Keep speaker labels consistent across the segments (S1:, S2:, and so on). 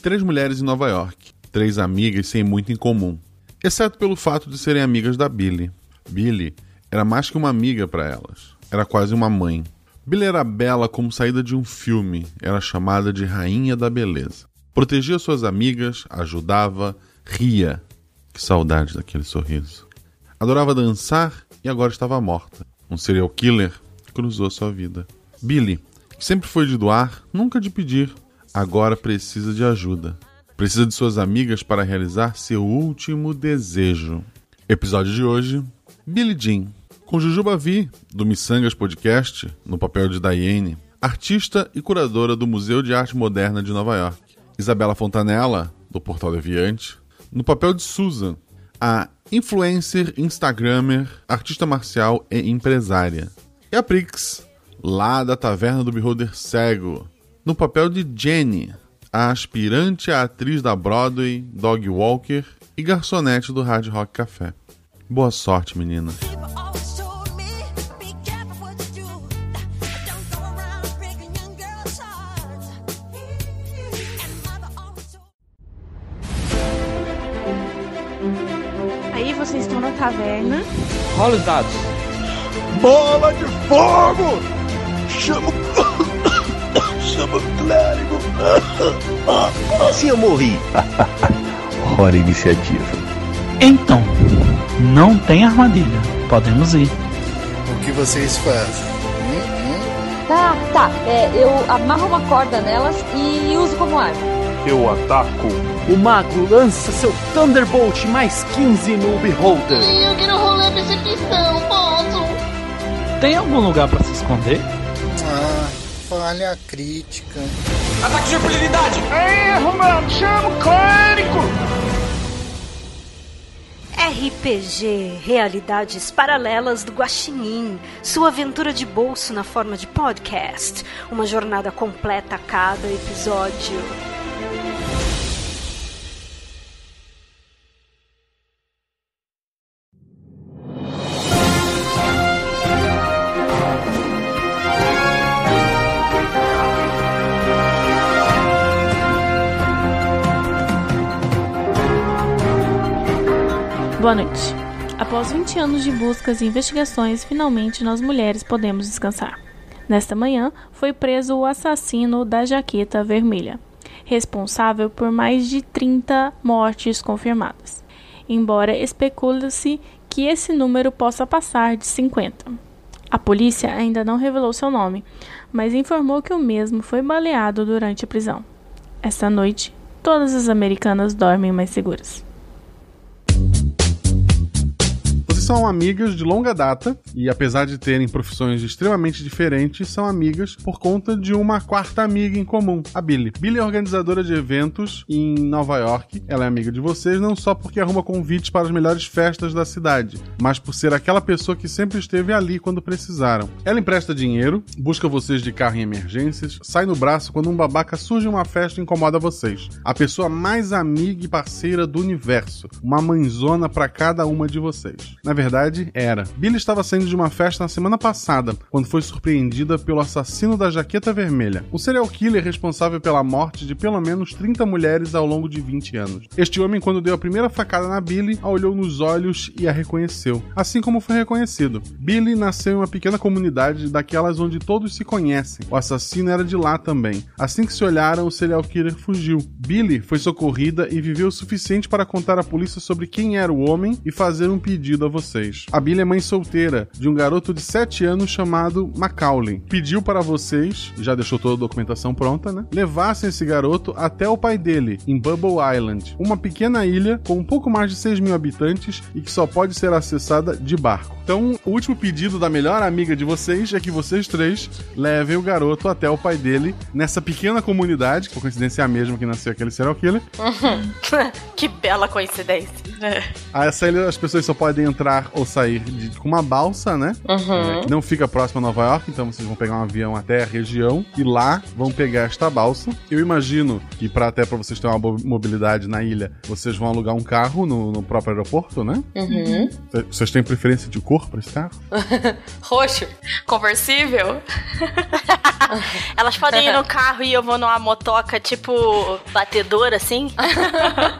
S1: três mulheres em Nova York, três amigas sem muito em comum, exceto pelo fato de serem amigas da Billy. Billy era mais que uma amiga para elas, era quase uma mãe. Billy era bela como saída de um filme, era chamada de Rainha da Beleza. Protegia suas amigas, ajudava, ria. Que saudade daquele sorriso. Adorava dançar e agora estava morta. Um serial killer cruzou sua vida. Billy, que sempre foi de doar, nunca de pedir, agora precisa de ajuda. Precisa de suas amigas para realizar seu último desejo. Episódio de hoje: Billy Jean. Com Jujuba Vi, do Missangas Podcast, no papel de Diane, artista e curadora do Museu de Arte Moderna de Nova York. Isabela Fontanella, do Portal Deviante, no papel de Susan, a influencer, instagrammer, artista marcial e empresária. E a Prix, lá da Taverna do Beholder Cego, no papel de Jenny, a aspirante à atriz da Broadway, Dog Walker e garçonete do Hard Rock Café. Boa sorte, meninas.
S2: People always told me, be careful what you do. Don't go around breaking young girls' hearts. And mother always told
S3: Aí vocês estão na taverna.
S4: Rola os dados.
S5: Bola de fogo! Chama Chama o clérigo! Se eu morri! Hora iniciativa.
S6: Então, não tem armadilha. Podemos ir.
S7: O que vocês fazem? Hum, hum.
S8: Tá, tá. É, eu amarro uma corda nelas e uso como arma.
S5: Eu ataco.
S4: O mago lança seu Thunderbolt mais 15 no Beholder.
S2: Eu quero rolar percepção, posso?
S6: Tem algum lugar pra se esconder?
S7: Ah, falha crítica.
S4: Ataque de impunidade!
S3: RPG Realidades Paralelas do Guaxinim. Sua aventura de bolso na forma de podcast. Uma jornada completa a cada episódio.
S9: Boa noite. Após 20 anos de buscas e investigações, finalmente nós mulheres podemos descansar. Nesta manhã, foi preso o assassino da jaqueta vermelha, responsável por mais de 30 mortes confirmadas, embora especule-se que esse número possa passar de 50. A polícia ainda não revelou seu nome, mas informou que o mesmo foi baleado durante a prisão. Esta noite, todas as americanas dormem mais seguras.
S1: Vocês são amigas de longa data e, apesar de terem profissões extremamente diferentes, são amigas por conta de uma quarta amiga em comum, a Billy. Billy é organizadora de eventos em Nova York. Ela é amiga de vocês não só porque arruma convites para as melhores festas da cidade, mas por ser aquela pessoa que sempre esteve ali quando precisaram. Ela empresta dinheiro, busca vocês de carro em emergências, sai no braço quando um babaca surge em uma festa e incomoda vocês. A pessoa mais amiga e parceira do universo. Uma mãezona para cada uma de vocês. Na verdade, era. Billy estava saindo de uma festa na semana passada, quando foi surpreendida pelo assassino da jaqueta vermelha, o serial killer responsável pela morte de pelo menos 30 mulheres ao longo de 20 anos. Este homem, quando deu a primeira facada na Billy, a olhou nos olhos e a reconheceu, assim como foi reconhecido. Billy nasceu em uma pequena comunidade daquelas onde todos se conhecem. O assassino era de lá também. Assim que se olharam, o serial killer fugiu. Billy foi socorrida e viveu o suficiente para contar à polícia sobre quem era o homem e fazer um pedido a vocês. A Billy é mãe solteira de um garoto de 7 anos chamado Macaulay. Pediu para vocês, já deixou toda a documentação pronta, né? Levassem esse garoto até o pai dele, em Bubble Island, uma pequena ilha com um pouco mais de 6 mil habitantes e que só pode ser acessada de barco. Então, o último pedido da melhor amiga de vocês é que vocês três levem o garoto até o pai dele nessa pequena comunidade, que por coincidência é a mesma que nasceu aquele serial killer.
S10: Uhum.
S3: que bela coincidência.
S11: É.
S1: A essa ilha as pessoas só podem entrar entrar ou sair de, com uma balsa, né? É, que não fica próximo a Nova York, então vocês vão pegar um avião até a região e lá vão pegar esta balsa. Eu imagino que para até para vocês terem uma bo- mobilidade na ilha, vocês vão alugar um carro no, no próprio aeroporto, né?
S11: Uhum.
S1: C- Vocês têm preferência de cor para esse carro?
S11: Roxo.
S10: Conversível? Elas podem ir no carro e eu vou numa motoca tipo batedora, assim?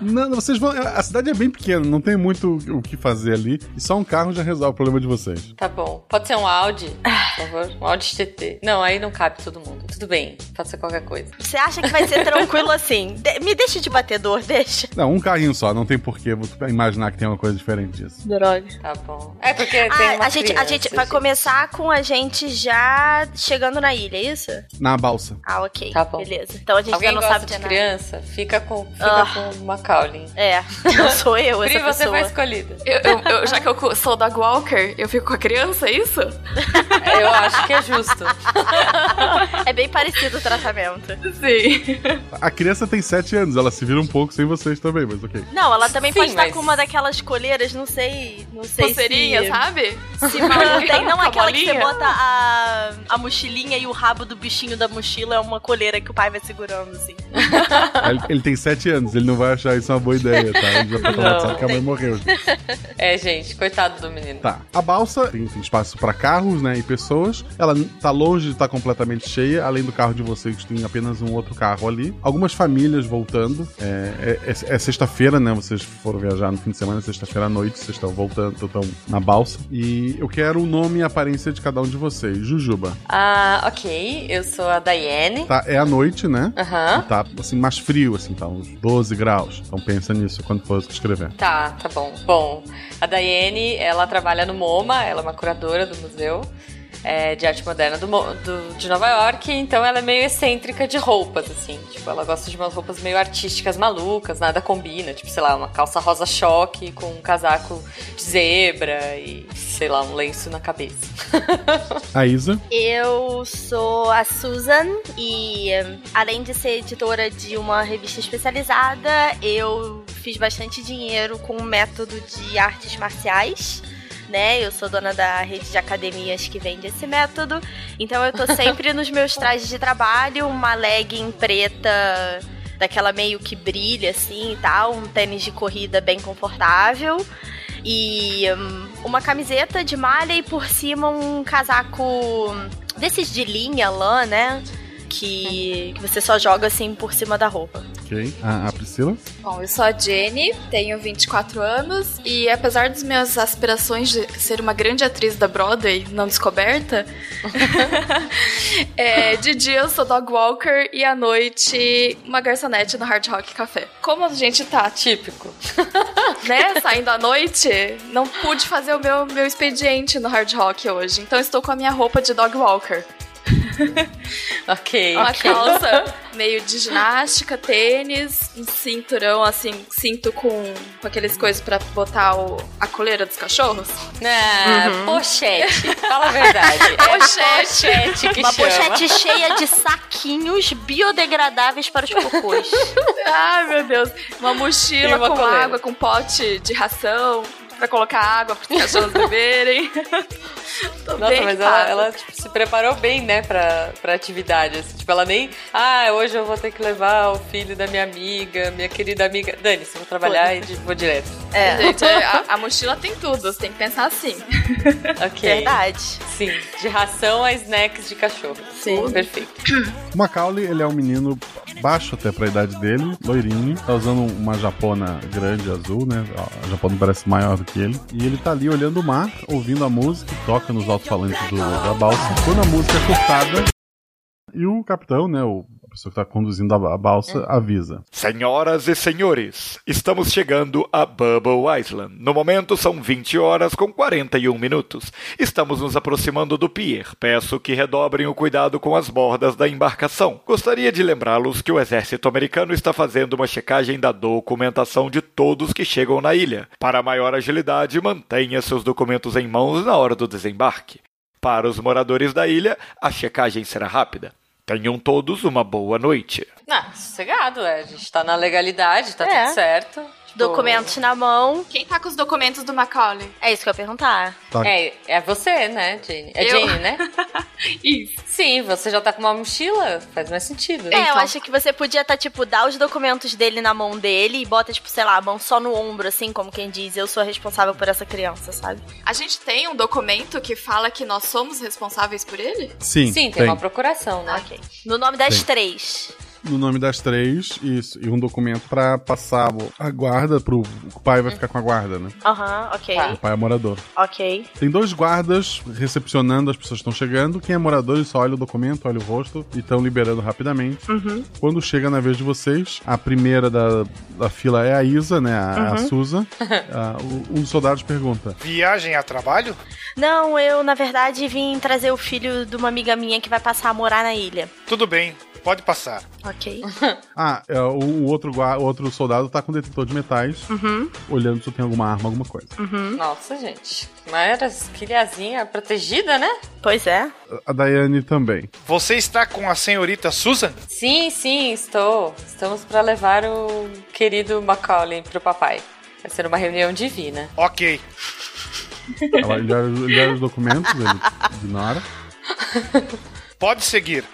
S1: não, não, vocês vão. A cidade é bem pequena, não tem muito o que fazer ali e só um carro já resolve o problema de vocês.
S11: Tá bom. Pode ser um Audi,
S8: Ah.
S11: por favor? Um Audi TT. Não, aí não cabe todo mundo. Tudo bem, pode ser qualquer coisa.
S10: Você acha que vai ser tranquilo assim? De- me deixa de batedor, deixa.
S1: Não, um carrinho só, não tem porquê você imaginar que tem uma coisa diferente disso.
S10: Droga.
S11: Tá bom. É porque tem
S10: Ah,
S11: uma
S10: a gente, a
S11: criança,
S10: gente vai começar com a gente já chegando na ilha, é isso?
S1: Na balsa.
S10: Ah, ok.
S11: Tá bom.
S10: Beleza. Então a gente
S11: Alguém
S10: já não
S11: gosta
S10: sabe
S11: de
S10: nada.
S11: criança, fica com, fica
S10: Ah.
S11: com uma Caulin.
S10: É, não sou eu
S11: Pri,
S10: essa
S11: você
S10: pessoa.
S11: foi escolhida.
S12: Eu, eu- eu- já que eu cu- sou da Walker, eu fico com a criança, é isso?
S11: Eu acho que é justo.
S10: é bem parecido o tratamento.
S12: Sim.
S1: A criança tem 7 anos, ela se vira um pouco sem vocês também, mas ok.
S10: Não, ela também
S12: Sim,
S10: pode estar
S12: mas-
S10: com uma daquelas coleiras, não sei, não sei
S12: Pulseirinha,
S10: se...
S12: sabe?
S10: Se mantém, não
S12: Com a
S10: aquela que você
S12: bolinha.
S10: bota a, a mochilinha e o rabo do bichinho da mochila é uma coleira que o pai vai segurando, assim.
S1: Ele, ele tem 7 anos, ele não vai achar isso uma boa ideia, tá? Ele já tá
S11: Não.
S1: traumatizado que a mãe morreu.
S11: É, gente, coitado do menino.
S1: Tá. A balsa tem, tem espaço pra carros, né, e pessoas. Ela n- tá longe de estar completamente cheia. Além do carro de vocês, tem apenas um outro carro ali. Algumas famílias voltando. É, é- é- é sexta-feira, né? Vocês foram viajar no fim de semana, é sexta-feira à noite. Vocês estão voltando, estão na balsa. E eu quero o nome e a aparência de cada um de vocês. Jujuba.
S11: Ah, ok. Eu sou a Daiane.
S1: Tá, é à noite, né?
S11: Aham.
S1: E Tá, assim, mais frio, assim, tá uns 12 graus. Então pensa nisso quando for escrever.
S11: Tá, tá bom. Bom, a Daiane, ela trabalha no MoMA, ela é uma curadora do Museu é, de Arte Moderna do, Mo- do- de Nova York, então ela é meio excêntrica de roupas, assim. Tipo, ela gosta de umas roupas meio artísticas malucas, nada combina. Tipo, sei lá, uma calça rosa choque com um casaco de zebra e, sei lá, um lenço na cabeça.
S1: A Isa.
S10: Eu sou a Susan e eh, além de ser editora de uma revista especializada, eu fiz bastante dinheiro com o método de artes marciais. Né? Eu sou dona da rede de academias que vende esse método. Então eu tô sempre nos meus trajes de trabalho, uma legging preta daquela meio que brilha assim e tal, um tênis de corrida bem confortável e hum, uma camiseta de malha e por cima um casaco hum, desses de linha, lã, né? Que, que você só joga assim por cima da roupa.
S1: Ok. A, a Priscila.
S12: Bom, eu sou a Jenny, tenho 24 anos e apesar das minhas aspirações de ser uma grande atriz da Broadway não descoberta, é, de dia eu sou dog walker e à noite uma garçonete no Hard Rock Café. Como a gente tá,
S11: típico,
S12: né, saindo à noite, não pude fazer o meu, meu expediente no Hard Rock hoje, então estou com a minha roupa de dog walker.
S11: Ok.
S12: Uma
S11: ok.
S12: calça meio de ginástica, tênis, um cinturão assim, cinto com, com aqueles coisas pra botar o- a coleira dos cachorros.
S11: Ah,
S10: Uhum.
S11: pochete. Fala a verdade. É
S12: Pochete.
S11: pochete que
S10: Uma
S11: chama.
S10: pochete cheia de saquinhos biodegradáveis para os cocôs.
S12: Ai, meu Deus. Uma
S10: E
S12: mochila
S10: uma
S12: com
S10: coleira.
S12: água, com pote de ração pra colocar água pros cachorros beberem. Tô
S11: Nossa,
S12: bem
S11: mas ela,
S12: equipada.
S11: ela, tipo, se preparou bem, né, pra, pra atividade. assim. Tipo, ela nem. Ah, hoje eu vou ter que levar o filho da minha amiga, minha querida amiga. Dane-se, eu vou trabalhar e di- vou direto.
S12: É. Gente, é, a, a mochila tem tudo, você tem que pensar assim.
S11: Ok.
S10: Verdade.
S11: Sim, de ração a snacks de cachorro. Sim. Perfeito.
S1: O Macaulay, ele é um menino baixo até pra idade dele, loirinho. Tá usando uma japona grande, azul, né? A japona parece maior do que ele. E ele tá ali olhando o mar, ouvindo a música, toca nos alto-falantes do- da balsa. Quando a música é cortada, e o capitão, né? O, a pessoa que tá conduzindo a, a balsa, avisa.
S13: Senhoras e senhores, estamos chegando a Bubble Island. No momento são 20 horas com 41 minutos. Estamos nos aproximando do pier. Peço que redobrem o cuidado com as bordas da embarcação. Gostaria de lembrá-los que o exército americano está fazendo uma checagem da documentação de todos que chegam na ilha. Para maior agilidade, mantenha seus documentos em mãos na hora do desembarque. Para os moradores da ilha, a checagem será rápida. Tenham todos uma boa noite.
S11: Ah, sossegado, é. A gente tá na legalidade, tá
S10: É.
S11: tudo certo.
S12: Tipo,
S10: Documentos na mão.
S12: Quem tá com os documentos do Macaulay?
S10: É isso que eu ia perguntar.
S1: Tá.
S11: É, é você, né, Jane? É
S12: Eu?
S11: Jane, né?
S12: Isso. Então.
S11: Sim, você já tá com uma mochila, faz mais sentido.
S10: É, eu acho que você podia tá, tipo, dar os documentos dele na mão dele e bota, tipo, sei lá, a mão só no ombro, assim, como quem diz, eu sou responsável por essa criança, sabe?
S12: A gente tem um documento que fala que nós somos responsáveis por ele?
S1: Sim, Sim, tem tem. uma
S11: procuração,
S12: né?
S10: Ok. No nome das
S1: Tem.
S10: três.
S1: No nome das três, isso. E um documento pra passar a guarda pro. O pai vai ficar com a guarda, né?
S10: Aham, ok.
S7: Tá.
S1: O pai é morador.
S10: Ok.
S1: Tem dois guardas recepcionando, as pessoas estão chegando. Quem é morador, ele só olha o documento, olha o rosto e estão liberando rapidamente.
S10: Uhum.
S1: Quando chega na vez de vocês, a primeira da, da fila é a Isa, né? A, a
S10: Uhum.
S1: Susan. Ah, o- um dos soldados pergunta:
S7: Viagem a trabalho?
S10: Não, eu, na verdade, vim trazer o filho de uma amiga minha que vai passar a morar na ilha.
S7: Tudo bem, pode passar.
S10: Ok.
S1: Ah, é, o, o outro, gua- o outro soldado tá com detetor de metais,
S11: Uhum.
S1: olhando se tem alguma arma, alguma coisa.
S11: Nossa, gente. Mas que ilhazinha protegida, né?
S10: Pois é.
S1: A Daiane também.
S7: Você está com a senhorita Susan?
S11: Sim, sim, estou. Estamos pra levar o querido Macaulay pro papai. Vai ser uma reunião divina.
S7: Ok.
S1: Ela, ele, olha, ele olha os documentos, ele ignora.
S7: Pode seguir.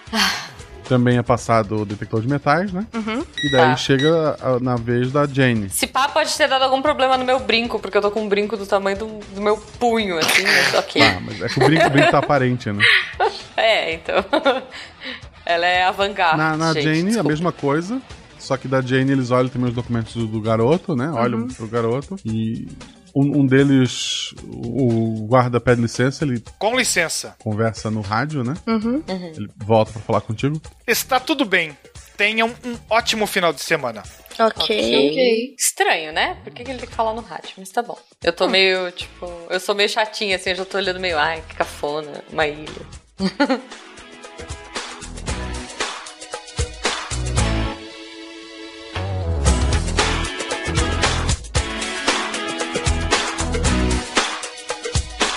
S1: Também é passado o detector de metais, né?
S11: Uhum.
S1: E daí
S11: Tá.
S1: chega a- na vez da Jane.
S11: Esse pá pode ter dado algum problema no meu brinco, porque eu tô com um brinco do tamanho do, do meu punho, assim, mas ok.
S1: Ah, mas é que o brinco, o brinco tá aparente, né?
S11: É, então. Ela é a vanguarda.
S1: na na
S11: gente.
S1: Jane, a mesma coisa. Só que da Jane eles olham também os documentos do, do garoto, né? Olham
S11: Uhum.
S1: pro garoto. E um, um deles, o o guarda pede licença, ele
S7: Com licença.
S1: conversa no rádio, né?
S7: Uhum.
S1: Ele volta pra falar contigo.
S7: Está tudo bem. Tenham um ótimo final de semana.
S11: ok. Estranho, né? Por que, que ele tem que falar no rádio? Mas tá bom. Eu tô
S7: Hum.
S11: meio, tipo. Eu sou meio chatinha, assim, eu já tô olhando meio, ai, que cafona, uma ilha.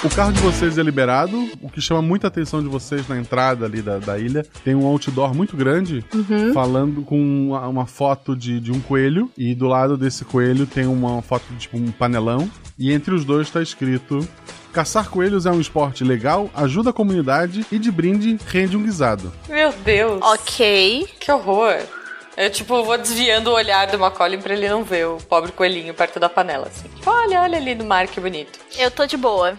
S1: O carro de vocês é liberado, o que chama muita atenção de vocês na entrada ali da, da ilha. Tem um outdoor muito grande
S5: Uhum.
S1: falando com uma, uma foto de, de um coelho. E do lado desse coelho tem uma foto de tipo, um panelão. E entre os dois tá escrito: Caçar coelhos é um esporte legal, ajuda a comunidade e de brinde rende um guisado.
S11: Meu Deus.
S10: Ok.
S11: Que horror. Eu, tipo, vou desviando o olhar do Macaulay pra ele não ver o pobre coelhinho perto da panela, assim. Tipo, olha, olha ali no mar, que bonito.
S10: Eu tô de boa.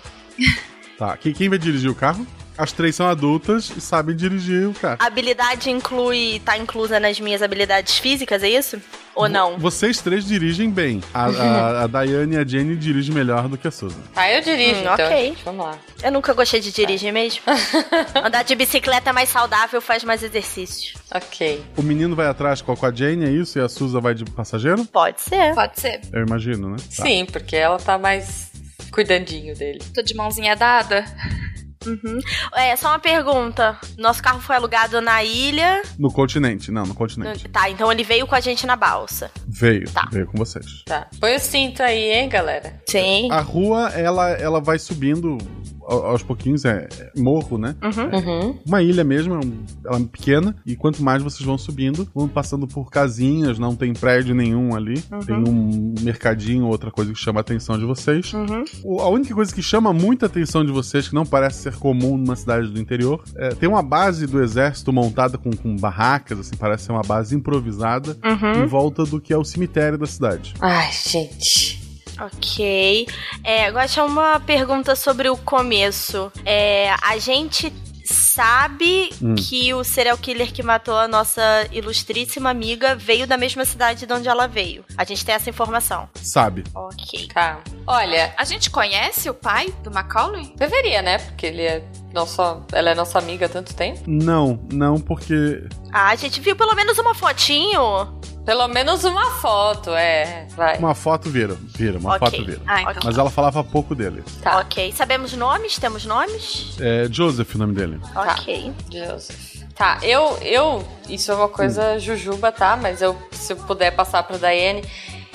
S1: Tá, que- quem vai dirigir o carro? As três são adultas e sabem dirigir o carro.
S10: A habilidade inclui. tá inclusa nas minhas habilidades físicas, é isso? Ou não?
S1: Vocês três dirigem bem. A, a, a Daiane e a Jenny dirigem melhor do que a Susan.
S11: Ah, eu dirijo,
S10: Hum,
S11: então.
S10: ok.
S11: gente, vamos lá. É.
S10: Eu nunca gostei de dirigir mesmo. Andar de bicicleta é mais saudável, faz mais exercícios.
S11: Ok.
S1: O menino vai atrás com a- com a Jane, é isso? E a Susan vai de passageiro?
S10: Pode ser.
S12: Pode ser.
S1: Eu imagino, né? Tá.
S11: Sim, porque ela tá mais cuidandinho dele.
S12: Tô de mãozinha dada?
S10: Uhum. É, só uma pergunta. Nosso carro foi alugado na ilha.
S1: No continente, não, no continente.
S10: Tá, então ele veio com a gente na balsa.
S1: Veio, veio com vocês.
S11: Tá. Põe o cinto aí, hein, galera?
S10: Sim.
S1: A rua, ela, ela vai subindo ao- aos pouquinhos, é é morro, né?
S10: Uhum.
S1: É
S11: Uhum.
S1: Uma ilha mesmo, é um- ela é pequena, e quanto mais vocês vão subindo, vão passando por casinhas, não tem prédio nenhum ali.
S5: Uhum.
S1: Tem um mercadinho, outra coisa que chama a atenção de vocês.
S5: Uhum.
S1: O- A única coisa que chama muita atenção de vocês, que não parece ser comum numa cidade do interior, é, tem uma base do exército montada com, com barracas, assim, parece ser uma base improvisada,
S10: Uhum.
S1: em volta do que é o cemitério da cidade.
S11: Ai, gente.
S10: Ok. É, agora tinha uma pergunta sobre o começo. É, a gente sabe
S1: Hum.
S10: que o serial killer que matou a nossa ilustríssima amiga veio da mesma cidade de onde ela veio. A gente tem essa informação.
S1: Sabe?
S10: Ok.
S11: Tá. Olha,
S12: A gente
S10: é
S12: conhece o pai do Macaulay?
S11: deveria, né? Porque ele é nossa. Ela é nossa amiga há tanto tempo.
S1: Não, não, porque.
S10: Ah, a gente viu pelo menos uma fotinho.
S11: Pelo menos uma foto, é. Vai.
S1: Uma foto vira, vira, uma
S10: Ok.
S1: foto vira.
S10: Ah, então
S1: Mas
S10: tá.
S1: ela falava pouco dele.
S11: Tá.
S10: Ok. Sabemos nomes? Temos nomes?
S1: É Joseph o nome dele.
S10: Ok.
S11: Joseph. Tá, eu, eu. Isso é uma coisa jujuba, tá? Mas eu, se eu puder passar pra Daiane.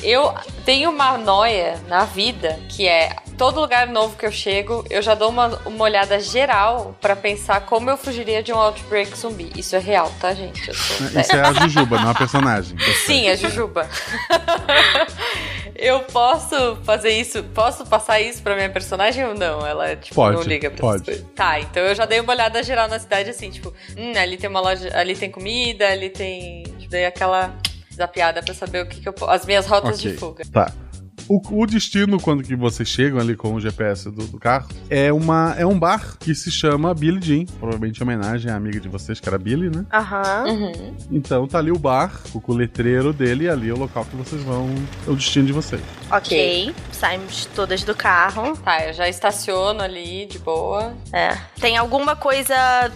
S11: Eu tenho uma noia na vida que é todo lugar novo que eu chego, eu já dou uma, uma olhada geral pra pensar como eu fugiria de um outbreak zumbi. Isso é real, tá,
S1: é
S11: gente? Eu sou É,
S1: Isso é a Jujuba, não é a personagem.
S11: Sim, é Jujuba. é Eu posso fazer isso? Posso passar isso pra minha personagem ou não? Ela, tipo,
S1: Pode,
S11: não liga pra
S1: pode.
S11: essas coisas. Tá, então eu já dei uma olhada geral na cidade, assim, tipo, hum, ali tem uma loja, ali tem comida, ali tem. Tipo, dei aquela zapiada pra saber o que, que eu posso. As minhas rotas
S1: Ok,
S11: de fuga.
S1: Tá. O, o destino, quando que vocês chegam ali com o GPS do, do carro, é, uma, é um bar que se chama Billy Jean. Provavelmente em homenagem à amiga de vocês, que era Billy, né?
S10: Aham.
S3: Uhum.
S1: Então tá ali o bar, com o letreiro dele, e ali é o local que vocês vão. É o destino de vocês.
S10: Ok. Saímos todas do carro.
S11: Tá, eu já estaciono ali, de boa.
S10: É. Tem alguma coisa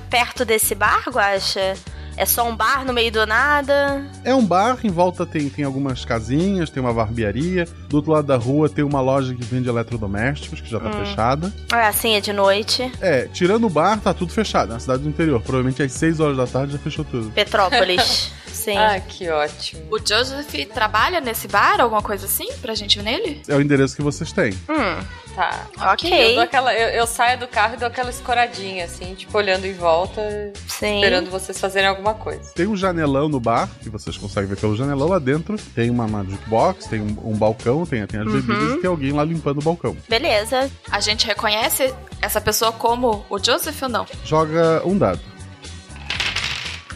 S10: perto desse bar, Guaxa? É só um bar no meio do nada?
S1: É um bar, em volta tem, tem algumas casinhas, tem uma barbearia. Do outro lado da rua tem uma loja que vende eletrodomésticos, que já tá
S10: Hum.
S1: fechada.
S10: É assim, é de noite.
S1: É, tirando o bar, tá tudo fechado. É uma cidade do interior. Provavelmente às 6 horas da tarde já fechou tudo.
S10: Petrópolis. Sim.
S11: Ah, que ótimo.
S12: O Joseph trabalha nesse bar, alguma coisa assim, pra gente ir nele?
S1: É o endereço que vocês têm.
S11: Hum, tá.
S10: Ok.
S11: Eu, dou aquela, eu, eu saio do carro e dou aquela escoradinha, assim, tipo, olhando em volta, esperando vocês fazerem alguma coisa.
S1: Tem um janelão no bar, que vocês conseguem ver pelo janelão lá dentro. Tem uma, uma jukebox, tem um, um balcão, tem, tem as
S12: Uhum.
S1: bebidas e tem alguém lá limpando o balcão.
S10: Beleza.
S12: A gente reconhece essa pessoa como o Joseph ou não?
S1: Joga um dado.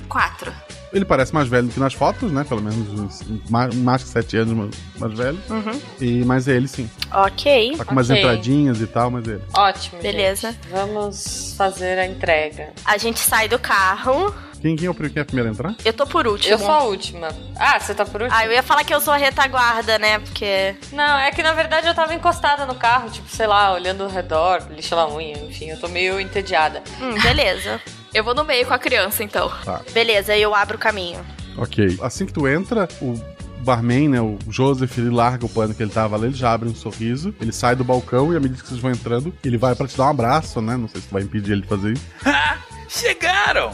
S12: Quatro.
S1: Ele parece mais velho do que nas fotos, né? Pelo menos uns- mais, mais que 7 anos mais, mais velho.
S10: Uhum.
S1: E, mas é ele sim.
S10: Ok.
S1: Tá com umas entradinhas e tal, mas é ele.
S11: Ótimo.
S10: Beleza.
S11: Vamos fazer a entrega.
S10: A gente sai do carro.
S1: Quem, quem é o pri- quem é a primeira a entrar?
S10: Eu tô por último.
S11: Eu sou a última. Ah, você tá por último?
S10: Ah, eu ia falar que eu sou a retaguarda, né? Porque.
S11: Não, é que na verdade eu tava encostada no carro, tipo, sei lá, olhando ao redor, lixando a unha, enfim, eu tô meio entediada.
S10: Hum, beleza.
S12: Eu vou no meio com a criança, então.
S1: Tá.
S10: Beleza, eu abro o caminho.
S1: Ok. Assim que tu entra, o barman, né, o Joseph, ele larga o pano que ele tava ali, ele já abre um sorriso, ele sai do balcão e à medida que vocês vão entrando, ele vai pra te dar um abraço, né? Não sei se tu vai impedir ele de fazer isso.
S10: Chegaram!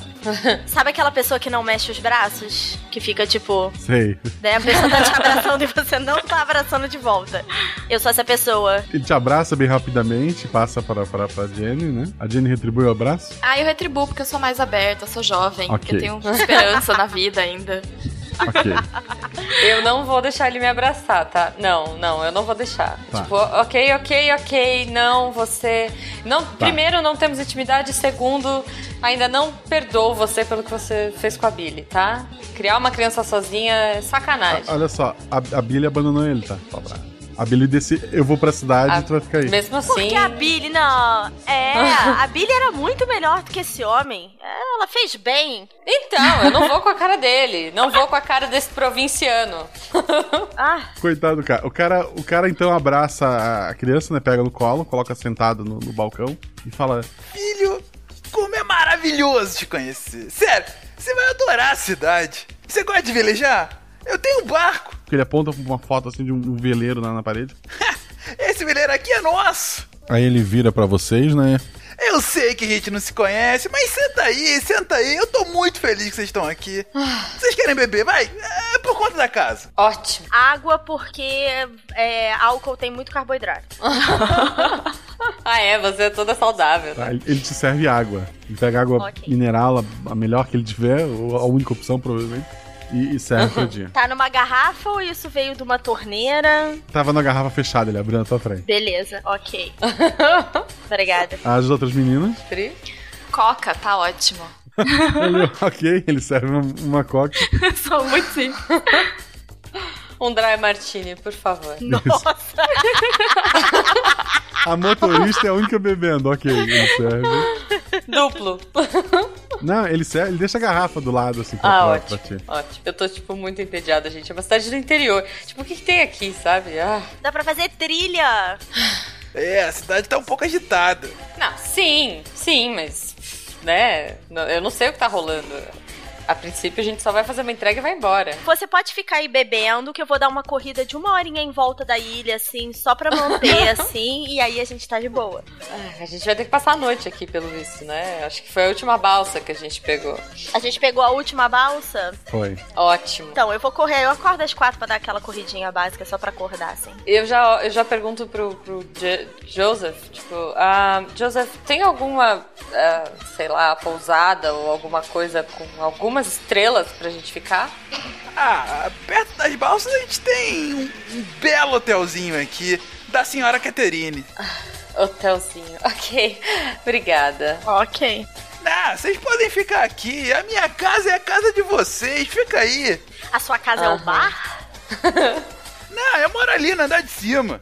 S10: Sabe aquela pessoa que não mexe os braços? Que fica tipo.
S1: Sei.
S10: Daí a pessoa tá te abraçando e você não tá abraçando de volta. Eu sou essa pessoa.
S1: Ele te abraça bem rapidamente, passa para, para, para a Jenny, né? A Jenny retribui o abraço.
S12: Ah, eu retribuo porque eu sou mais aberta, eu sou jovem,
S1: Ok.
S12: eu tenho esperança na vida ainda.
S1: Ok.
S11: Eu não vou deixar ele me abraçar, tá? Não, não, eu não vou deixar.
S1: Tá.
S11: Tipo, ok, ok, ok, não, você. Não,
S1: Tá.
S11: Primeiro, não temos intimidade. Segundo, ainda não perdoo você pelo que você fez com a Billy, tá? Criar uma criança sozinha é sacanagem.
S1: Olha só, a, a Billy abandonou ele, tá? Só pra- A Billy desse, eu vou pra cidade,
S11: A-
S1: tu vai ficar aí.
S11: Mesmo assim.
S10: Porque a Billy, não. É, a Billy era muito melhor do que esse homem. É, Ela fez bem.
S11: Então, eu não vou com a cara
S1: ah.
S11: dele. Não vou com a cara desse provinciano.
S1: Coitado do cara. O cara, o cara então abraça a- a criança, né? Pega no colo, coloca sentado no, no balcão e fala:
S7: Filho, como é maravilhoso te conhecer. Sério, você vai adorar a cidade. Você gosta de velejar? Eu tenho um barco.
S1: Porque ele aponta pra uma foto assim de um, um veleiro lá na parede.
S7: Esse veleiro aqui é nosso.
S1: Aí ele vira para vocês, né?
S7: Eu sei que a gente não se conhece, mas senta aí, senta aí. Eu tô muito feliz que vocês estão aqui. Vocês querem beber? Vai, é por conta da casa.
S11: Ah. Ótimo.
S10: Água porque é, álcool tem muito carboidrato.
S11: ah, é, você é toda saudável.
S1: Tá, Ele ele te serve água. Ele pega água mineral, a- a melhor que ele tiver, ou a única opção, provavelmente, e, e serve pra dia.
S10: Tá numa garrafa ou isso veio de uma torneira?
S1: Tava na garrafa fechada, ele abriu na tua frente.
S10: Beleza, ok. Obrigada.
S1: As outras meninas,
S12: Coca, tá ótimo.
S1: ele, ok, ele serve uma, uma coca.
S12: Sou muito simples.
S11: Um dry martini, por favor.
S1: Nossa. A motorista é a única bebendo, ok, ele serve.
S11: Duplo.
S1: Não, ele serve, ele deixa a garrafa do lado, assim, pra,
S11: Ah,
S1: pra-
S11: ótimo.
S1: pra ti.
S11: Ótimo. Eu tô, tipo, muito entediada, gente. É uma cidade do interior. Tipo, o que, que tem aqui, sabe? Ah.
S10: Dá pra fazer trilha.
S7: É, a cidade tá um pouco agitada.
S11: Não, sim, sim, mas. Né? não- Eu não sei o que tá rolando. A princípio, a gente só vai fazer uma entrega e vai embora.
S10: Você pode ficar aí bebendo, que eu vou dar uma corrida de uma horinha em volta da ilha, assim, só pra manter, assim, e aí a gente tá de boa.
S12: É.
S11: Ah, A gente vai ter que passar a noite aqui, pelo visto, né? Acho que foi a última balsa que a gente pegou.
S10: A gente pegou a última balsa.
S1: Foi.
S11: Ótimo.
S10: Então, eu vou correr, eu acordo às quatro pra dar aquela corridinha básica, só pra acordar, assim.
S11: Eu já, eu já pergunto pro, pro Je- Joseph, tipo, ah, Joseph, tem alguma, ah, sei lá, pousada ou alguma coisa com algum algumas estrelas pra gente ficar.
S7: Ah, perto das balsas a gente tem um, um belo hotelzinho aqui da senhora Caterine.
S11: Ah, Hotelzinho. Ok. Obrigada.
S7: Ok. Ah, vocês podem ficar aqui. A minha casa é a casa de vocês. Fica aí.
S10: A sua casa é o bar?
S7: Não, eu moro ali na andar de cima.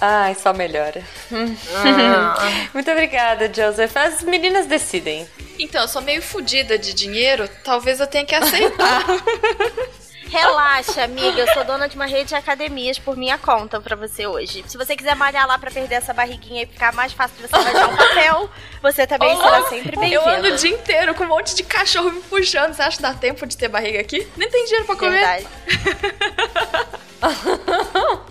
S11: Ai, só melhora.
S10: Ah.
S11: Muito obrigada, Joseph. As meninas decidem.
S12: Então, eu sou meio fodida de dinheiro, talvez eu tenha que aceitar.
S10: Relaxa, amiga. Eu sou dona de uma rede de academias por minha conta pra você hoje. Se você quiser malhar lá pra perder essa barriguinha e ficar mais fácil de você arranjar um papel, você também Tá será sempre
S12: Eu
S10: bem-vinda.
S12: ando o dia inteiro com um monte de cachorro me puxando. Você acha que dá tempo de ter barriga aqui? Nem tem dinheiro pra comer.
S10: Verdade.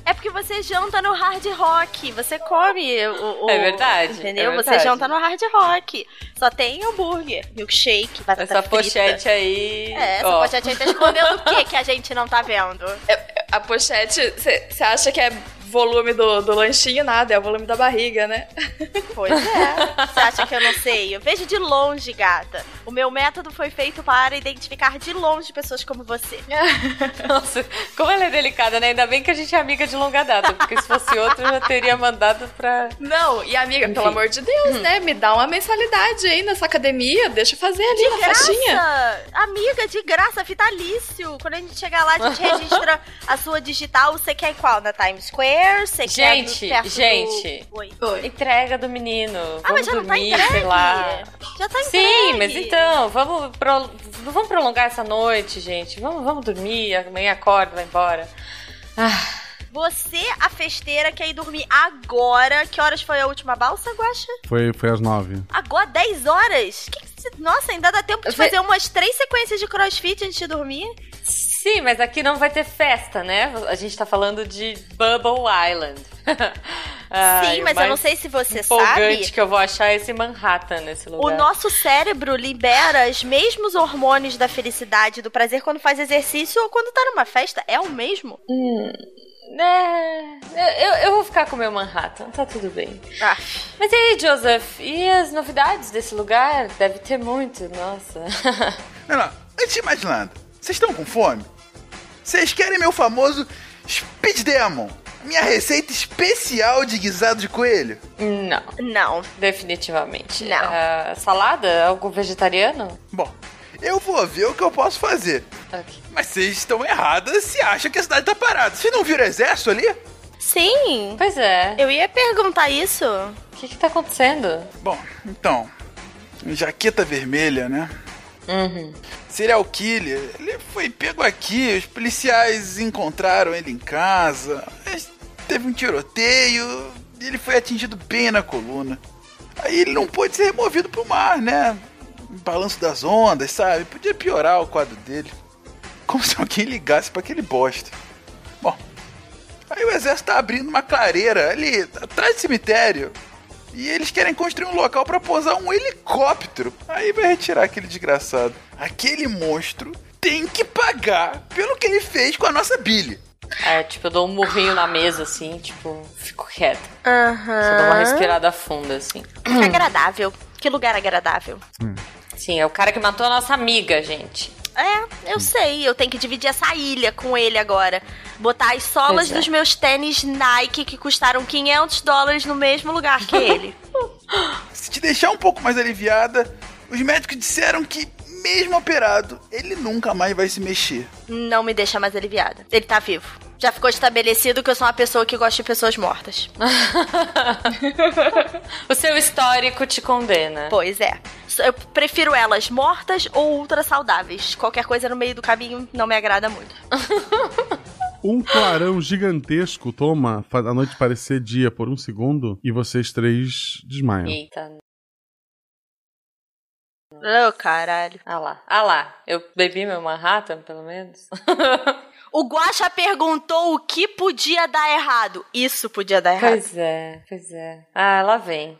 S10: É porque você janta no hard rock. Você come o. o-
S11: É verdade,
S10: Entendeu?
S11: é
S10: Você
S11: verdade.
S10: janta no hard rock. Só tem hambúrguer, milkshake, batata
S11: Essa
S10: frita.
S11: pochete aí.
S10: É, essa
S11: ó.
S10: pochete aí tá escondendo o que que a gente não tá vendo?
S12: É, A pochete, você acha que é volume do, do lanchinho? Nada, é o volume da barriga, né?
S10: Pois é. Você acha que eu não sei? Eu vejo de longe, gata. O meu método foi feito para identificar de longe pessoas como você.
S11: Nossa, como ela é delicada, né? Ainda bem que a gente é amiga de longa data, porque se fosse outro eu já teria mandado pra.
S12: Não, e amiga, pelo amor de Deus, né? Me dá uma mensalidade aí nessa academia, deixa eu fazer ali uma festinha.
S10: Amiga, de graça, vitalício. Quando a gente chegar lá, a gente registra a sua digital. Você quer em qual? Na Times Square? Você
S11: Gente,
S10: quer perto do-
S11: gente.
S10: Oi.
S11: Entrega do menino.
S10: Ah, mas
S11: vamos
S10: já não tá
S11: dormir,
S10: entregue.
S11: sei lá.
S10: Já tá
S11: Sim,
S10: entregue.
S11: mas então, vamos, pro... não vamos prolongar essa noite, gente. Vamos, vamos dormir, amanhã acorda, vai embora.
S10: Você, a festeira, quer ir dormir agora. Que horas foi a última balsa, Guaxa?
S1: Foi, foi às nove.
S10: Agora, 10 horas? Que que cê- Nossa, ainda dá tempo de fazer umas três sequências de crossfit antes de dormir?
S11: Sim, mas aqui não vai ter festa, né? A gente tá falando de Bubble Island. Ai,
S10: Sim, mas eu
S11: mais
S10: não sei se você
S11: empolgante
S10: sabe.
S11: que eu vou achar é esse Manhattan nesse
S10: O
S11: lugar.
S10: nosso cérebro libera os mesmos hormônios da felicidade, do prazer quando faz exercício ou quando tá numa festa. É o mesmo?
S12: Hum.
S11: É, eu, eu vou ficar com o meu Manhattan, tá tudo bem.
S10: Ah.
S11: Mas e aí, Joseph, e as novidades desse lugar? Deve ter muito, nossa.
S7: Não, não. Antes de mais nada, vocês estão com fome? Vocês querem meu famoso Speed Demon? Minha receita especial de guisado de coelho?
S11: Não.
S10: Não.
S11: Definitivamente. Não. salada? Algo vegetariano?
S7: Bom, eu vou ver o que eu posso fazer. Mas vocês estão erradas se acham que a cidade tá parada. Vocês não viram o exército ali?
S10: Sim.
S11: Pois é.
S10: Eu ia perguntar isso.
S11: O que, que tá acontecendo?
S7: Bom, então. Jaqueta vermelha, né?
S11: Uhum.
S7: Serial killer. Ele foi pego aqui, os policiais encontraram ele em casa. mas Teve um tiroteio, ele foi atingido bem na coluna. Aí ele não pôde ser removido pro mar, né? Balanço das ondas, sabe? Podia piorar o quadro dele. Como se alguém ligasse pra aquele bosta. Bom, aí o exército tá abrindo uma clareira ali, atrás do cemitério. E eles querem construir um local pra pousar um helicóptero. Aí vai retirar aquele desgraçado. Aquele monstro tem que pagar pelo que ele fez com a nossa Billy.
S11: É, tipo, eu dou um murrinho na mesa, assim, tipo, fico quieta.
S10: Aham. É
S11: Só dou uma respirada funda, assim.
S10: Agradável. Que lugar agradável.
S11: Sim, é o cara que matou a nossa amiga, gente.
S10: É,
S11: Hum.
S10: eu sei, eu tenho que dividir essa ilha com ele agora. Botar as solas
S11: Pois é.
S10: dos meus tênis Nike que custaram 500 dólares no mesmo lugar que ele.
S7: Se te deixar um pouco mais aliviada, os médicos disseram que, mesmo operado, ele nunca mais vai se mexer.
S10: Não me deixa mais aliviada. Ele tá vivo. Já ficou estabelecido que eu sou uma pessoa que gosta de pessoas mortas.
S11: O seu histórico te condena.
S10: pois é. Eu prefiro elas mortas ou ultra saudáveis. Qualquer coisa no meio do caminho não me agrada muito.
S1: Um clarão gigantesco toma faz a noite parecer dia por um segundo e vocês três desmaiam.
S11: Eita.
S10: Ô, caralho.
S11: Ah lá, ah lá. Eu bebi meu Manhattan, pelo menos.
S10: O Guaxa perguntou o que podia dar errado. Isso podia dar errado.
S11: Pois é, pois é. Ah, lá vem.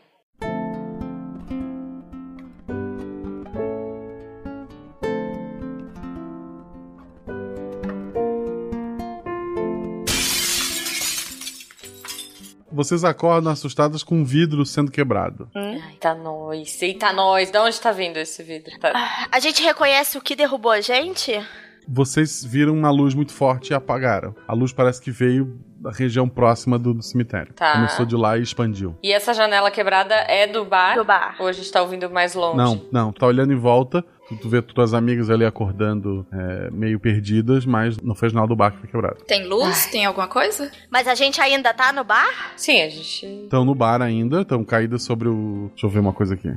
S1: Vocês acordam assustadas com um vidro sendo quebrado.
S11: Eita nós, tá eita nós. De onde tá vindo esse vidro? Tá-
S10: A gente reconhece o que derrubou a gente?
S1: Vocês viram uma luz muito forte e apagaram. A luz parece que veio da região próxima do, do cemitério.
S11: Tá.
S1: Começou de lá e expandiu.
S11: E essa janela quebrada é do bar? Do
S10: bar.
S11: Ou a gente tá ouvindo mais longe?
S1: Não, não, tu tá olhando em volta, tu, tu vê tuas amigas ali acordando é, meio perdidas, mas não fez nada do bar que foi quebrado.
S10: Tem luz? Tem alguma coisa? Mas a gente ainda tá no bar?
S11: Sim, a gente.
S1: Estão no bar ainda, estão caídas sobre o. Deixa eu ver uma coisa aqui.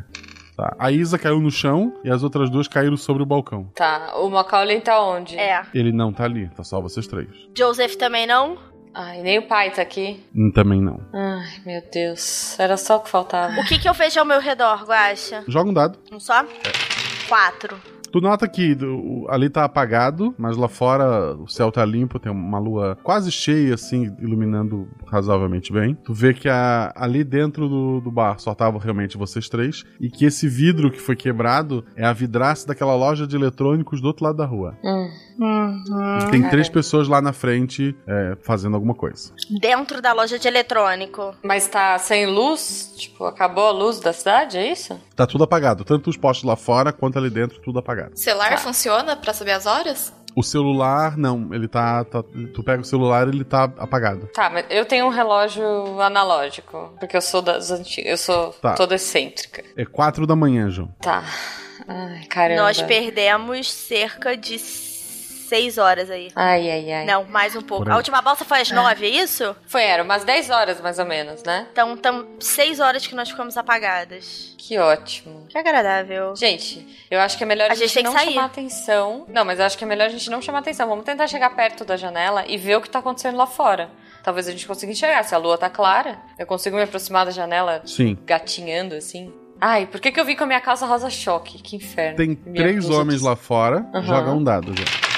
S1: Tá. A Isa caiu no chão e as outras duas caíram sobre o balcão.
S11: Tá. O Macaulay tá onde?
S10: É.
S1: Ele não tá ali, tá só vocês três.
S10: Joseph também não?
S11: Ai, nem o pai tá aqui.
S1: Hum, Também não.
S11: Ai, meu Deus. Era só o que faltava.
S10: O que que eu vejo ao meu redor, Guaxa?
S1: Joga um dado.
S10: Um só? Quatro.
S1: Tu nota que do- ali tá apagado, mas lá fora o céu tá limpo, tem uma lua quase cheia, assim, iluminando razoavelmente bem. Tu vê que a- ali dentro do, do bar só estavam realmente vocês três, e que esse vidro que foi quebrado é a vidraça daquela loja de eletrônicos do outro lado da rua.
S10: Uhum.
S3: Uhum.
S1: E tem
S11: É.
S1: três pessoas lá na frente é, fazendo alguma coisa.
S10: Dentro da loja de eletrônico.
S11: Mas tá sem luz? Tipo, acabou a luz da cidade, é isso?
S1: Tá tudo apagado, tanto os postes lá fora quanto ali dentro, tudo apagado.
S12: Celular funciona pra saber as horas?
S1: O celular, não, ele tá. tá- tu pega o celular ele tá apagado.
S11: Tá, mas eu tenho um relógio analógico, porque eu sou das antigas, eu sou
S1: Tá.
S11: toda excêntrica.
S1: É quatro da manhã, João.
S11: Tá. Ai, caramba.
S10: Nós perdemos cerca de seis horas aí.
S11: Ai, ai, ai.
S10: Não, mais um pouco.
S11: Por aí.
S10: A última balsa foi às
S11: É.
S10: nove, é isso?
S11: Foi, era umas dez horas mais ou menos, né?
S10: Então, tão seis horas que nós ficamos apagadas.
S11: Que ótimo.
S10: Que agradável.
S11: Gente, eu acho que é melhor a,
S10: A gente tem que
S11: não
S10: sair.
S11: chamar atenção. Não, mas eu acho que é melhor a gente não chamar atenção. Vamos tentar chegar perto da janela e ver o que tá acontecendo lá fora. Talvez a gente consiga enxergar. Se a lua tá clara, eu consigo me aproximar da janela
S1: Sim.
S11: gatinhando assim. Ai, por que, que eu vim com a minha calça rosa choque? Que inferno.
S1: Tem
S11: Minha
S1: três
S11: blusa
S1: homens lá fora,
S11: Aham.
S1: joga um dado já.
S11: de-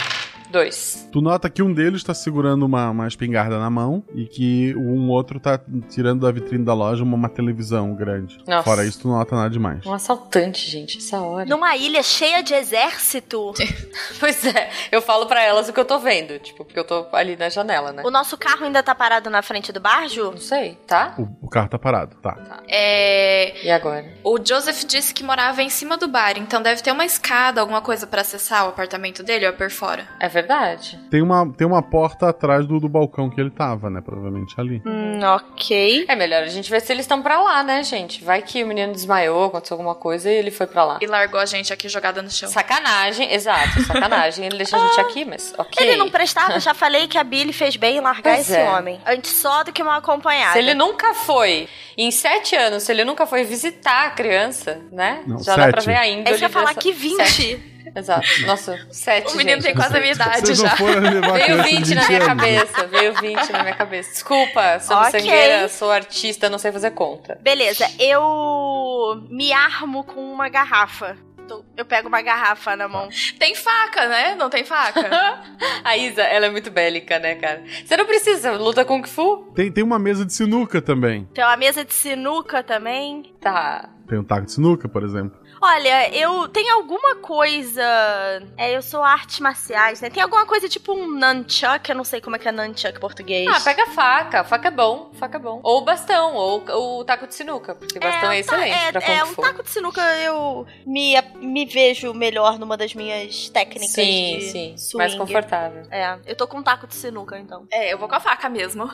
S11: Dois.
S1: Tu nota que um deles tá segurando uma, uma espingarda na mão e que um outro tá tirando da vitrine da loja uma, uma televisão grande.
S11: Nossa.
S1: Fora isso, tu não nota nada demais.
S11: Um assaltante, gente, essa hora.
S10: Numa ilha cheia de exército.
S11: Pois é, eu falo pra elas o que eu tô vendo, tipo, porque eu tô ali na janela, né?
S10: O nosso carro ainda tá parado na frente do bar, Ju? Não
S11: sei, tá?
S1: O, o carro tá parado, tá.
S12: É.
S11: E agora?
S12: O Joseph disse que morava em cima do bar, então deve ter uma escada, alguma coisa pra acessar o apartamento dele ou é por fora.
S11: É verdade.
S1: Tem uma, tem uma porta atrás do, do balcão que ele tava, né? Provavelmente ali.
S11: Hum,
S10: ok.
S11: É melhor a gente ver se eles estão pra lá, né, gente? Vai que o menino desmaiou, aconteceu alguma coisa e ele foi pra lá.
S12: E largou a gente aqui jogada no chão.
S11: Sacanagem, exato, sacanagem. Ele deixa a gente aqui, mas ok.
S10: Ah, Ele não prestava, já falei que a Billy fez bem em largar
S11: Pois
S10: esse
S11: é.
S10: homem. Antes só do que uma acompanhada.
S11: Se ele nunca foi, em sete anos, se ele nunca foi visitar a criança, né?
S1: Não,
S11: já dá pra
S1: sete.
S11: ver a índole.
S10: É isso que eu ia falar,
S11: dessa-
S10: que 20.
S11: Sete. Exato. Nossa, sete.
S12: O menino
S11: gente.
S12: tem quase a minha idade
S1: Vocês não
S12: já.
S1: foram levar a
S11: Veio
S1: criança
S11: 20
S1: de
S11: na minha
S1: 20 anos.
S11: cabeça, veio 20 na minha cabeça. Desculpa, sou
S10: Ok.
S11: sangueira, sou artista, não sei fazer conta.
S10: Beleza, eu me armo com uma garrafa. Então, Eu pego uma garrafa na mão.
S12: Tem faca, né? Não tem faca?
S11: A Isa, ela é muito bélica, né, cara? Você não precisa, luta Kung Fu.
S1: Tem, tem uma mesa de sinuca também.
S10: Tem uma mesa de sinuca também.
S11: Tá.
S1: Tem um taco de sinuca, por exemplo.
S10: Olha, eu. Tem alguma coisa. É, eu sou artes marciais, né? Tem alguma coisa tipo um nunchuck, eu não sei como é que é nunchuck em português.
S11: Ah, pega a faca, faca é bom, faca é bom. Ou o bastão, ou o- o taco de sinuca, porque bastão é,
S10: um ta-
S11: excelente
S10: é,
S11: pra
S10: é,
S11: Kung
S10: um
S11: Fu.
S10: taco de sinuca eu me, me vejo melhor numa das minhas técnicas
S11: Sim,
S10: de
S11: sim,
S10: swing.
S11: mais confortável.
S10: É, eu tô com um taco de sinuca, então.
S12: É, eu vou com a faca mesmo.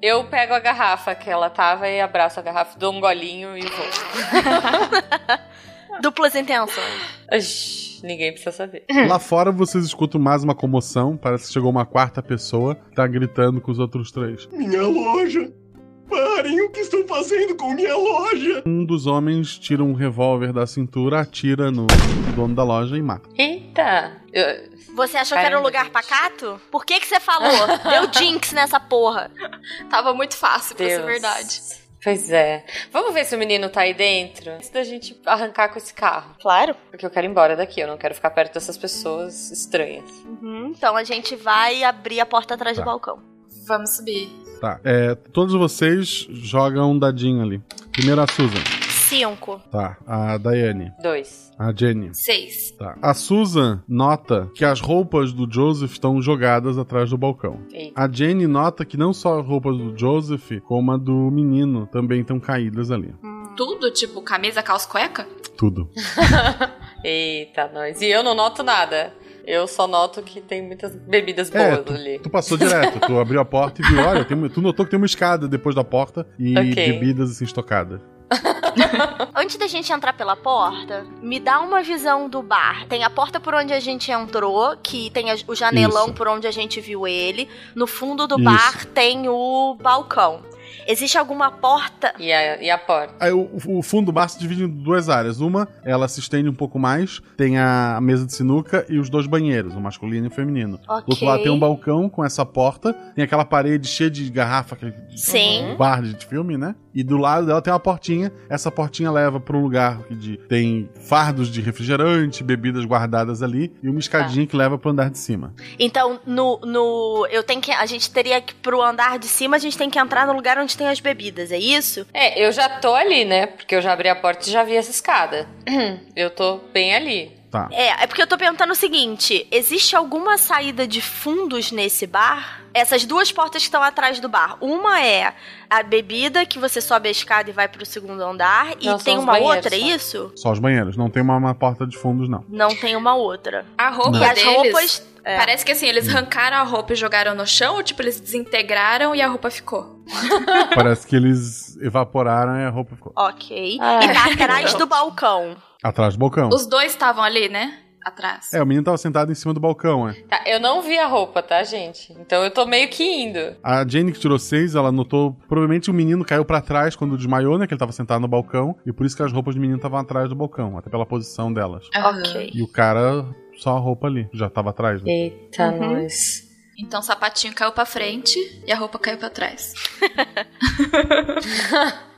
S11: Eu pego a garrafa que ela tava e abraço a garrafa, dou um golinho e vou.
S10: Duplas intenções. Hum.
S11: Oxi, Ninguém precisa saber.
S1: Lá fora vocês escutam mais uma comoção. Parece que chegou uma quarta pessoa que tá gritando com os outros três.
S5: Minha loja! Parem o que estão fazendo com minha loja!
S1: Um dos homens tira um revólver da cintura, atira no dono da loja e mata.
S11: Eita!
S10: Você achou que era um
S11: Caramba,
S10: lugar pacato? Por que que você falou? Deu jinx nessa porra.
S12: Tava muito fácil pra ser
S11: Deus.
S12: verdade.
S11: Pois é. Vamos ver se o menino tá aí dentro? Antes da gente arrancar com esse carro.
S10: Claro.
S11: Porque eu quero ir embora daqui, eu não quero ficar perto dessas pessoas estranhas.
S10: Uhum, então a gente vai abrir a porta atrás do
S1: Tá.
S10: balcão.
S12: Vamos subir.
S1: Tá. É, todos vocês jogam um dadinho ali. Primeiro a Susan.
S10: Cinco.
S1: Tá. A Daiane.
S11: Dois.
S1: A Jenny.
S12: Seis.
S1: Tá. A Susan nota que as roupas do Joseph estão jogadas atrás do balcão.
S11: Eita.
S1: A Jenny nota que não só as roupas do Joseph, como a do menino também estão caídas ali.
S10: Hum.
S12: Tudo, tipo, camisa, calça, cueca?
S1: Tudo.
S11: Eita, nós. E eu não noto nada. Eu só noto que tem muitas bebidas boas
S1: É, tu,
S11: ali.
S1: tu passou direto, tu abriu a porta e viu, olha, tem uma- tu notou que tem uma escada depois da porta e
S11: Ok.
S1: bebidas assim estocadas.
S10: Antes da gente entrar pela porta, me dá uma visão do bar. Tem a porta por onde a gente entrou, que tem a- o janelão
S14: Isso.
S10: por onde a gente viu ele. No fundo do
S1: Isso.
S10: bar tem o balcão. Existe alguma porta?
S11: E a, e a porta?
S1: Aí, o, o fundo do bar se divide em duas áreas. Uma, ela se estende um pouco mais, tem a mesa de sinuca e os dois banheiros, o masculino e o feminino.
S10: Ok.
S1: Do outro lado tem um balcão com essa porta, tem aquela parede cheia de garrafa, aquele um
S10: Sim.
S1: bar de filme, né? E do lado dela tem uma portinha. Essa portinha leva para um lugar que de- tem fardos de refrigerante, bebidas guardadas ali e uma escadinha que leva para andar de cima.
S10: Então, no, no. Eu tenho que. A gente teria que. Pro andar de cima, a gente tem que entrar no lugar onde tem as bebidas, é isso?
S11: É, eu já tô ali, né? Porque eu já abri a porta e já vi essa escada. Eu tô bem ali.
S1: Tá.
S10: É, é porque eu tô perguntando o seguinte: existe alguma saída de fundos nesse bar? Essas duas portas que estão atrás do bar. Uma é a bebida, que você sobe a escada e vai pro segundo andar.
S11: Não,
S10: e
S11: são
S10: tem
S11: os
S10: uma
S11: banheiros
S10: outra,
S11: né?
S10: é
S11: só.
S10: isso?
S1: Só os banheiros, não tem uma, uma porta de fundos, não.
S10: Não tem uma outra.
S12: A roupa
S1: Não. E Hum.
S10: as
S12: deles.
S10: roupas- é.
S12: Parece que assim, eles arrancaram a roupa e jogaram no chão, ou tipo, eles desintegraram e a roupa ficou.
S1: Parece que eles evaporaram e a roupa ficou
S10: Ok. E tá atrás do balcão.
S1: atrás do balcão.
S12: Os dois estavam ali, né? Atrás.
S1: É, o menino tava sentado em cima do balcão, é.
S11: Tá, eu não vi a roupa, tá, gente? Então eu tô meio que indo.
S1: A Jane que tirou seis, ela notou. Provavelmente o menino caiu pra trás quando desmaiou, né? Que ele tava sentado no balcão. E por isso que as roupas do menino estavam atrás do balcão, até pela posição delas.
S12: Ok.
S1: E o cara, só a roupa ali, já tava atrás. Né?
S11: Eita,
S12: Uhum.
S11: nós.
S12: Então o sapatinho caiu pra frente e a roupa caiu pra trás.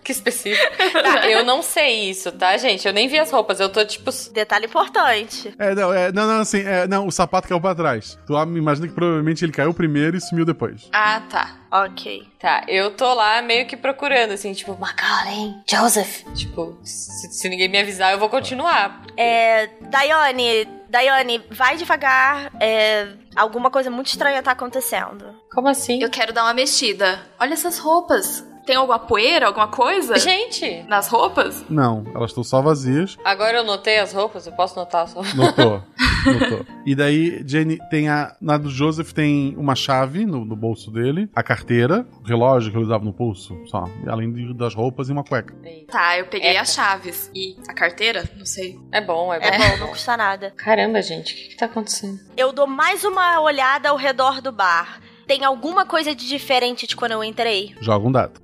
S11: que específico. Tá, eu não sei isso, tá, gente? Eu nem vi as roupas, eu tô tipo.
S10: Detalhe importante.
S1: É, não, é, não, não, assim, é, não, o sapato caiu pra trás. Tu ah, imagina que provavelmente ele caiu primeiro e sumiu depois.
S12: Ah, tá.
S10: Ok.
S11: Tá, eu tô lá meio que procurando, assim, tipo, Macaulay, Joseph. Tipo, se, se ninguém me avisar, eu vou continuar.
S10: É. Daiane, Daiane, vai devagar. é, alguma coisa muito estranha tá acontecendo.
S11: Como assim?
S12: Eu quero dar uma mexida. Olha essas roupas. Tem alguma poeira, alguma coisa?
S11: Gente!
S12: Nas roupas?
S1: Não, elas estão só vazias.
S11: Agora eu notei as roupas, eu posso notar as roupas?
S1: Notou. Notou. E daí, Jenny, tem a. Na do Joseph tem uma chave no, no bolso dele, a carteira, o relógio que ele usava no pulso, só. e Além de- das roupas e uma cueca.
S12: Tá, eu peguei as chaves. E a carteira? Não sei.
S11: É bom, é bom.
S10: É bom, não custa nada.
S11: Caramba, gente, o que, que tá acontecendo?
S10: Eu dou mais uma olhada ao redor do bar. Tem alguma coisa de diferente de quando eu entrei?
S1: Joga um dado.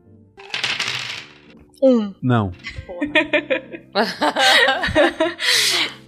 S10: Um.
S1: Não.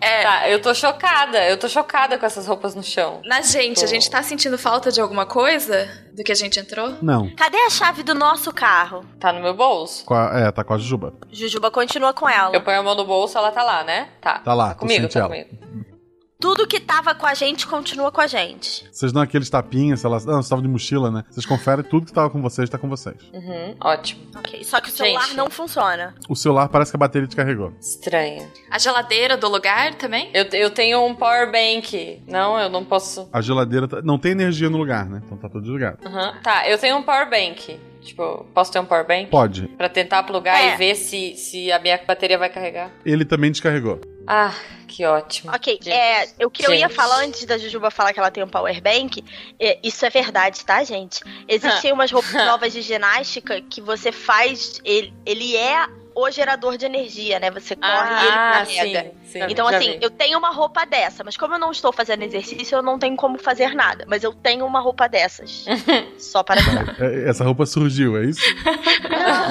S10: É.
S11: Tá, eu tô chocada, eu tô chocada com essas roupas no chão.
S12: Na gente, a gente tá sentindo falta de alguma coisa do que a gente entrou?
S1: Não.
S10: Cadê a chave do nosso carro?
S11: Tá no meu bolso.
S1: Com a- é, tá com a Jujuba.
S10: Jujuba continua com ela.
S11: Eu ponho a mão no bolso, ela tá lá, né? Tá.
S1: Tá lá,
S11: tá comigo,
S1: consciente
S11: tá
S1: ela.
S11: comigo.
S10: Tudo que tava com a gente continua com a gente.
S1: Vocês dão aqueles tapinhas, sei lá. Não, você tava de mochila, né? Vocês conferem tudo que tava com vocês, tá com vocês.
S11: Uhum, ótimo.
S10: Ok, só que o celular
S12: Gente.
S10: não funciona.
S1: O celular parece que a bateria descarregou.
S11: Estranha.
S12: A geladeira do lugar também?
S11: Eu, eu tenho um power bank. Não, eu não posso.
S1: A geladeira. tá- Não tem energia no lugar, né? Então tá tudo desligado.
S11: Uhum. Tá, eu tenho um power bank. Tipo, posso ter um power bank?
S1: Pode.
S11: Pra tentar plugar
S10: É.
S11: e ver se, se a minha bateria vai carregar.
S1: Ele também descarregou.
S11: Ah, que ótimo.
S10: Ok, é, o que eu
S11: Gente.
S10: ia falar antes da Jujuba falar que ela tem um power bank, é, isso é verdade, tá, gente?
S11: Ah.
S10: Existem umas roupas novas de ginástica que você faz, ele, ele é o gerador de energia, né? Você corre e ele
S11: Ah,
S10: carrega.
S11: sim, sim,
S10: então,
S11: já
S10: assim,
S11: vi. Hum.
S10: eu tenho uma roupa dessa, mas como eu não estou fazendo exercício, eu não tenho como fazer nada. Mas eu tenho uma roupa dessas. Só para avisar.
S1: É, Essa roupa surgiu, é isso? Vou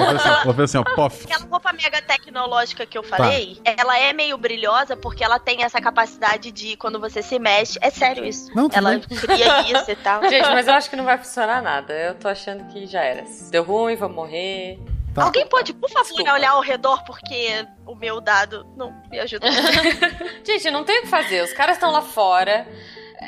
S1: ver assim, ó, vou ver assim, ó. Pof.
S10: Aquela roupa mega tecnológica que eu
S1: Tá.
S10: falei, ela é meio brilhosa porque ela tem essa capacidade de, quando você se mexe, é sério isso.
S1: Não, tudo
S10: ela
S1: bem.
S10: cria isso e tal.
S11: Gente, mas eu acho que não vai funcionar nada. Eu tô achando que já era. Se Deu ruim, vou morrer.
S1: Tá.
S10: Alguém pode, por favor, olhar ao redor porque o meu dado não me ajuda.
S11: Gente, não tem o que fazer. Os caras estão lá fora.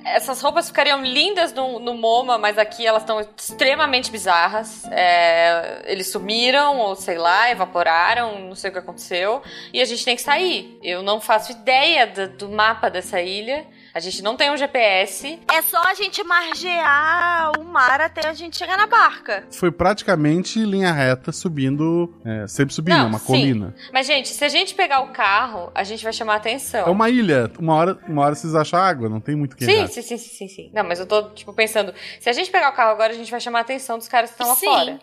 S11: essas roupas ficariam lindas no, no MoMA, mas aqui elas estão extremamente bizarras. É, eles sumiram, ou sei lá, evaporaram, não sei o que aconteceu. E a gente tem que sair. Eu não faço ideia do, do mapa dessa ilha. A gente não tem um GPS.
S10: É só a gente margear o mar até a gente chegar na barca.
S1: Foi praticamente linha reta subindo. é, sempre subindo, é uma
S11: sim.
S1: colina.
S11: Mas, gente, se a gente pegar o carro, a gente vai chamar atenção.
S1: É uma ilha. Uma hora, uma hora vocês acham água, não tem muito o que
S11: Sim,
S1: errar.
S11: sim, sim, sim, sim, sim. Não, mas eu tô, tipo, pensando, se a gente pegar o carro agora, a gente vai chamar a atenção dos caras que estão lá
S12: Sim.
S11: fora.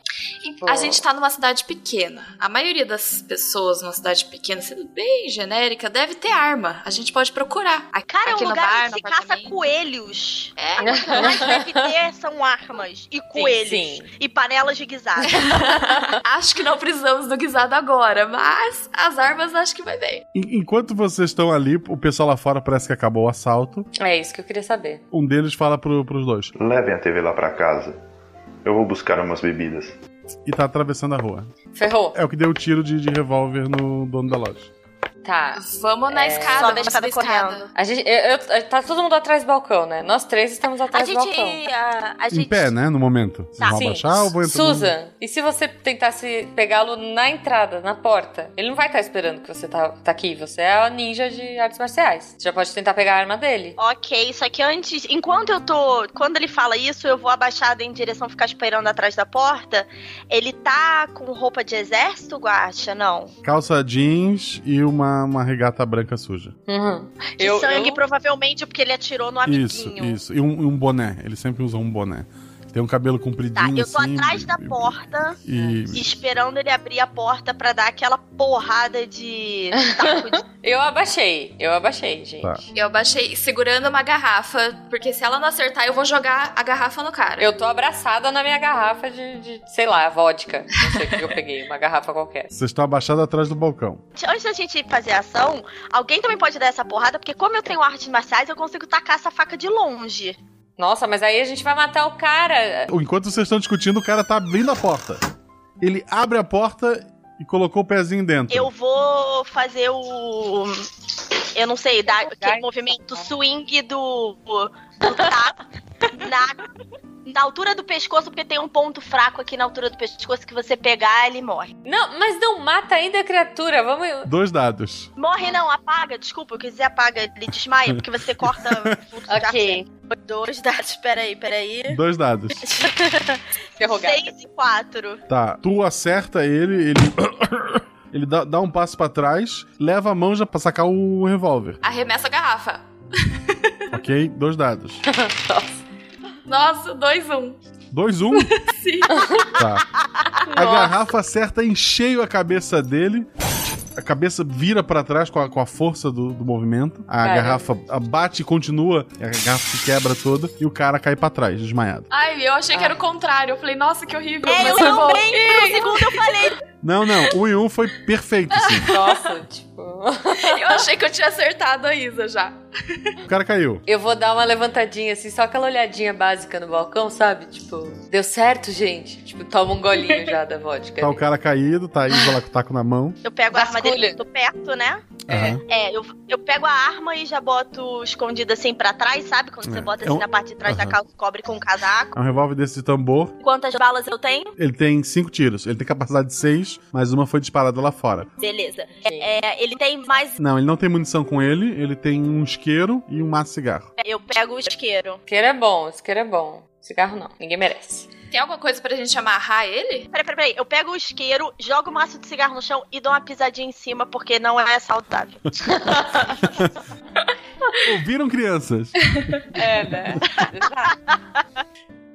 S12: A gente tá numa cidade pequena. A maioria das pessoas numa cidade pequena, sendo bem genérica, deve ter arma. A gente pode procurar. Aqui,
S10: Cara, é um
S12: aqui no
S10: lugar
S12: bar,
S10: que
S12: no
S10: se caça coelhos.
S12: É.
S10: A coisa que mais deve ter são armas e coelhos. E panelas de guisado.
S12: acho que não precisamos do guisado agora, mas as armas acho que vai bem.
S1: En- Enquanto vocês estão ali, o pessoal lá fora parece que acabou o assalto.
S11: É isso que eu queria saber.
S1: Um deles fala pro, pros dois.
S14: Levem a TV lá pra casa. Eu vou buscar umas bebidas.
S1: E tá atravessando a rua.
S11: Ferrou.
S1: É o que deu o tiro de, de revólver no dono da loja.
S11: Tá.
S12: Vamos na escada,
S10: Só
S12: vamos
S10: deixar
S12: na
S10: correndo.
S12: escada.
S11: A gente, eu, eu- tá todo mundo atrás do balcão, né? Nós três estamos atrás do balcão.
S10: A, Tá. a
S1: Em pé, né? No momento. Vocês vão abaixar ou vão entrar? no-
S11: Tá. Susan, e se você tentasse pegá-lo na entrada, na porta? Ele não vai estar esperando que você tá, tá aqui. Você é a ninja de artes marciais. Você já pode tentar pegar a arma dele.
S10: Ok, só que antes, enquanto eu tô. Quando ele fala isso, eu vou abaixada em direção ficar esperando atrás da porta. Ele tá com roupa de exército, Guacha? Não.
S1: Calça jeans e uma, uma regata branca suja.
S10: De
S11: Uhum. Eu-
S10: sangue,
S11: eu-
S10: provavelmente, porque ele atirou no Um amiguinho.
S1: Isso, isso. E um, e um boné. Ele sempre usa um boné. Tem um cabelo
S10: Tá,
S1: compridinho
S10: eu tô
S1: assim,
S10: atrás da porta.
S1: E...
S10: Esperando ele abrir a porta pra dar aquela porrada de. taco de-
S11: Eu abaixei, eu abaixei, gente.
S1: Tá.
S12: Eu baixei segurando uma garrafa, porque se ela não acertar, eu vou jogar a garrafa no cara.
S11: Eu tô abraçada na minha garrafa de, de, sei lá, vodka. Não sei o que eu peguei, uma garrafa qualquer.
S1: Vocês estão abaixados atrás do balcão.
S10: Antes da gente fazer a ação, alguém também pode dar essa porrada, porque como eu tenho artes marciais, eu consigo tacar essa faca de longe.
S11: Nossa, mas aí a gente vai matar o cara.
S1: Enquanto vocês estão discutindo, o cara tá abrindo a porta. Ele abre a porta e colocou o pezinho dentro.
S10: Eu vou fazer o. Eu não sei, dar aquele
S11: então.
S10: movimento swing do. do taco na, na altura do pescoço, porque tem um ponto fraco aqui na altura do pescoço que você pegar, ele morre.
S11: Não, mas não mata ainda a criatura. Vamos.
S1: Dois dados.
S10: Morre não, apaga, desculpa, eu quis dizer apaga, ele desmaia, porque você corta. ok. Dois dados, peraí, peraí.
S1: Dois dados.
S10: Seis e quatro.
S1: Tá, tu acerta ele, ele. ele dá, dá um passo pra trás, leva a mão já pra sacar o revólver.
S12: Arremessa a garrafa.
S1: Ok? Dois dados.
S12: Nossa, dois, um.
S1: Dois, um.
S12: Sim.
S1: Tá. A garrafa acerta em cheio a cabeça dele. A cabeça vira pra trás com a, com a força do, do movimento. A
S12: Cara.
S1: garrafa bate e continua. A garrafa se quebra toda e o cara cai pra trás, desmaiado.
S12: Ai, eu achei que era o contrário. Eu falei, nossa, que horrível.
S10: É, eu
S12: mas foi bom.
S10: também, por um segundo eu falei.
S1: Não, não. Um e um foi perfeito, sim.
S11: Nossa, tipo.
S12: eu achei que eu tinha acertado a Isa já.
S1: O cara caiu.
S11: Eu vou dar uma levantadinha, assim, só aquela olhadinha básica no balcão, sabe? Tipo, deu certo, gente? Tipo, toma um golinho já da vodka.
S1: Tá o cara caído, tá aí lá com o taco na mão.
S10: Eu pego a arma dele, tô perto, né?
S1: Aham.
S10: É, eu, eu pego a arma e já boto escondida assim pra trás, sabe? Quando
S1: É,
S10: você bota
S1: é
S10: assim
S1: um-
S10: na parte de trás da
S1: Aham.
S10: calça, cobre com o casaco.
S1: É um revólver desse de tambor.
S10: Quantas balas eu tenho?
S1: Ele tem cinco tiros. Ele tem capacidade de seis, mas uma foi disparada lá fora.
S10: Beleza. É, ele tem mais.
S1: Não, ele não tem munição com ele. Ele tem um isqueiro e um maço de cigarro.
S10: Eu pego o isqueiro.
S11: Isqueiro é bom, isqueiro é bom. Cigarro não, ninguém merece.
S12: Tem alguma coisa pra gente amarrar ele?
S10: Peraí, peraí, peraí. Eu pego o isqueiro, jogo o maço de cigarro no chão e dou uma pisadinha em cima, porque não é saudável.
S1: Ouviram, crianças?
S11: É, né?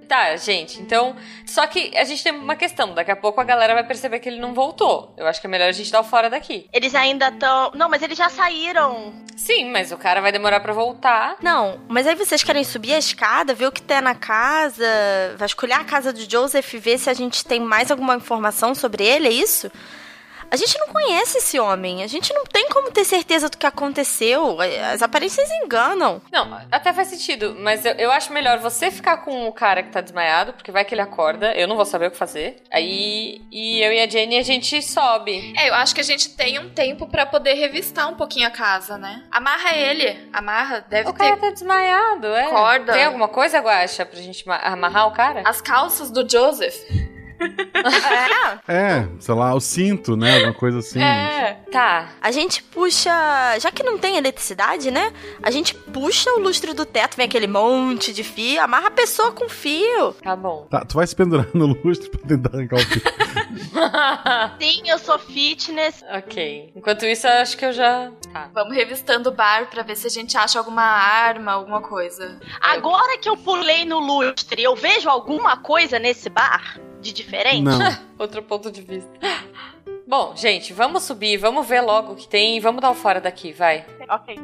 S11: tá, gente, então. Só que a gente tem uma questão. Daqui a pouco a galera vai perceber que ele não voltou. Eu acho que é melhor a gente dar o fora daqui.
S10: Eles ainda estão. Não, mas eles já saíram.
S11: Sim, mas o cara vai demorar pra voltar.
S10: Não, mas aí vocês querem subir a escada, ver o que tem na casa, vasculhar a casa do Joseph, ver se a gente tem mais alguma informação sobre ele, é isso? A gente não conhece esse homem, a gente não tem como ter certeza do que aconteceu. As aparências enganam.
S11: Não, até faz sentido, mas eu, eu acho melhor você ficar com o cara que tá desmaiado, porque vai que ele acorda, eu não vou saber o que fazer. Aí, e eu e a Jenny, a gente sobe.
S12: É, eu acho que a gente tem um tempo pra poder revistar um pouquinho a casa, né? Amarra ele. Amarra, deve
S11: O
S12: ter.
S11: cara tá desmaiado, é.
S12: Corda.
S11: Tem alguma coisa, Guaxa, pra gente ma- amarrar o cara?
S12: As calças do Joseph.
S1: É, sei lá, o cinto, né? Alguma coisa assim.
S15: É.
S10: Tá. A gente puxa. Já que não tem eletricidade, né? A gente puxa o lustre do teto, vem aquele monte de fio, amarra a pessoa com fio.
S11: Tá bom.
S1: Tá, tu vai se pendurar no lustre pra tentar arrancar o fio.
S10: Sim, eu sou fitness.
S11: Ok. Enquanto isso, eu acho que eu já. Tá.
S12: Vamos revistando o bar pra ver se a gente acha alguma arma, alguma coisa.
S15: Agora que eu pulei no lustre, eu vejo alguma coisa nesse bar de diferente?
S11: Outro ponto de vista. Bom, gente, vamos subir, vamos ver logo o que tem e vamos dar o fora daqui, vai.
S15: Ok.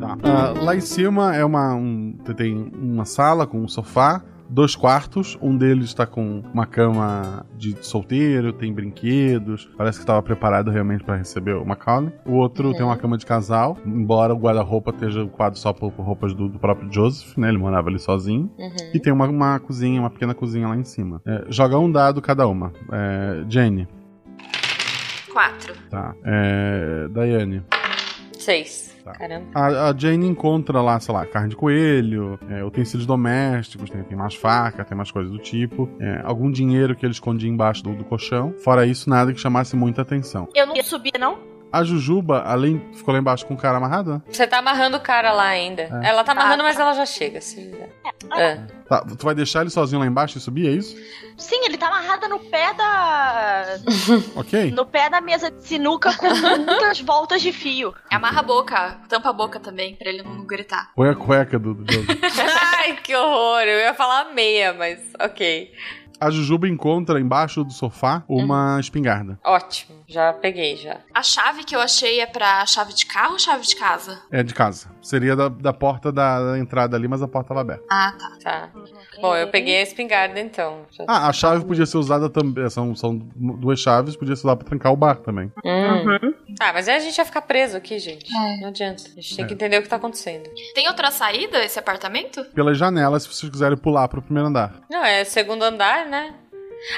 S1: Tá. Ah, lá em cima é uma. um- tem uma sala com um sofá, dois quartos. Um deles tá com uma cama de solteiro, tem brinquedos. Parece que tava preparado realmente para receber o Macaulay. O outro tem uma cama de casal, embora o guarda-roupa esteja ocupado só por por roupas do, do próprio Joseph, né? Ele morava ali sozinho. E tem uma, uma cozinha, uma pequena cozinha lá em cima. É, joga um dado cada uma. É, Jenny,
S12: Quatro.
S1: tá. É, Daiane.
S11: Seis.
S1: Tá.
S11: Caramba.
S1: A, a Jane encontra lá, sei lá, carne de coelho, é, utensílios domésticos, tem, tem mais faca, tem mais coisas do tipo, é, algum dinheiro que ele escondia embaixo do, do colchão. Fora isso, nada que chamasse muita atenção.
S15: Eu não subia, não?
S1: A Jujuba, além, ficou lá embaixo com o cara amarrado, né?
S11: Você tá amarrando o cara lá ainda.
S1: É.
S11: Ela tá amarrando, mas ela já chega. assim, Se... Ah.
S1: Tá, tu vai deixar ele sozinho lá embaixo e subir, é isso?
S15: Sim, ele tá amarrado no pé da.
S1: Ok.
S15: no pé da mesa de sinuca com muitas voltas de fio.
S12: Amarra a boca, tampa a boca também, pra ele não gritar.
S1: Põe a cueca do, do jogo.
S11: Ai, que horror. Eu ia falar meia, mas ok.
S1: A Jujuba encontra embaixo do sofá uma espingarda.
S11: Ótimo. Já peguei, já.
S12: A chave que eu achei é pra chave de carro ou chave de casa?
S1: É de casa. Seria da, da porta da, da entrada ali, mas a porta estava aberta.
S12: Ah, tá.
S11: Tá. Bom, eu peguei a espingarda então. Já-
S1: Ah, a chave podia ser usada também. São, são duas chaves, podia ser usada pra trancar o bar também.
S11: Hum. Ah, mas aí a gente ia ficar preso aqui, gente. Não adianta. A gente tem
S1: É.
S11: que entender o que tá acontecendo.
S12: Tem outra saída esse apartamento?
S1: Pelas janelas, se vocês quiserem pular pro primeiro andar.
S11: Não, é segundo andar, né?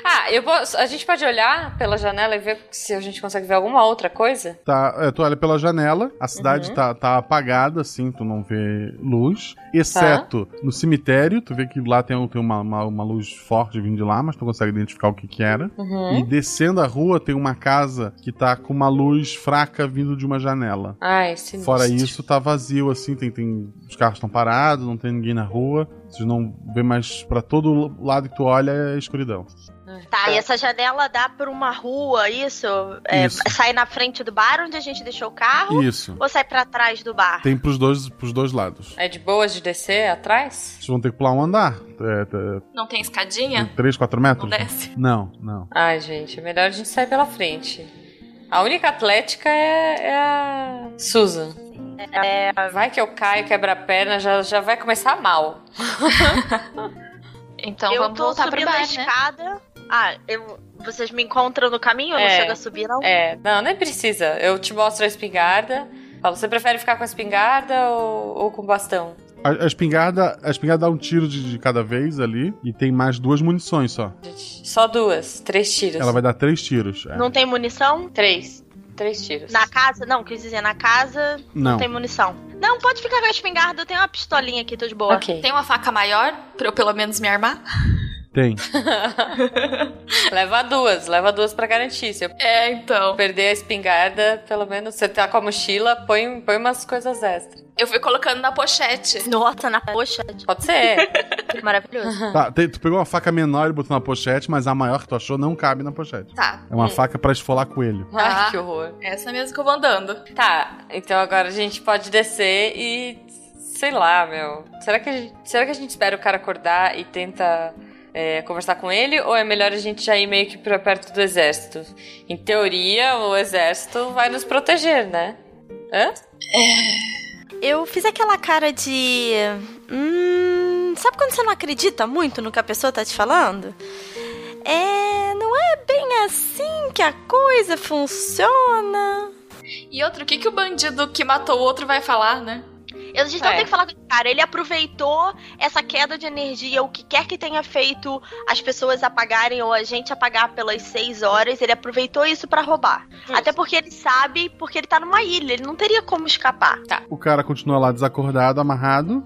S11: Ah, eu posso, a gente pode olhar pela janela e ver se a gente consegue ver alguma outra coisa?
S1: Tá, é, tu olha pela janela, a cidade
S11: Uhum. Tá.
S1: tá, tá apagada, assim, tu não vê luz. Exceto no cemitério, tu vê que lá tem, tem uma, uma, uma luz forte vindo de lá, mas tu não consegue identificar o que que era.
S11: Uhum.
S1: E descendo a rua tem uma casa que tá com uma luz fraca vindo de uma janela.
S11: Ai, sinistro.
S1: Fora isso, tá vazio, assim, tem, tem- os carros estão parados, não tem ninguém na rua. Vocês não vê mais pra todo lado que tu olha é escuridão.
S12: É.
S15: Tá, e essa janela dá pra uma rua, isso? É,
S1: Isso.
S15: Sai na frente do bar onde a gente deixou o carro?
S1: Isso.
S15: Ou sai pra trás do bar?
S1: Tem pros dois, pros dois lados.
S11: É de boas de descer atrás?
S1: Vocês vão ter que pular um andar. É,
S12: Não tem escadinha?
S1: 3, 4 metros?
S12: Não desce.
S1: Não, não.
S11: Ai, gente, é melhor a gente sair pela frente. A única atlética é, é a Susan.
S15: É.
S11: Vai que eu caio, quebra a perna, já, já vai começar mal.
S12: Então
S15: eu
S12: vamos
S15: tô
S12: voltar pro
S15: subindo
S12: bar,
S15: a
S12: né?
S15: escada. Ah, eu- vocês me encontram no caminho? Eu não
S11: É.
S15: chego a subir, não?
S11: É, não, nem precisa. Eu te mostro a espingarda. Falo, você prefere ficar com a espingarda ou, ou com o bastão?
S1: A, a espingarda, a espingarda dá um tiro de, de cada vez ali e tem mais duas munições só.
S11: Só duas, três tiros.
S1: Ela vai dar três tiros. é.
S15: Não tem munição?
S11: Três. Três tiros.
S15: Na casa? Não, quis dizer, na casa não,
S1: Não.
S15: tem munição. Não, pode ficar com a espingarda, eu tenho uma pistolinha aqui, tô de boa.
S11: Ok.
S12: Tem uma faca maior pra eu pelo menos me armar?
S1: Tem.
S11: leva duas, leva duas pra garantir. Se eu
S12: é, então.
S11: perder a espingarda, pelo menos você tá com a mochila, põe, põe umas coisas extras.
S12: Eu fui colocando na pochete.
S10: Nossa, na pochete.
S11: Pode ser.
S10: Maravilhoso.
S1: Tá, tem- tu pegou uma faca menor e botou na pochete, mas a maior que tu achou não cabe na pochete.
S12: Tá.
S1: É uma
S12: Hum.
S1: faca pra esfolar coelho.
S11: Ai, que horror.
S12: Ah, Essa mesmo que eu vou andando.
S11: Tá, então agora a gente pode descer e. Sei lá, meu. Será que a gente, será que a gente espera o cara acordar e tenta é, conversar com ele? Ou é melhor a gente já ir meio que pra perto do exército? Em teoria, o exército vai nos proteger, né? Hã?
S10: Eu fiz aquela cara de. Hum. Sabe quando você não acredita muito no que a pessoa tá te falando? É. Não é bem assim que a coisa funciona.
S12: E outro, o que, que o bandido que matou o outro vai falar, né?
S15: A gente não
S12: É.
S15: Então tem que falar com esse cara. Ele aproveitou essa queda de energia, o que quer que tenha feito as pessoas apagarem ou a gente apagar pelas seis horas. Ele aproveitou isso pra roubar. Até porque ele sabe, porque ele tá numa ilha. Ele não teria como escapar.
S11: Tá.
S1: O cara continua lá desacordado, amarrado.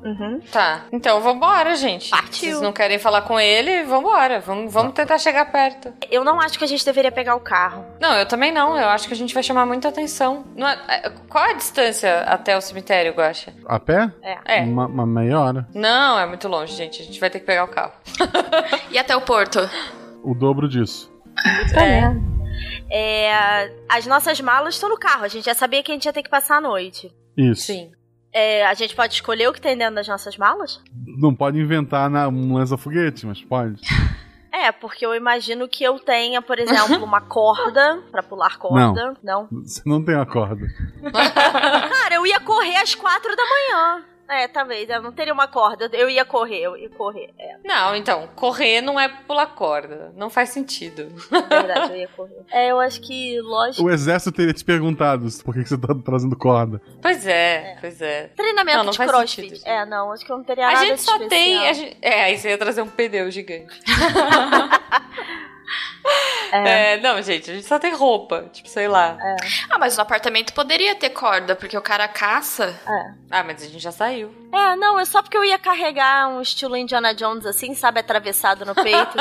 S11: Tá, então vambora, gente. Partiu. Vocês não querem falar com ele? Vambora, vamos, vamos tentar chegar perto.
S10: Eu não acho que a gente deveria pegar o carro.
S11: Não, eu também não. Eu acho que a gente vai chamar muita atenção. Não é- é- qual é a distância até o cemitério, Guaxa?
S1: A pé?
S11: É.
S1: Uma, uma meia hora.
S11: Não, é muito longe, gente. A gente vai ter que pegar o carro.
S12: E até o porto?
S1: O dobro disso.
S10: Tá É, as nossas malas estão no carro. A gente já sabia que a gente ia ter que passar a noite.
S1: Isso.
S11: Sim.
S10: É, a gente pode escolher o que tem dentro das nossas malas?
S1: Não pode inventar na, um lança-foguete, mas pode.
S10: É, porque eu imagino que eu tenha, por exemplo, uma corda pra pular corda. Não.
S1: Você não tem a corda.
S10: Cara, eu ia correr às quatro da manhã. É, talvez. Eu não teria uma corda. Eu ia correr, eu ia correr. É,
S11: Não, então, correr não é pular corda. Não faz sentido.
S10: verdade, eu ia correr. É, eu acho que lógico.
S1: O exército teria te perguntado por que que você tá trazendo corda.
S11: Pois é, pois é.
S10: Treinamento
S11: Não, não
S10: de
S11: faz
S10: crossfit. É, não, acho que eu não teria
S11: A
S10: nada
S11: gente
S10: de
S11: só
S10: especial.
S11: tem. a gente- É, aí você ia trazer um pneu gigante. É, não, gente, a gente só tem roupa. Tipo, sei lá.
S12: Ah, mas no apartamento poderia ter corda, porque o cara caça.
S11: Ah, mas a gente já saiu.
S10: É, não, é só porque eu ia carregar um estilo Indiana Jones assim, sabe, atravessado no peito.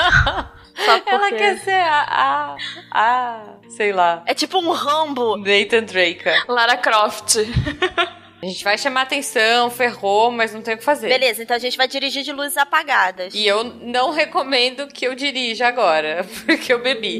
S10: só porque...
S11: Ela quer ser a. a, a sei lá.
S10: É tipo um Rambo.
S11: Nathan Drake.
S12: Lara Croft.
S11: A gente vai chamar atenção, ferrou, mas não tem o que fazer.
S10: Beleza, então a gente vai dirigir de luzes apagadas.
S11: E eu não recomendo que eu dirija agora, porque eu bebi.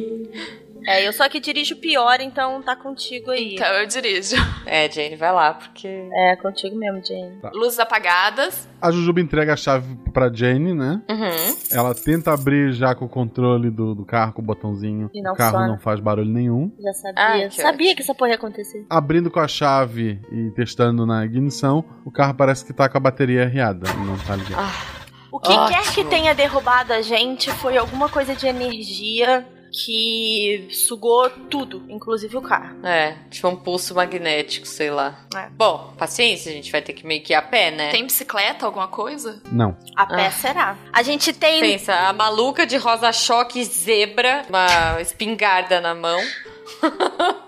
S10: É, eu só que dirijo pior, então tá contigo aí.
S12: Então eu dirijo.
S11: É, Jane, vai lá, porque.
S10: É, contigo mesmo, Jane.
S1: Tá.
S12: Luzes apagadas.
S1: A Jujuba entrega a chave pra Jane, né?
S11: Uhum.
S1: Ela tenta abrir já com o controle do, do carro, com o botãozinho.
S10: E não
S1: o carro
S10: funciona.
S1: não faz barulho nenhum.
S10: Já sabia.
S11: Ah, que
S10: sabia que essa porra ia acontecer.
S1: Abrindo com a chave e testando na ignição, o carro parece que tá com a bateria arriada. Não tá ligado.
S10: Ah. O que
S1: Ótimo.
S10: quer que tenha derrubado a gente foi alguma coisa de energia que sugou tudo, inclusive o carro.
S11: É, tipo um pulso magnético, sei lá.
S10: É.
S11: Bom, paciência, a gente vai ter que meio que ir a pé, né?
S12: Tem bicicleta, alguma coisa?
S1: Não.
S10: A pé
S11: Ah.
S10: será? A gente tem.
S11: Pensa, a maluca de rosa-choque zebra, uma espingarda na mão,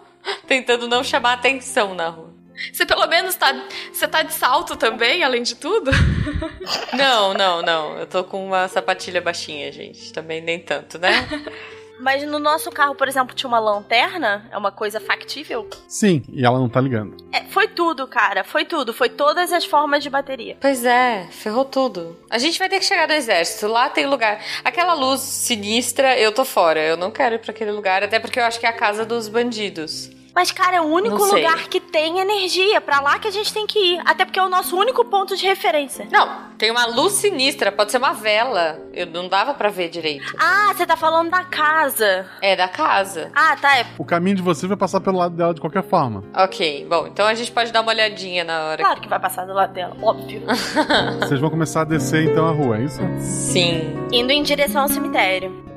S11: tentando não chamar atenção na rua.
S12: Você pelo menos tá. Você tá de salto também, além de tudo?
S11: Não, não, não. Eu tô com uma sapatilha baixinha, gente. Também nem tanto, né?
S10: Mas no nosso carro, por exemplo, tinha uma lanterna? É uma coisa factível?
S1: Sim, e ela não tá ligando.
S10: É, foi tudo, cara. Foi tudo. Foi todas as formas de bateria.
S11: Pois é, ferrou tudo. A gente vai ter que chegar no exército. Lá tem lugar. Aquela luz sinistra, eu tô fora. Eu não quero ir pra aquele lugar, até porque eu acho que é a casa dos bandidos.
S10: Mas, cara, é o único
S11: Não sei.
S10: lugar que tem energia. Pra lá que a gente tem que ir. Até porque é o nosso único ponto de referência.
S11: Não, tem uma luz sinistra, pode ser uma vela. Eu não dava pra ver direito.
S10: Ah, você tá falando da casa.
S11: É da casa.
S10: Ah, tá. É...
S1: O caminho de você vai passar pelo lado dela de qualquer forma.
S11: Ok, bom, então a gente pode dar uma olhadinha na hora.
S10: Claro que vai passar do lado dela, óbvio.
S1: Vocês vão começar a descer então a rua, é isso?
S11: Sim.
S10: Indo em direção ao cemitério.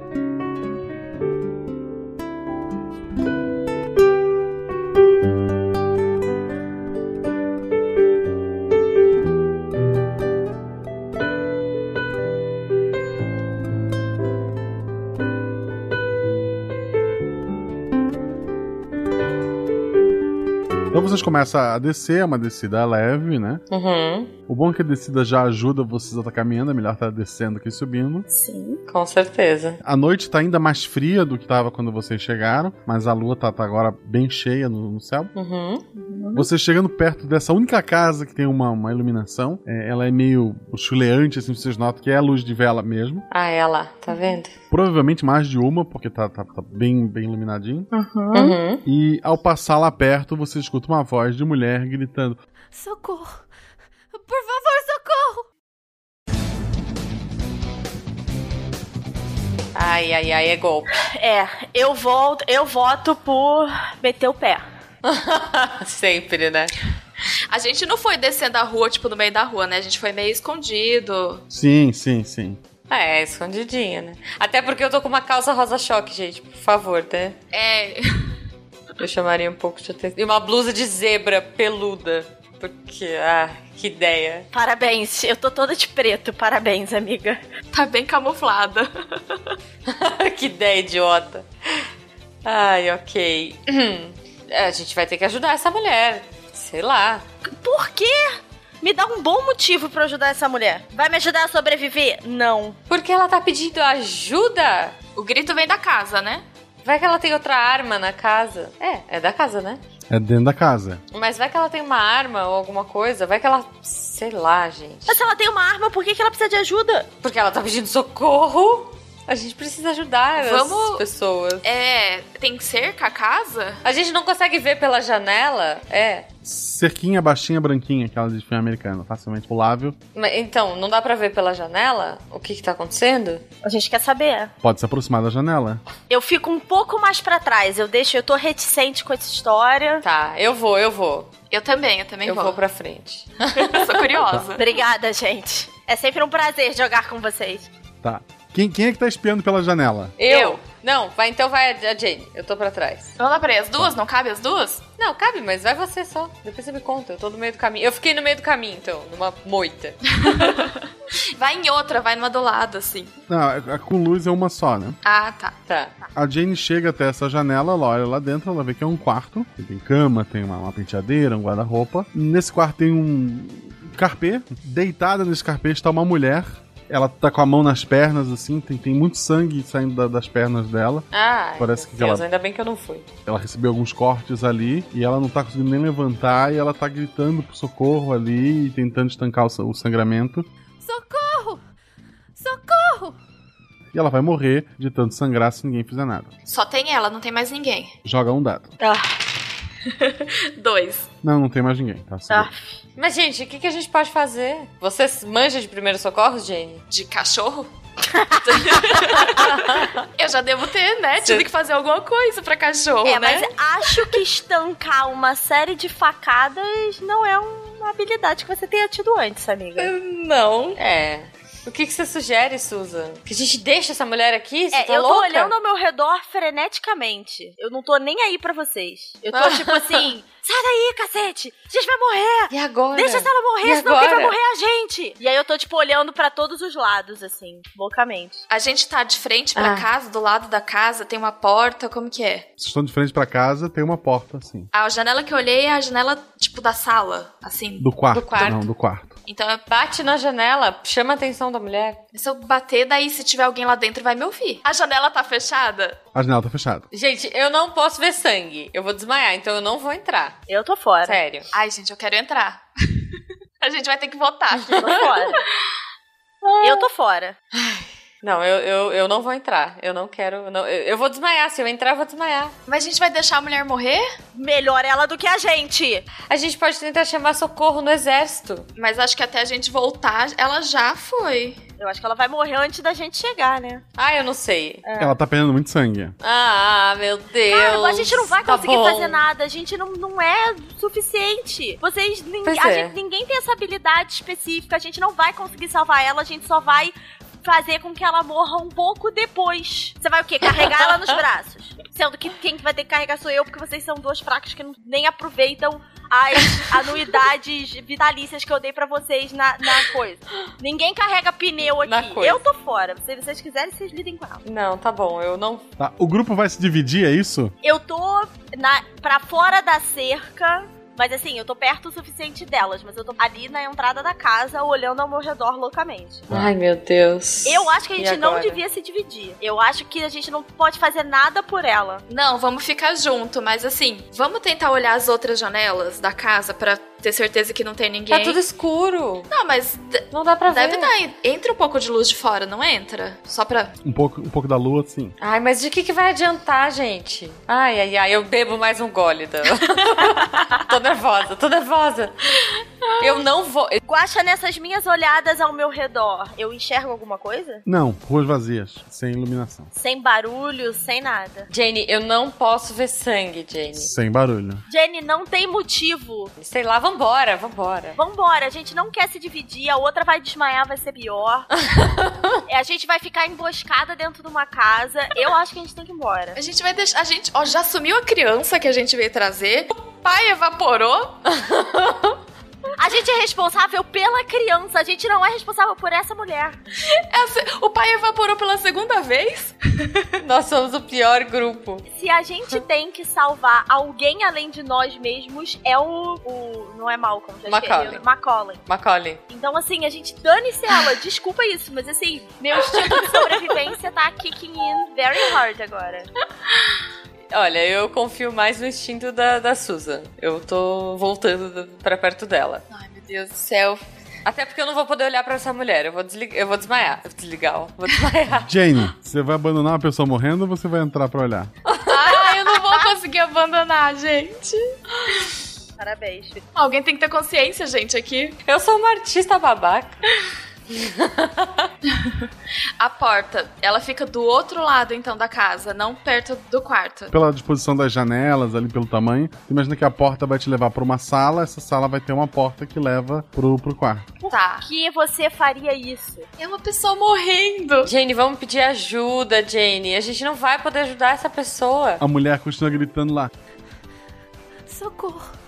S1: Então vocês começam a descer, é uma descida leve, né?
S11: Uhum.
S1: O bom é que a descida já ajuda vocês a estar caminhando, é melhor estar descendo que subindo.
S11: Sim. Com certeza.
S1: A noite tá ainda mais fria do que tava quando vocês chegaram, mas a lua tá, tá agora bem cheia no, no céu.
S11: Uhum.
S1: Você chegando perto dessa única casa que tem uma, uma iluminação, é, ela é meio chuleante, assim, vocês notam que é a luz de vela mesmo.
S11: Ah, é lá, tá vendo?
S1: Provavelmente mais de uma, porque tá, tá, tá bem, bem iluminadinho.
S11: Uhum.
S1: E ao passar lá perto, você escuta uma voz de mulher gritando:
S2: Socorro! Por favor, socorro!
S11: Ai, ai, ai, é golpe.
S10: É, eu volto, eu voto por meter o pé.
S11: Sempre, né?
S12: A gente não foi descendo a rua, tipo, no meio da rua, né? A gente foi meio escondido.
S1: Sim, sim, sim.
S11: É, escondidinha, né? Até porque eu tô com uma calça rosa-choque, gente, por favor, né?
S12: É.
S11: Eu chamaria um pouco de atenção. E uma blusa de zebra peluda. Porque, ah, que ideia.
S10: Parabéns, eu tô toda de preto, parabéns, amiga.
S12: Tá bem camuflada.
S11: que ideia idiota. Ai, ok. É, A gente vai ter que ajudar essa mulher. Sei lá.
S10: Por quê? Me dá um bom motivo pra eu ajudar essa mulher. Vai me ajudar a sobreviver? Não.
S11: Porque ela tá pedindo ajuda?
S12: O grito vem da casa, né?
S11: Vai que ela tem outra arma na casa. É, é da casa, né?
S1: É dentro da casa.
S11: Mas vai que ela tem uma arma ou alguma coisa. Vai que ela. Sei lá, gente.
S10: Mas se ela tem uma arma, por que, que ela precisa de ajuda?
S11: Porque ela tá pedindo socorro. A gente precisa ajudar as
S12: Vamos-
S11: pessoas.
S12: É, tem cerca a casa?
S11: A gente não consegue ver pela janela. É.
S1: Cerquinha baixinha, branquinha, aquela de filme americano, facilmente pulável.
S11: Mas, Então, não dá pra ver pela janela o que que tá acontecendo?
S10: A gente quer saber.
S1: Pode se aproximar da janela.
S10: Eu fico um pouco mais pra trás. Eu deixo, eu tô reticente com essa história.
S11: Tá, eu vou, eu vou.
S12: Eu também, eu também
S11: eu
S12: vou.
S11: vou pra frente.
S12: Sou curiosa.
S10: Obrigada, gente. É sempre um prazer jogar com vocês.
S1: Tá. Quem, quem é que tá espiando pela janela?
S11: Eu? Não, vai então vai a a Jane. Eu tô pra trás.
S12: Vamos lá pra aí, as duas? Não cabe as duas?
S11: Não, cabe, mas vai você só. Depois você me conta. Eu tô no meio do caminho. Eu fiquei no meio do caminho, então, numa moita.
S12: Vai Tá em outra, vai numa do lado, assim.
S1: Não, a, a com luz é uma só, né?
S12: Ah, tá.
S11: Tá.
S1: A Jane chega até essa janela, ela olha lá dentro, ela vê que é um quarto. que Tem cama, tem uma, uma penteadeira, um guarda-roupa. Nesse quarto tem um carpê. Deitada nesse carpê está uma mulher. Ela tá com a mão nas pernas, assim, tem, tem muito sangue saindo da- das pernas dela.
S11: Ah,
S1: Parece que
S11: Deus,
S1: ela-
S11: ainda bem que eu não fui.
S1: Ela recebeu alguns cortes ali e ela não tá conseguindo nem levantar e ela tá gritando por socorro ali e tentando estancar o sa- o sangramento.
S2: Socorro! Socorro!
S1: E ela vai morrer de tanto sangrar se ninguém fizer nada.
S12: Só tem ela, não tem mais ninguém.
S1: Joga um dado.
S12: Dois.
S1: Não, não tem mais ninguém, tá? seguro.
S11: Mas, gente, o que, que a gente pode fazer? Você manja de primeiros socorros, Jane?
S12: De cachorro? Eu já devo ter, né?
S11: Cê-
S12: Tive que fazer alguma coisa pra cachorro,
S10: é,
S12: né?
S10: mas acho que estancar uma série de facadas não é uma habilidade que você tenha tido antes, amiga.
S11: Não. É. O que, que você sugere, Susan? Que a gente deixa essa mulher aqui? Você
S10: É,
S11: tá
S10: eu
S11: louca?
S10: tô olhando ao meu redor freneticamente. Eu não tô nem aí pra vocês. Eu tô tipo assim, sai daí, cacete! A gente vai morrer!
S11: E agora?
S10: Deixa essa ela morrer,
S11: E
S10: senão quem vai
S11: agora?
S10: morrer é a gente! E aí eu tô tipo olhando pra todos os lados, assim, loucamente.
S12: A gente tá de frente pra
S1: Ah.
S12: casa, do lado da casa, tem uma porta, como que é?
S1: Vocês estão de frente pra casa, tem uma porta, assim.
S12: A janela que eu olhei é a janela, tipo, da sala, assim.
S1: Do quarto. Não, do quarto.
S12: Então eu
S11: Bate na janela, chama a atenção da mulher.
S12: Se eu bater, daí se tiver alguém lá dentro, vai me ouvir. A janela tá fechada?
S1: A janela tá fechada.
S11: Gente, eu não posso ver sangue. Eu vou desmaiar, então eu não vou entrar.
S10: Eu tô fora.
S11: Sério.
S12: Ai, gente, eu quero entrar. a gente vai ter que votar.
S10: Eu tô fora. eu tô fora.
S11: Não, eu, eu, eu não vou entrar. Eu não quero. eu não- eu, eu vou desmaiar. Se eu entrar, eu vou desmaiar.
S12: Mas a gente vai deixar a mulher morrer?
S10: Melhor ela do que a gente.
S11: A gente pode tentar chamar socorro no exército.
S12: Mas acho que até a gente voltar, ela já foi.
S10: Eu acho que ela vai morrer antes da gente chegar, né? É.
S11: Ah, eu não sei.
S1: Ela tá perdendo muito sangue.
S11: Ah, meu Deus.
S10: Cara, a gente não vai
S11: Tá
S10: conseguir
S11: bom.
S10: fazer nada. A gente não, não é suficiente. Vocês. nin-
S11: Pois
S10: a
S11: é.
S10: gente- ninguém tem essa habilidade específica. A gente não vai conseguir salvar ela. A gente só vai fazer com que ela morra um pouco depois. Você vai o quê? Carregar ela nos braços. Sendo que quem vai ter que carregar sou eu, porque vocês são duas fracas que não- nem aproveitam as anuidades vitalícias que eu dei pra vocês na, na coisa. Ninguém carrega pneu aqui.
S11: coisa.
S10: Eu tô fora. Se vocês quiserem, vocês lidem com ela.
S11: Não, tá bom. Eu não.
S1: Tá, o grupo vai se dividir, é isso?
S10: Eu tô na, pra fora da cerca, Mas assim, eu tô perto o suficiente delas, mas eu tô ali na entrada da casa olhando ao meu redor loucamente.
S11: Ai, meu Deus.
S10: Eu acho que a
S11: E
S10: gente não
S11: agora?
S10: devia se dividir. Eu acho que a gente não pode fazer nada por ela.
S12: Não, vamos ficar junto, mas assim, vamos tentar olhar as outras janelas da casa pra ter certeza que não tem ninguém.
S11: Tá tudo escuro.
S12: Não, mas.
S11: Não dá pra
S12: deve
S11: ver.
S12: Deve dar. Entra um pouco de luz de fora, não entra? Só pra.
S1: Um pouco, um pouco da lua, sim.
S11: Ai, mas de que, que vai adiantar, gente? Ai, ai, ai, eu bebo mais um gole. Dan. tô nervosa, tô nervosa. Eu não vou.
S10: Guaxa, nessas minhas olhadas ao meu redor, eu enxergo alguma coisa?
S1: Não, ruas vazias, sem iluminação.
S10: Sem barulho, sem nada.
S11: Jane, eu não posso ver sangue, Jane.
S1: Sem barulho.
S10: Jenny, não tem motivo.
S11: Sei lá, vambora, vambora.
S10: Vambora, a gente não quer se dividir, a outra vai desmaiar, vai ser pior. É, a gente vai ficar emboscada dentro de uma casa. Eu acho que a gente tem que ir embora.
S12: A gente vai deixar. A gente. Ó, já sumiu a criança que a gente veio trazer. O pai evaporou.
S10: A gente é responsável pela criança, a gente não é responsável por essa mulher.
S12: Essa- o pai evaporou pela segunda vez?
S11: Nós somos o pior grupo.
S10: Se a gente tem que salvar alguém além de nós mesmos, é o. o- não é Malcolm, já esqueci.
S11: Macaulay.
S10: Macaulay.
S11: Macaulay.
S10: Então, assim, a gente dane-se ela, desculpa isso, mas assim, meu instinto de sobrevivência tá kicking in very hard agora.
S11: Olha, eu confio mais no instinto da, da Susan. Eu tô voltando do- pra perto dela.
S12: Ai, meu Deus do céu.
S11: Até porque eu não vou poder olhar pra essa mulher. Eu vou desligar. Eu vou desmaiar. Eu vou desligar. ó. Vou desmaiar.
S1: Jane, você vai abandonar uma pessoa morrendo ou você vai entrar pra olhar?
S12: Ai, eu não vou conseguir abandonar, gente.
S10: Parabéns.
S12: Alguém tem que ter consciência, gente, aqui.
S11: Eu sou É uma artista babaca.
S12: A porta, ela fica do outro lado, então, da casa, não perto do quarto.
S1: Pela disposição das janelas, ali pelo tamanho, você imagina que a porta vai te levar pra uma sala, essa sala vai ter uma porta que leva pro, pro quarto.
S12: Tá.
S10: que você faria isso?
S12: É uma pessoa morrendo.
S11: Jane, vamos pedir ajuda, Jane. A gente não vai poder ajudar essa pessoa.
S1: A mulher continua gritando lá.
S11: Socorro.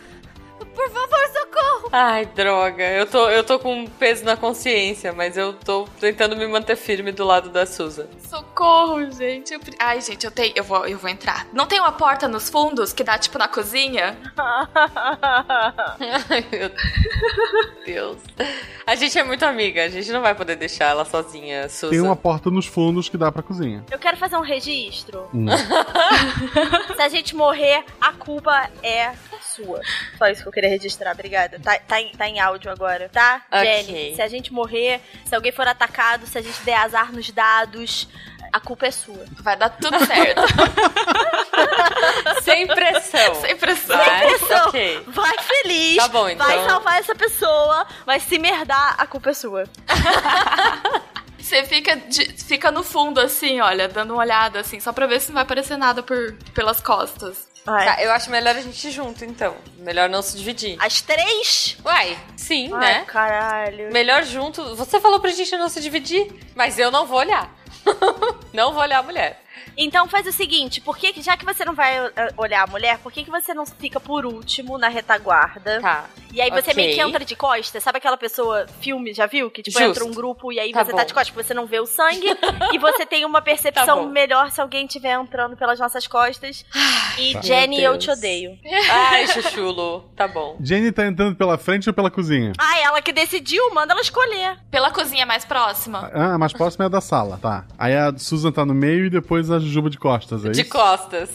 S11: Por favor, socorro. Ai, droga. Eu tô, eu tô com um peso na consciência, mas eu tô tentando me manter firme do lado da Susan.
S12: Socorro, gente. Eu pre- Ai, gente, eu tenho. Eu vou, eu vou entrar. Não tem uma porta nos fundos que dá tipo na cozinha?
S11: Ai, meu Deus. A gente é muito amiga. A gente não vai poder deixar ela sozinha, Susan.
S1: Tem uma porta nos fundos que dá pra cozinha.
S10: Eu quero fazer um registro.
S1: Hum.
S10: Se a gente morrer, a culpa é sua. Só isso que eu queria registrar, obrigada. Tá, tá, em, tá em áudio agora, tá?
S11: Ok.
S10: Jenny, se a gente morrer, se alguém for atacado, se a gente der azar nos dados, a culpa é sua.
S12: Vai dar tudo certo.
S11: Sem pressão.
S12: Sem pressão.
S11: Vai,
S10: Sem pressão.
S11: ok.
S10: Vai feliz,
S11: Tá bom, então.
S10: vai salvar essa pessoa, mas se merdar, a culpa é sua.
S12: Você fica, de- fica no fundo, assim, olha, dando uma olhada, assim, só pra ver se não vai aparecer nada por, pelas costas.
S11: Tá, eu acho melhor a gente ir junto, então. Melhor não se dividir.
S10: As três?
S11: Uai, sim,
S10: Ai,
S11: né?
S10: caralho.
S11: Melhor junto. Você falou pra gente não se dividir, mas eu não vou olhar. não vou olhar a mulher.
S10: Então faz o seguinte, por que, que- já que você não vai eh, olhar a mulher, por que, que você não fica por último na retaguarda?
S11: Tá.
S10: E aí você
S11: Ok.
S10: meio que entra de costas, sabe aquela pessoa, filme, já viu? Que tipo,
S11: Justo.
S10: entra um grupo e aí
S11: Tá
S10: você
S11: bom.
S10: tá de costas, porque você não vê o sangue e você tem uma
S11: Tá
S10: percepção
S11: bom.
S10: melhor se alguém estiver entrando pelas nossas costas. e
S1: Tá.
S10: Jenny,
S11: Meu
S10: eu te
S11: Deus.
S10: odeio.
S11: Ah, Ai, chuchulo. Tá bom.
S1: Jenny tá entrando pela frente ou pela cozinha?
S10: Ah, ela que decidiu, manda ela escolher.
S12: Pela cozinha mais próxima.
S1: Ah, a mais próxima é a da sala, tá. Aí a Susan tá no meio e depois a Juba de costas, é
S11: De
S1: isso?
S11: costas.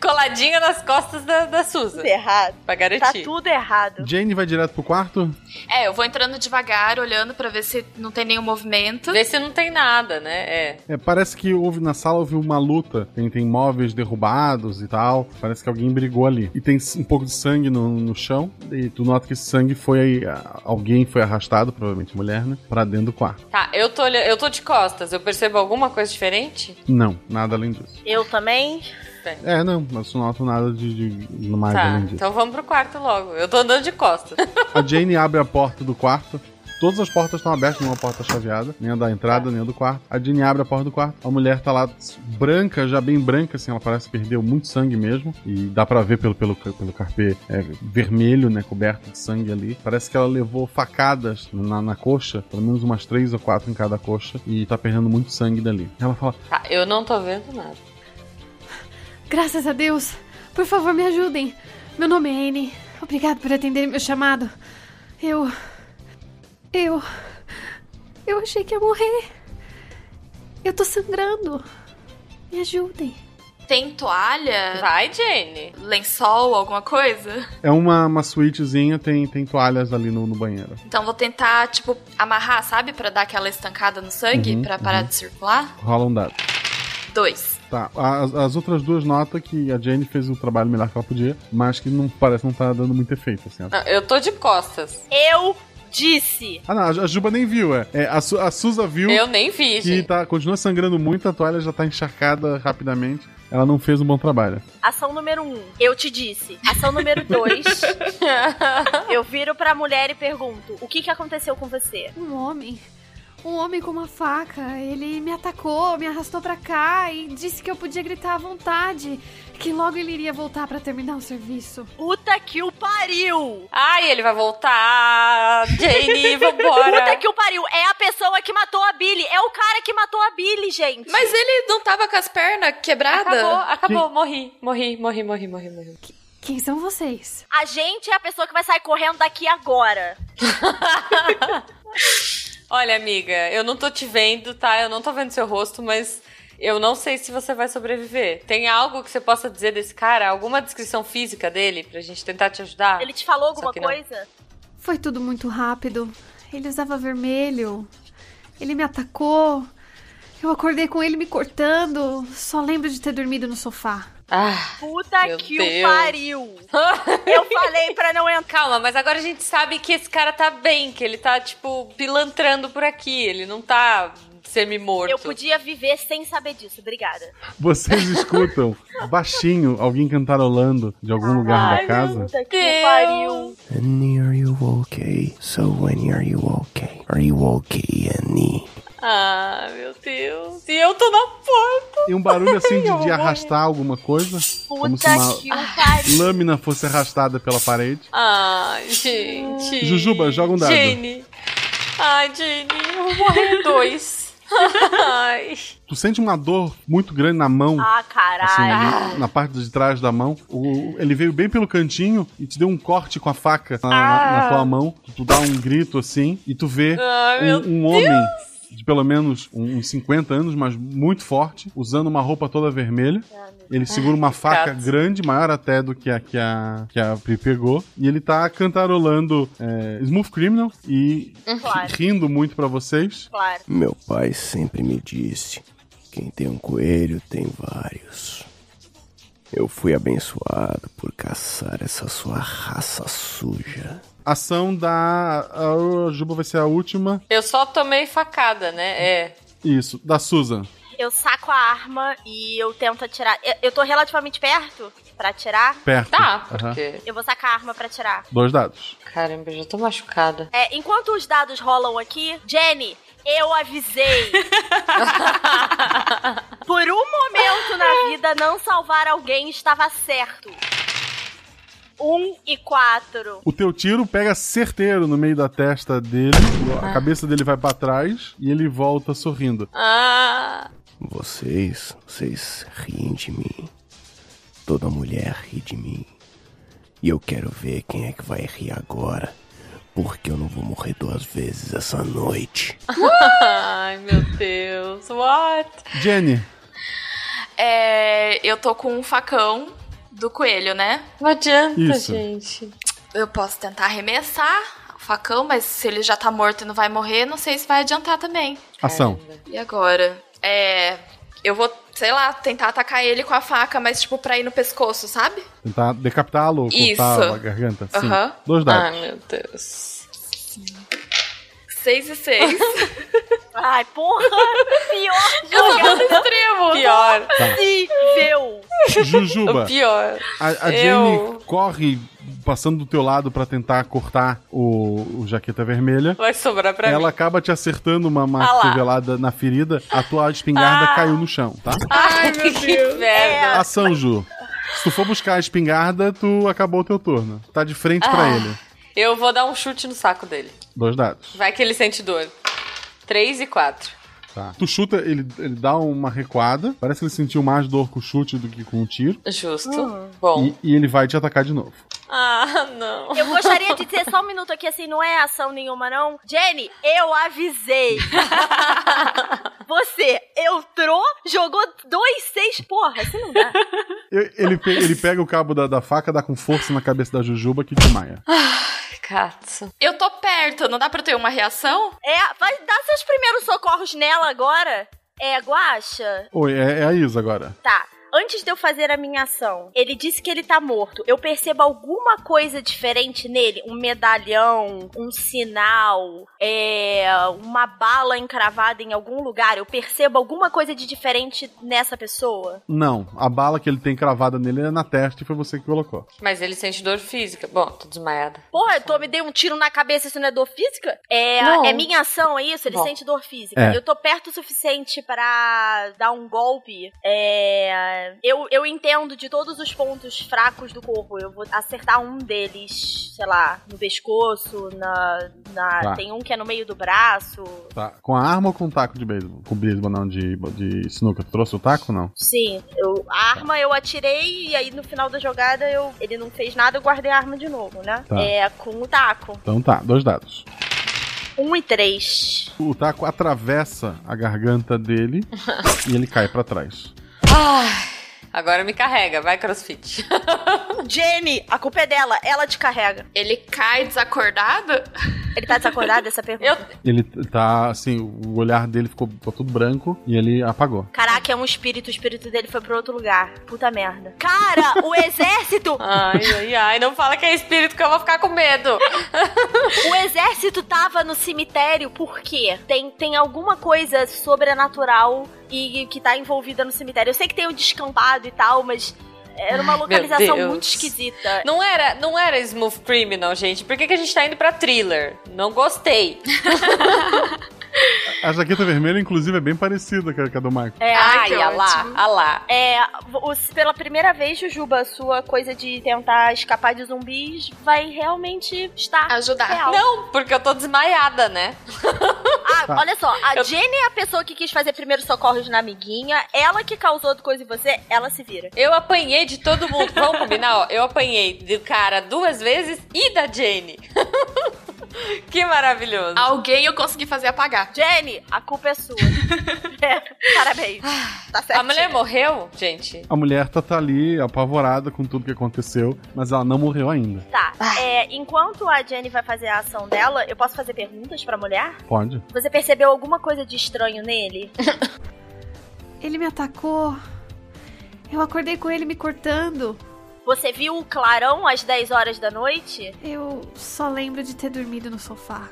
S11: Coladinha nas costas da, da Susan.
S10: Tudo errado. Tá
S11: Pra garantir.
S10: tudo errado.
S1: Jane vai direto pro quarto?
S12: É, eu vou entrando devagar, olhando pra ver se não tem nenhum movimento.
S11: Vê se não tem nada, né? É.
S1: É, parece que houve na sala houve uma luta. Tem, tem móveis derrubados e tal. Parece que alguém brigou ali. E tem s- um pouco de sangue no, no chão. E tu nota que esse sangue foi aí. a- Alguém foi arrastado, provavelmente mulher, né? Pra dentro do quarto.
S11: Tá, eu tô, olha- eu tô de costas. Eu percebo alguma coisa diferente?
S1: Não, nada além disso.
S10: Eu também.
S1: É, não, mas tu não nota nada de, de mais
S11: tá,
S1: além disso.
S11: então vamos pro quarto logo. Eu tô andando de costas.
S1: A Jane abre a porta do quarto. Todas as portas estão abertas, nenhuma porta chaveada, nem a da entrada, nem a do quarto. A Jane abre a porta do quarto. A mulher tá lá branca, já bem branca, assim, ela parece que perdeu muito sangue mesmo. E dá pra ver pelo, pelo, pelo carpê é, vermelho, né, coberto de sangue ali. Parece que ela levou facadas na, na coxa, pelo menos umas três ou quatro em cada coxa, e tá perdendo muito sangue dali. Ela fala:
S11: Tá, eu não tô vendo nada.
S16: Graças a Deus. Por favor, me ajudem. Meu nome é Anne. Obrigado por atender meu chamado. Eu. Eu. Eu achei que ia morrer. Eu tô sangrando. Me ajudem.
S12: Tem toalha?
S11: Vai, Jenny.
S12: Lençol, alguma coisa?
S1: É uma, uma suítezinha, tem, tem toalhas ali no, no banheiro.
S12: Então vou tentar, tipo, amarrar, sabe? Pra dar aquela estancada no sangue,
S1: Uhum,
S12: pra parar
S1: uhum.
S12: de circular.
S1: Rola um dado.
S12: Dois.
S1: Tá, as, as outras duas notas que a Jane fez o trabalho melhor que ela podia, mas que não parece não tá dando muito efeito, assim.
S11: Ah, Eu tô de costas.
S10: Eu disse.
S1: Ah, não, a Ju- a Juba nem viu, é. É, a, Su- a Suza viu.
S11: Eu nem vi,
S1: Que
S11: gente.
S1: tá, continua sangrando muito, a toalha já tá encharcada rapidamente. Ela não fez um bom trabalho.
S10: Ação número um, eu te disse. Ação número dois, eu viro pra mulher e pergunto: o que, que aconteceu com você?
S16: Um homem. Um homem com uma faca. Ele me atacou, me arrastou pra cá e disse que eu podia gritar à vontade. Que logo ele iria voltar pra terminar o serviço.
S10: Puta que o pariu!
S11: Ai, ele vai voltar. Jane, vambora.
S10: Puta que o pariu! É a pessoa que matou a Billy! É o cara que matou a Billy, gente!
S12: Mas ele não tava com as pernas quebradas?
S11: Acabou, acabou. Morri, morri, morri, morri, morri, morri.
S16: Quem são vocês?
S10: A gente é a pessoa que vai sair correndo daqui agora.
S11: Olha, amiga, eu não tô te vendo, tá? Eu não tô vendo seu rosto, mas eu não sei se você vai sobreviver. Tem algo que você possa dizer desse cara? Alguma descrição física dele pra gente tentar te ajudar?
S10: Ele te falou
S11: Só
S10: alguma
S11: que não.
S10: coisa?
S16: Foi tudo muito rápido. Ele usava vermelho. Ele me atacou. Eu acordei com ele me cortando. Só lembro de ter dormido no sofá.
S11: Ah,
S10: Puta
S11: Meu
S10: que
S11: Deus.
S10: o pariu! Eu falei pra não entrar.
S11: Calma, mas agora a gente sabe que esse cara tá bem, que ele tá, tipo, pilantrando por aqui. Ele não tá semi-morto.
S10: Eu podia viver sem saber disso, obrigada.
S1: Vocês escutam baixinho alguém cantarolando de algum lugar da casa?
S10: Puta que pariu!
S17: Annie, are you okay? So, Annie, are you okay? Are you okay, Annie?
S11: Ah, meu Deus. E eu tô na porta.
S1: E um barulho assim
S11: Eu
S1: de,
S11: vou
S1: de arrastar alguma coisa? como se
S11: Puta
S1: uma
S11: que o pariu.
S1: lâmina fosse arrastada pela parede.
S11: Ai, gente.
S1: Jujuba, joga um dado.
S11: Jane. Ai, Jane, eu vou morrer dois. Ai.
S1: Tu sente uma dor muito grande na mão.
S11: Ah, caralho. Ah.
S1: assim, ali, na parte de trás da mão. O- ele veio bem pelo cantinho e te deu um corte com a faca na, na- na
S11: Ah.
S1: tua mão. Tu dá um grito assim e tu vê
S11: Ai, meu
S1: um, um homem de pelo menos um- uns 50 anos, mas muito forte, usando uma roupa toda vermelha.
S11: Ah,
S1: Ele segura uma faca grande, maior até do que a que a, que a Pri pegou. E ele tá cantarolando é, Smooth Criminal e
S10: Claro.
S1: rindo muito pra vocês.
S10: Claro.
S17: Meu pai sempre me disse: quem tem um coelho tem vários. Eu fui abençoado por caçar essa sua raça suja.
S1: Ação da. A Juba vai ser a última.
S11: Eu só tomei facada, né? É.
S1: Isso, da Susan.
S10: Eu saco a arma e eu tento atirar. Eu, eu tô relativamente perto pra atirar?
S1: Perto.
S10: Tá,
S1: Aham. porque-
S10: Eu vou sacar a arma pra atirar.
S1: Dois dados.
S11: Caramba, eu já tô machucada.
S10: É, enquanto os dados rolam aqui, Jenny, eu avisei. Por um momento na vida, não salvar alguém estava certo. Um e quatro.
S1: O teu tiro pega certeiro no meio da testa dele, a cabeça dele vai pra trás e ele volta sorrindo.
S11: Ah.
S17: Vocês, vocês riem de mim. Toda mulher ri de mim. E eu quero ver quem é que vai rir agora. Porque eu não vou morrer duas vezes essa noite.
S10: Uh!
S12: Ai, meu Deus. What?
S1: Jenny,
S12: É, eu tô com um facão do coelho, né? Não adianta,
S1: Isso.
S12: gente. Eu posso tentar arremessar o facão, mas se ele já tá morto e não vai morrer, não sei se vai adiantar também.
S1: ação.
S12: E agora? É. Eu vou, sei lá, tentar atacar ele com a faca, mas tipo, pra ir no pescoço, sabe?
S1: Tentar decapitá-lo,
S12: Isso.
S1: cortar a garganta. Sim.
S12: Aham.
S1: Dois dados.
S11: Ah, meu Deus.
S12: Seis e seis.
S10: Ai, porra! Pior
S12: Eu sou
S10: jogada.
S12: do extremo.
S11: Pior.
S1: Tá.
S10: Possível.
S1: Jujuba.
S11: O pior.
S1: A, a
S11: Eu-
S1: Jenny corre passando do teu lado pra tentar cortar o, o jaqueta vermelha.
S11: Vai sobrar pra
S1: Ela
S11: mim.
S1: acaba te acertando uma, uma
S11: Ah lá.
S1: cotovelada na ferida, a tua espingarda
S11: Ah.
S1: caiu no chão, tá?
S11: Ai, meu Deus. É.
S1: Ação, Ju. Se tu for buscar a espingarda, tu acabou o teu turno. Tá de frente pra
S11: Ah.
S1: ele.
S11: Eu vou dar um chute no saco dele.
S1: Dois dados.
S11: Vai que ele sente dor. Três e quatro.
S1: Tá. Tu chuta, ele, ele dá uma recuada. Parece que ele sentiu mais dor com o chute do que com o tiro.
S11: Justo. Bom.
S1: E, e ele vai te atacar de novo.
S11: Ah, não.
S10: Eu gostaria de ter só um minuto aqui, assim, não é ação nenhuma, não. Jenny, eu avisei. Você entrou, jogou dois, seis. Porra, assim não dá.
S1: E- Ele, pe- ele pega o cabo da, da faca, dá com força na cabeça da Jujuba que desmaia.
S11: Ah. Cato.
S12: Eu tô perto, não dá pra eu ter uma reação?
S10: É, vai dar seus primeiros socorros nela agora. É, guacha.
S1: Oi, é, é a Isa agora.
S10: Tá. Antes de eu fazer a minha ação, ele disse que ele tá morto. Eu percebo alguma coisa diferente nele? Um medalhão, um sinal, é, uma bala encravada em algum lugar. Eu percebo alguma coisa de diferente nessa pessoa?
S1: Não, a bala que ele tem cravada nele é na testa e foi você que colocou.
S11: Mas ele sente dor física. Bom, tô desmaiada.
S10: Porra, eu tô, me dei um tiro na cabeça, isso não é dor física? É,
S11: Não.
S10: é minha ação, é isso? Ele
S11: Bom.
S10: sente dor física.
S11: É.
S10: Eu tô perto o suficiente pra dar um golpe. É, eu, eu entendo de todos os pontos fracos do corpo. Eu vou acertar um deles, sei lá, no pescoço, na. na-
S1: Tá.
S10: Tem um que é no meio do braço.
S1: Tá. Com a arma ou com o taco de beisebol? Com beisebol não, de, de sinuca. Tu trouxe o taco ou não?
S10: Sim, eu, a
S1: Tá.
S10: arma eu atirei e aí no final da jogada eu, ele não fez nada, eu guardei a arma de novo, né?
S1: Tá.
S10: É, com o taco.
S1: Então tá, dois dados.
S10: Um e três.
S1: O taco atravessa a garganta dele e ele cai pra trás.
S11: Ai, agora me carrega, vai crossfit.
S10: Jenny, a culpa é dela, ela te carrega.
S12: Ele cai desacordado?
S10: Ele tá desacordado essa pergunta?
S1: Ele t- tá, assim, o olhar dele ficou, ficou tudo branco e ele apagou.
S10: Caraca, é um espírito, o espírito dele foi pra outro lugar. Puta merda. Cara, o exército.
S11: Ai, ai, ai, não fala que é espírito que eu vou ficar com medo.
S10: o exército tava no cemitério por quê? Tem, tem alguma coisa sobrenatural e que tá envolvida no cemitério. Eu sei que tem o descampado e tal, mas era uma
S11: Ai, meu
S10: localização
S11: Deus.
S10: muito esquisita.
S11: Não era, não era Smooth Criminal, gente. Por que, que a gente tá indo pra thriller? Não gostei.
S1: A jaqueta vermelha, inclusive, é bem parecida com a com a do Michael.
S10: É,
S11: Ai, a lá, a lá.
S10: É, os- pela primeira vez, Jujuba, a sua coisa de tentar escapar de zumbis vai realmente estar ajudar. Real.
S11: Não, porque eu tô desmaiada, né?
S10: Ah,
S11: Tá.
S10: olha só, a Jenny é a pessoa que quis fazer primeiro socorros na amiguinha, ela que causou coisa em você, ela se vira.
S11: Eu apanhei de todo mundo. Vamos combinar, ó. Eu apanhei do cara duas vezes e da Jenny. que maravilhoso.
S12: Alguém eu consegui fazer apagar.
S10: Jenny, a culpa é sua. É, parabéns. Tá certo.
S11: A mulher morreu, gente?
S1: A mulher tá, tá ali, apavorada com tudo que aconteceu, mas ela não morreu ainda.
S10: Tá, é, enquanto a Jenny vai fazer a ação dela, eu posso fazer perguntas pra mulher?
S1: Pode?
S10: Você percebeu alguma coisa de estranho nele?
S16: Ele me atacou. Eu acordei com ele me cortando.
S10: Você viu o clarão às 10 horas da noite?
S16: Eu só lembro de ter dormido no sofá.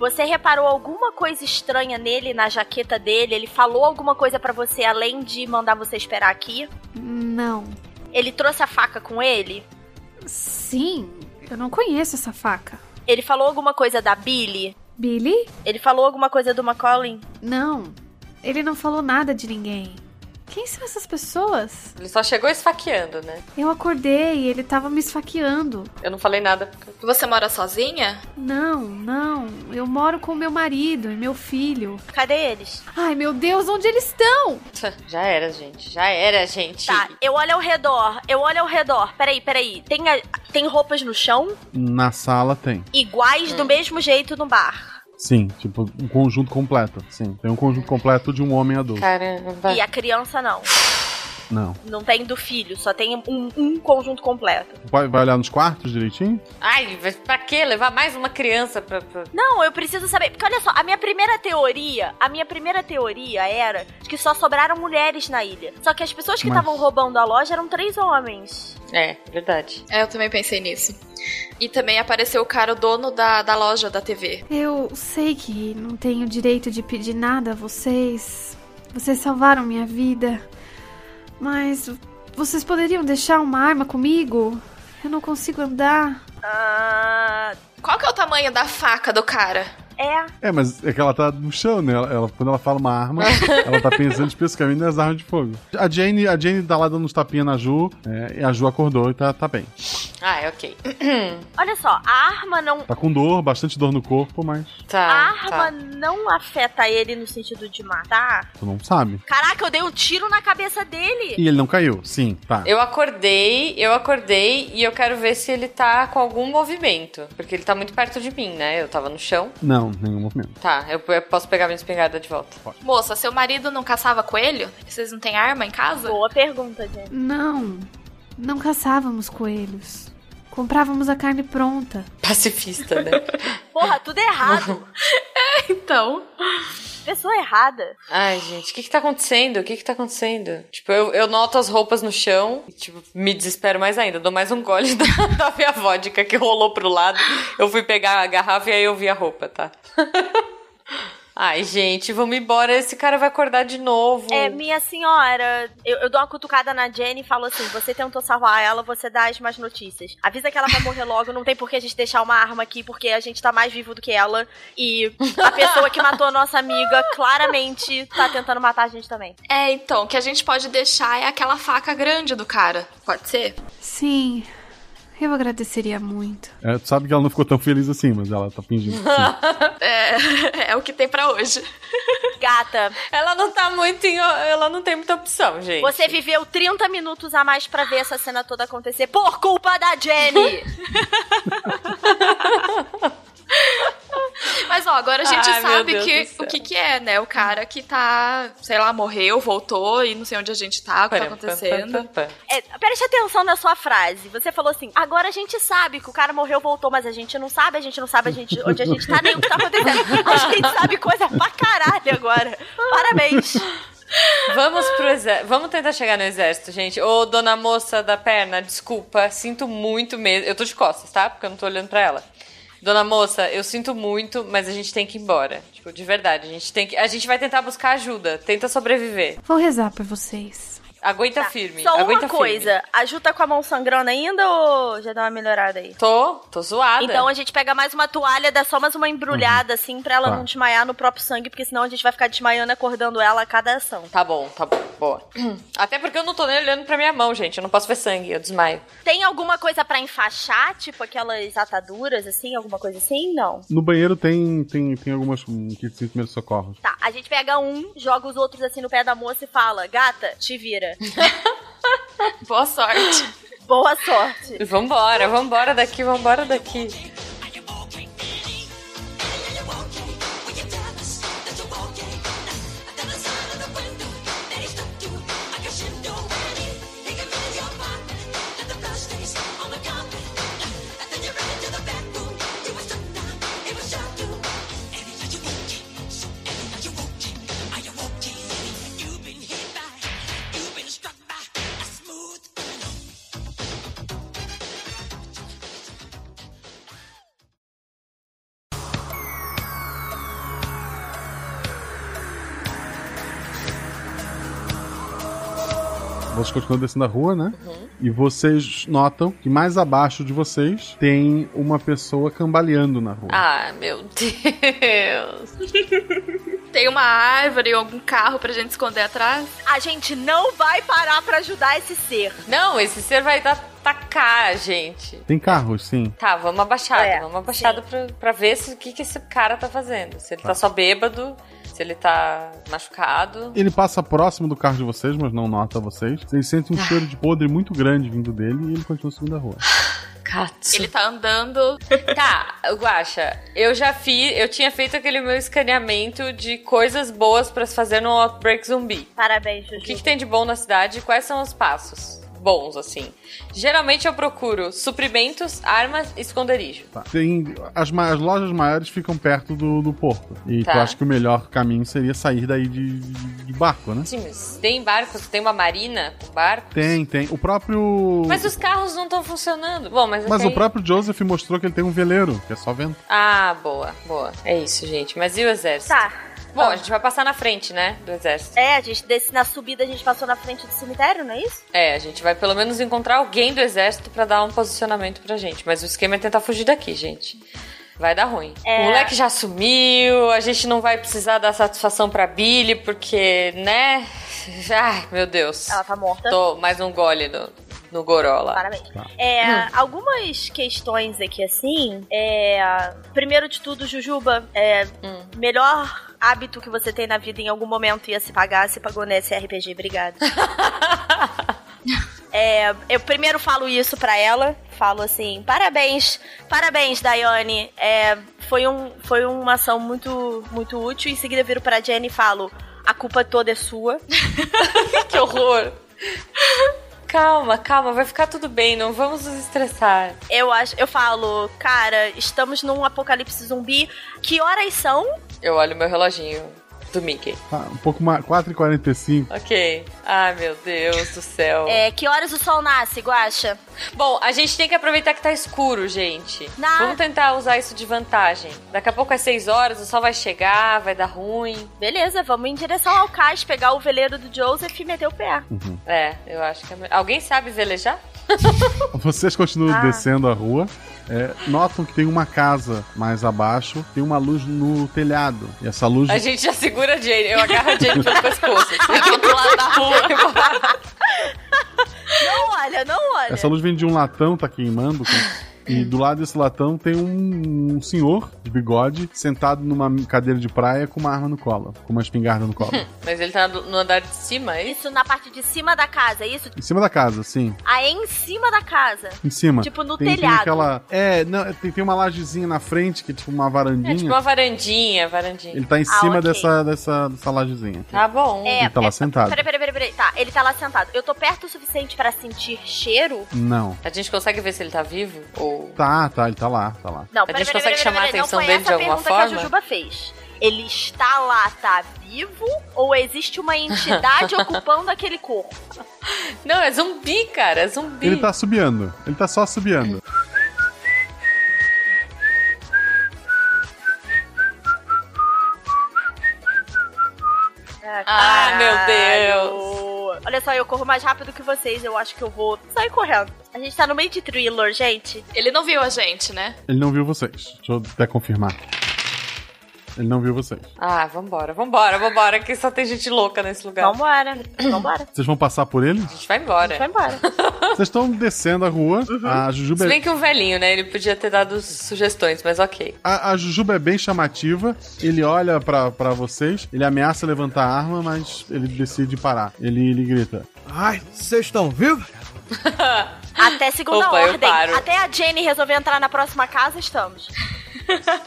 S10: Você reparou alguma coisa estranha nele, na jaqueta dele? Ele falou alguma coisa pra você além de mandar você esperar aqui?
S16: Não.
S10: Ele trouxe a faca com ele?
S16: Sim, eu não conheço essa faca.
S10: Ele falou alguma coisa da Billy?
S16: Billy?
S10: Ele falou alguma coisa do McCollin?
S16: Não. Ele não falou nada de ninguém. Quem são essas pessoas?
S11: Ele só chegou esfaqueando, né?
S16: Eu acordei e ele tava me esfaqueando.
S11: Eu não falei nada.
S12: Você mora sozinha?
S16: Não, não. Eu moro com meu marido e meu filho.
S10: Cadê eles?
S16: Ai, meu Deus, onde eles estão?
S11: Já era, gente. Já era, gente.
S10: Tá, eu olho ao redor, eu olho ao redor. Peraí, peraí. Tem, a- tem roupas no chão?
S1: Na sala tem.
S10: Iguais
S11: Hum.
S10: do mesmo jeito no bar.
S1: Sim, tipo, um conjunto completo. Sim, tem um conjunto completo de um homem
S10: É.
S1: adulto.
S11: Caramba.
S10: E a criança não.
S1: Não.
S10: Não tem do filho, só tem um, um conjunto completo.
S1: Vai, vai olhar nos quartos direitinho?
S11: Ai, mas pra que levar mais uma criança pra. pra-
S10: Não, eu preciso saber. Porque olha só, a minha primeira teoria, a minha primeira teoria era que só sobraram mulheres na ilha. Só que as pessoas que
S11: Mas-
S10: estavam roubando a loja eram três homens.
S11: É, verdade.
S12: É, eu também pensei nisso. E também apareceu o cara, o dono da, da loja da TV.
S16: Eu sei que não tenho direito de pedir nada a vocês. Vocês salvaram minha vida. Mas vocês poderiam deixar uma arma comigo? Eu não consigo andar.
S10: Ah,
S12: Qual que é o tamanho da faca do cara?
S10: É.
S1: É, mas é que ela tá no chão, né? Ela, ela- quando ela fala uma arma, ela tá pensando especificamente nas armas de fogo. A Jane, a Jane tá lá dando uns tapinhas na Ju, é, e a Ju acordou e tá, tá bem.
S11: Ah, é ok.
S10: Olha só, a arma não.
S1: Tá com dor, bastante dor no corpo, mas
S11: tá.
S10: a arma não afeta ele no sentido de matar.
S1: tu não sabe.
S10: Caraca, eu dei um tiro na cabeça dele.
S1: E ele não caiu, sim, tá.
S11: Eu acordei, eu acordei e eu quero ver se ele tá com algum movimento. Porque ele tá muito perto de mim, né? Eu tava no chão.
S1: Não, nenhum movimento.
S11: Tá, eu, eu posso pegar minha espingarda de volta.
S12: Moça, seu marido não caçava coelho? Vocês não têm arma em casa?
S10: Boa pergunta, gente.
S16: Não, não caçávamos coelhos. Comprávamos a carne pronta.
S11: Pacifista, né?
S12: Tá
S10: Porra, tudo errado.
S12: é, então.
S10: Pessoa errada.
S11: Ai, gente, o que que tá acontecendo? O que que tá acontecendo? Tipo, eu, eu noto as roupas no chão e, tipo, me desespero mais ainda. Dou mais um gole da, da minha vodka que rolou pro lado. Eu fui pegar a garrafa e aí eu vi a roupa, tá? Ai, gente, vamos embora. Esse cara vai acordar de novo.
S10: É, minha senhora, eu, eu dou uma cutucada na Jenny e falo assim: você tentou salvar ela, você dá as más notícias. Avisa que ela vai morrer logo, não tem por que a gente deixar uma arma aqui, porque a gente tá mais vivo do que ela. E a pessoa que matou a nossa amiga claramente tá tentando matar a gente também.
S12: É, então, o que a gente pode deixar é aquela faca grande do cara. Pode ser?
S16: Sim, eu agradeceria muito.
S1: É, tu sabe que ela não ficou tão feliz assim, mas ela tá fingindo.
S12: é, é o que tem pra hoje.
S10: Gata.
S11: Ela não tá muito em- Ela não tem muita opção, gente.
S10: Você viveu 30 minutos a mais pra ver essa cena toda acontecer por culpa da Jenny!
S12: Mas ó, agora a gente
S11: Ai, meu
S12: sabe
S11: Deus
S12: que,
S11: do céu.
S12: o que que é, né? O cara que tá, sei lá, morreu, voltou e não sei onde a gente tá, o que tá
S11: Param, pam, pam, pam,
S12: acontecendo.
S11: pam.
S10: É, preste atenção na sua frase. Você falou assim: agora a gente sabe que o cara morreu, voltou, mas a gente não sabe, a gente não sabe a gente, onde a gente tá, nem o que tá acontecendo. A gente sabe coisa pra caralho agora. Parabéns.
S11: Vamos pro exército. Vamos tentar chegar no exército, gente. Ô, dona moça da perna, desculpa. Sinto muito mesmo. Eu tô de costas, tá? Porque eu não tô olhando pra ela. Dona moça, eu sinto muito, mas a gente tem que ir embora. Tipo, de verdade, a gente tem que. A gente vai tentar buscar ajuda. Tenta sobreviver.
S16: Vou rezar por vocês.
S11: Aguenta firme.
S10: Tá, Só
S11: aguenta
S10: uma coisa:
S11: Firme.
S10: a Ju tá com a mão sangrando ainda ou já deu uma melhorada aí?
S11: Tô, tô zoada.
S10: Então a gente pega mais uma toalha, dá só mais uma embrulhada, assim, pra ela
S11: Tá.
S10: não desmaiar no próprio sangue, porque senão a gente vai ficar desmaiando e acordando ela a cada ação.
S11: Tá bom, tá bom. Boa. Até porque eu não tô nem olhando pra minha mão, gente. Eu não posso ver sangue, eu desmaio.
S10: Tem alguma coisa pra enfaixar, tipo aquelas ataduras, assim, alguma coisa assim? Não.
S1: No banheiro tem, tem, tem algumas hum, kits de primeiros socorros.
S10: Tá, a gente pega um, joga os outros assim no pé da moça e fala: Gata, te vira.
S12: Boa sorte.
S10: Boa sorte.
S11: Vambora, vambora daqui, vambora daqui.
S1: Vocês continuam descendo a rua, né?
S11: Uhum.
S1: E vocês notam que mais abaixo de vocês tem uma pessoa cambaleando na rua.
S11: Ah, meu Deus.
S12: Tem uma árvore ou algum carro pra gente esconder atrás?
S10: A gente não vai parar pra ajudar esse ser.
S11: Não, esse ser vai atacar, gente.
S1: Tem carros, sim.
S11: Tá, vamos abaixada,
S10: É,
S11: vamos abaixada pra, pra ver se- o que, que esse cara tá fazendo. Se ele tá só bêbado, se ele tá machucado.
S1: Ele passa próximo do carro de vocês, mas não nota vocês. Vocês
S11: Ah.
S1: sentem um cheiro de podre muito grande vindo dele e ele continua subindo a rua.
S12: Ele tá andando.
S11: Tá, Guaxa, eu já fiz, eu tinha feito aquele meu escaneamento de coisas boas pra se fazer no Outbreak Zumbi.
S10: Parabéns,
S11: O que, que tem de bom na cidade e quais são os passos bons, assim? Geralmente eu procuro suprimentos, armas e esconderijo.
S1: Tá. Tem, as, ma- as lojas maiores ficam perto do, do porto. E
S11: Tá.
S1: tu acha que o melhor caminho seria sair daí de, de barco, né?
S11: Sim, mas tem barcos, tem uma marina com barco.
S1: Tem, tem. O próprio.
S11: Mas os carros não estão funcionando. Bom, mas,
S1: Mas
S11: até
S1: o
S11: aí-
S1: próprio Joseph mostrou que ele tem um veleiro, que é só vento.
S11: Ah, boa, boa. É isso, gente. Mas e o exército?
S10: Tá.
S11: Bom, a gente vai passar na frente, né? Do exército.
S10: É, a gente desse na subida, a gente passou na frente do cemitério, não é isso?
S11: É, a gente vai pelo menos encontrar alguém do exército pra dar um posicionamento pra gente. Mas o esquema é tentar fugir daqui, gente. Vai dar ruim.
S10: É.
S11: O moleque já sumiu, a gente não vai precisar dar satisfação pra Billy, porque, né? Ai, meu Deus.
S10: Ela tá morta.
S11: Tô mais um gole no, no goró lá.
S10: Parabéns. É, Algumas questões aqui, assim. É, primeiro de tudo, Jujuba, é, melhor hábito que você tem na vida em algum momento ia se pagar, se pagou nesse RPG. Obrigada. É, eu primeiro falo isso pra ela, falo assim, parabéns, parabéns, Daiane. É, foi, um, foi uma ação muito, muito útil. Em seguida viro pra Jenny e falo, a culpa toda é sua.
S11: que horror! Calma, calma, vai ficar tudo bem, não vamos nos estressar.
S10: Eu acho, eu falo, cara, estamos num apocalipse zumbi. Que horas são?
S11: Eu olho meu reloginho do Mickey.
S1: Tá, um pouco mais. 4h45.
S11: Ok. Ai, meu Deus do céu.
S10: É, que horas o sol nasce, Guaxa?
S11: Bom, a gente tem que aproveitar que tá escuro, gente.
S10: Na-
S11: Vamos tentar usar isso de vantagem. Tá, Daqui a pouco às 6 horas o sol vai chegar, vai dar ruim.
S10: Beleza, vamos em direção ao cais, pegar o veleiro do Joseph e meter o pé.
S1: Uhum.
S11: É, eu acho que é... me- Alguém sabe velejar?
S1: Vocês continuam
S11: Ah.
S1: descendo a rua. é, notam que tem uma casa mais abaixo, tem uma luz no telhado. E essa luz.
S11: A gente já segura a Jane. Eu agarro a Jane pelo pescoço. assim, do outro lado da rua. eu vou-
S10: Não olha, não olha.
S1: Essa luz vem de um latão, tá queimando. com- E do lado desse latão tem um, um senhor de bigode sentado numa cadeira de praia com uma arma no colo, com uma espingarda no colo.
S11: Mas ele tá no andar de cima, é isso?
S10: Isso na parte de cima da casa, é isso?
S1: em cima da casa, sim.
S10: Aí em cima da casa.
S1: Em cima.
S10: Tipo no
S1: tem,
S10: telhado.
S1: Tem aquela. É, não, tem, tem uma lajezinha na frente, que é tipo uma varandinha.
S11: É tipo uma varandinha, varandinha.
S1: Ele tá em cima dessa, dessa, dessa lajezinha.
S11: Tá bom.
S10: É,
S1: Ele tá lá sentado.
S10: Peraí, peraí, peraí, peraí. Tá, ele tá lá sentado. Eu tô perto o suficiente pra sentir cheiro?
S1: Não.
S11: A gente consegue ver se ele tá vivo? Ou.
S1: Tá, tá, ele tá lá, tá lá.
S10: Não,
S11: A
S10: peraí,
S11: gente
S10: peraí,
S11: consegue
S10: peraí,
S11: chamar a
S10: peraí,
S11: atenção
S10: não foi
S11: dele
S10: essa
S11: de alguma
S10: pergunta que
S11: forma?
S10: a Jujuba fez. Ele está lá, tá vivo? Ou existe uma entidade ocupando aquele corpo?
S11: Não, é zumbi, cara. É zumbi.
S1: Ele tá subiando. Ele tá só subiando.
S11: Ah, meu Deus.
S10: É, Olha só, eu corro mais rápido que vocês. Eu acho que eu vou sair correndo. A gente tá no meio de thriller, gente.
S12: Ele não viu a gente, né?
S1: Ele não viu vocês. Deixa eu até confirmar. Ele não viu vocês.
S11: Ah, vambora, vambora, vambora, que só tem gente louca nesse lugar.
S10: Vambora, vambora.
S1: Vocês vão passar por ele?
S11: A gente vai embora.
S10: Vai embora.
S1: Vocês estão descendo a rua.
S18: Uhum.
S1: A Jujuba
S11: Se
S1: é
S11: bem que um velhinho, né? Ele podia ter dado sugestões, mas ok.
S1: A, a Jujuba é bem chamativa, ele olha pra pra vocês, ele ameaça levantar a arma, mas ele decide parar. Ele, ele grita.
S18: Ai, vocês estão vivos?
S10: Até segunda
S1: Opa, eu
S10: ordem.
S1: paro.
S10: Até a Jenny resolver entrar na próxima casa, estamos.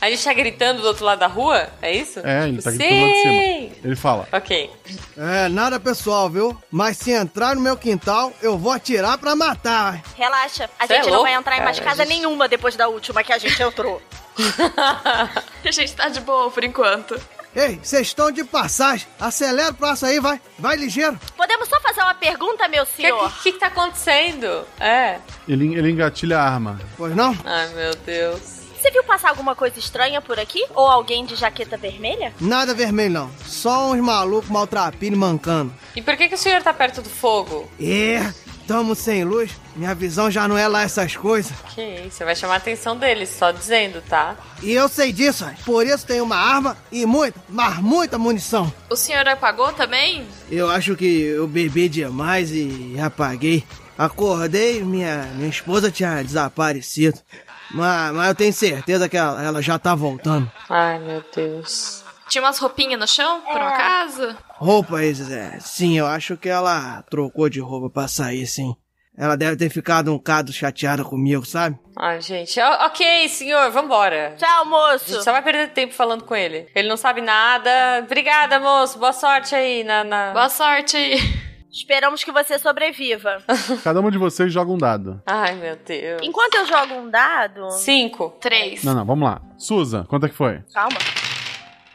S11: A gente tá gritando do outro lado da rua? É isso?
S1: É, ele tá
S11: Sim!
S1: gritando lá de cima. Ele fala.
S11: Ok.
S18: É, nada pessoal, viu? Mas se entrar no meu quintal, eu vou atirar pra matar. hein?
S10: Relaxa, a
S18: Cê é
S10: gente não
S18: louco,
S10: vai entrar em mais
S18: cara,
S10: casa
S18: a gente-
S10: nenhuma depois da última que a gente entrou.
S12: A gente tá de boa por enquanto.
S18: Ei, vocês estão de passagem. Acelera o passo aí, vai. Vai ligeiro.
S10: Podemos só fazer uma pergunta, meu senhor? O
S11: que, que, tá acontecendo? É.
S1: Ele, ele engatilha a arma.
S18: Pois não?
S11: Ai, meu Deus.
S10: Você viu passar alguma coisa estranha por aqui? Ou alguém de jaqueta vermelha?
S18: Nada vermelho, não. Só uns malucos maltrapilhos mancando.
S11: E por que, que o senhor tá perto do fogo?
S18: É, tamo sem luz. Minha visão já não é lá essas coisas.
S11: Ok, você vai chamar a atenção dele, só dizendo, tá?
S18: E eu sei disso, ai. por isso tenho uma arma e muita, mas muita munição.
S12: O senhor apagou também?
S18: Eu acho que eu bebi demais e apaguei. Acordei, minha, minha esposa tinha desaparecido. Mas, mas eu tenho certeza que ela, ela já tá voltando.
S11: Ai, meu Deus.
S12: Tinha umas roupinhas no chão, por um
S10: É.
S12: acaso?
S18: Roupas, é, sim, eu acho que ela trocou de roupa pra sair, sim. Ela deve ter ficado um bocado chateada comigo, sabe?
S11: Ai, Ah, gente. O- ok, senhor, vambora.
S10: Tchau, moço.
S11: A gente só vai perder tempo falando com ele. Ele não sabe nada. Obrigada, moço. Boa sorte aí na. na...
S12: Boa sorte aí.
S10: Esperamos que você sobreviva.
S1: Cada um de vocês joga um dado.
S11: Ai, meu Deus.
S10: Enquanto eu jogo um dado.
S11: Cinco.
S12: Três.
S1: Não, não, vamos lá. Suza, quanto é que foi?
S10: Calma.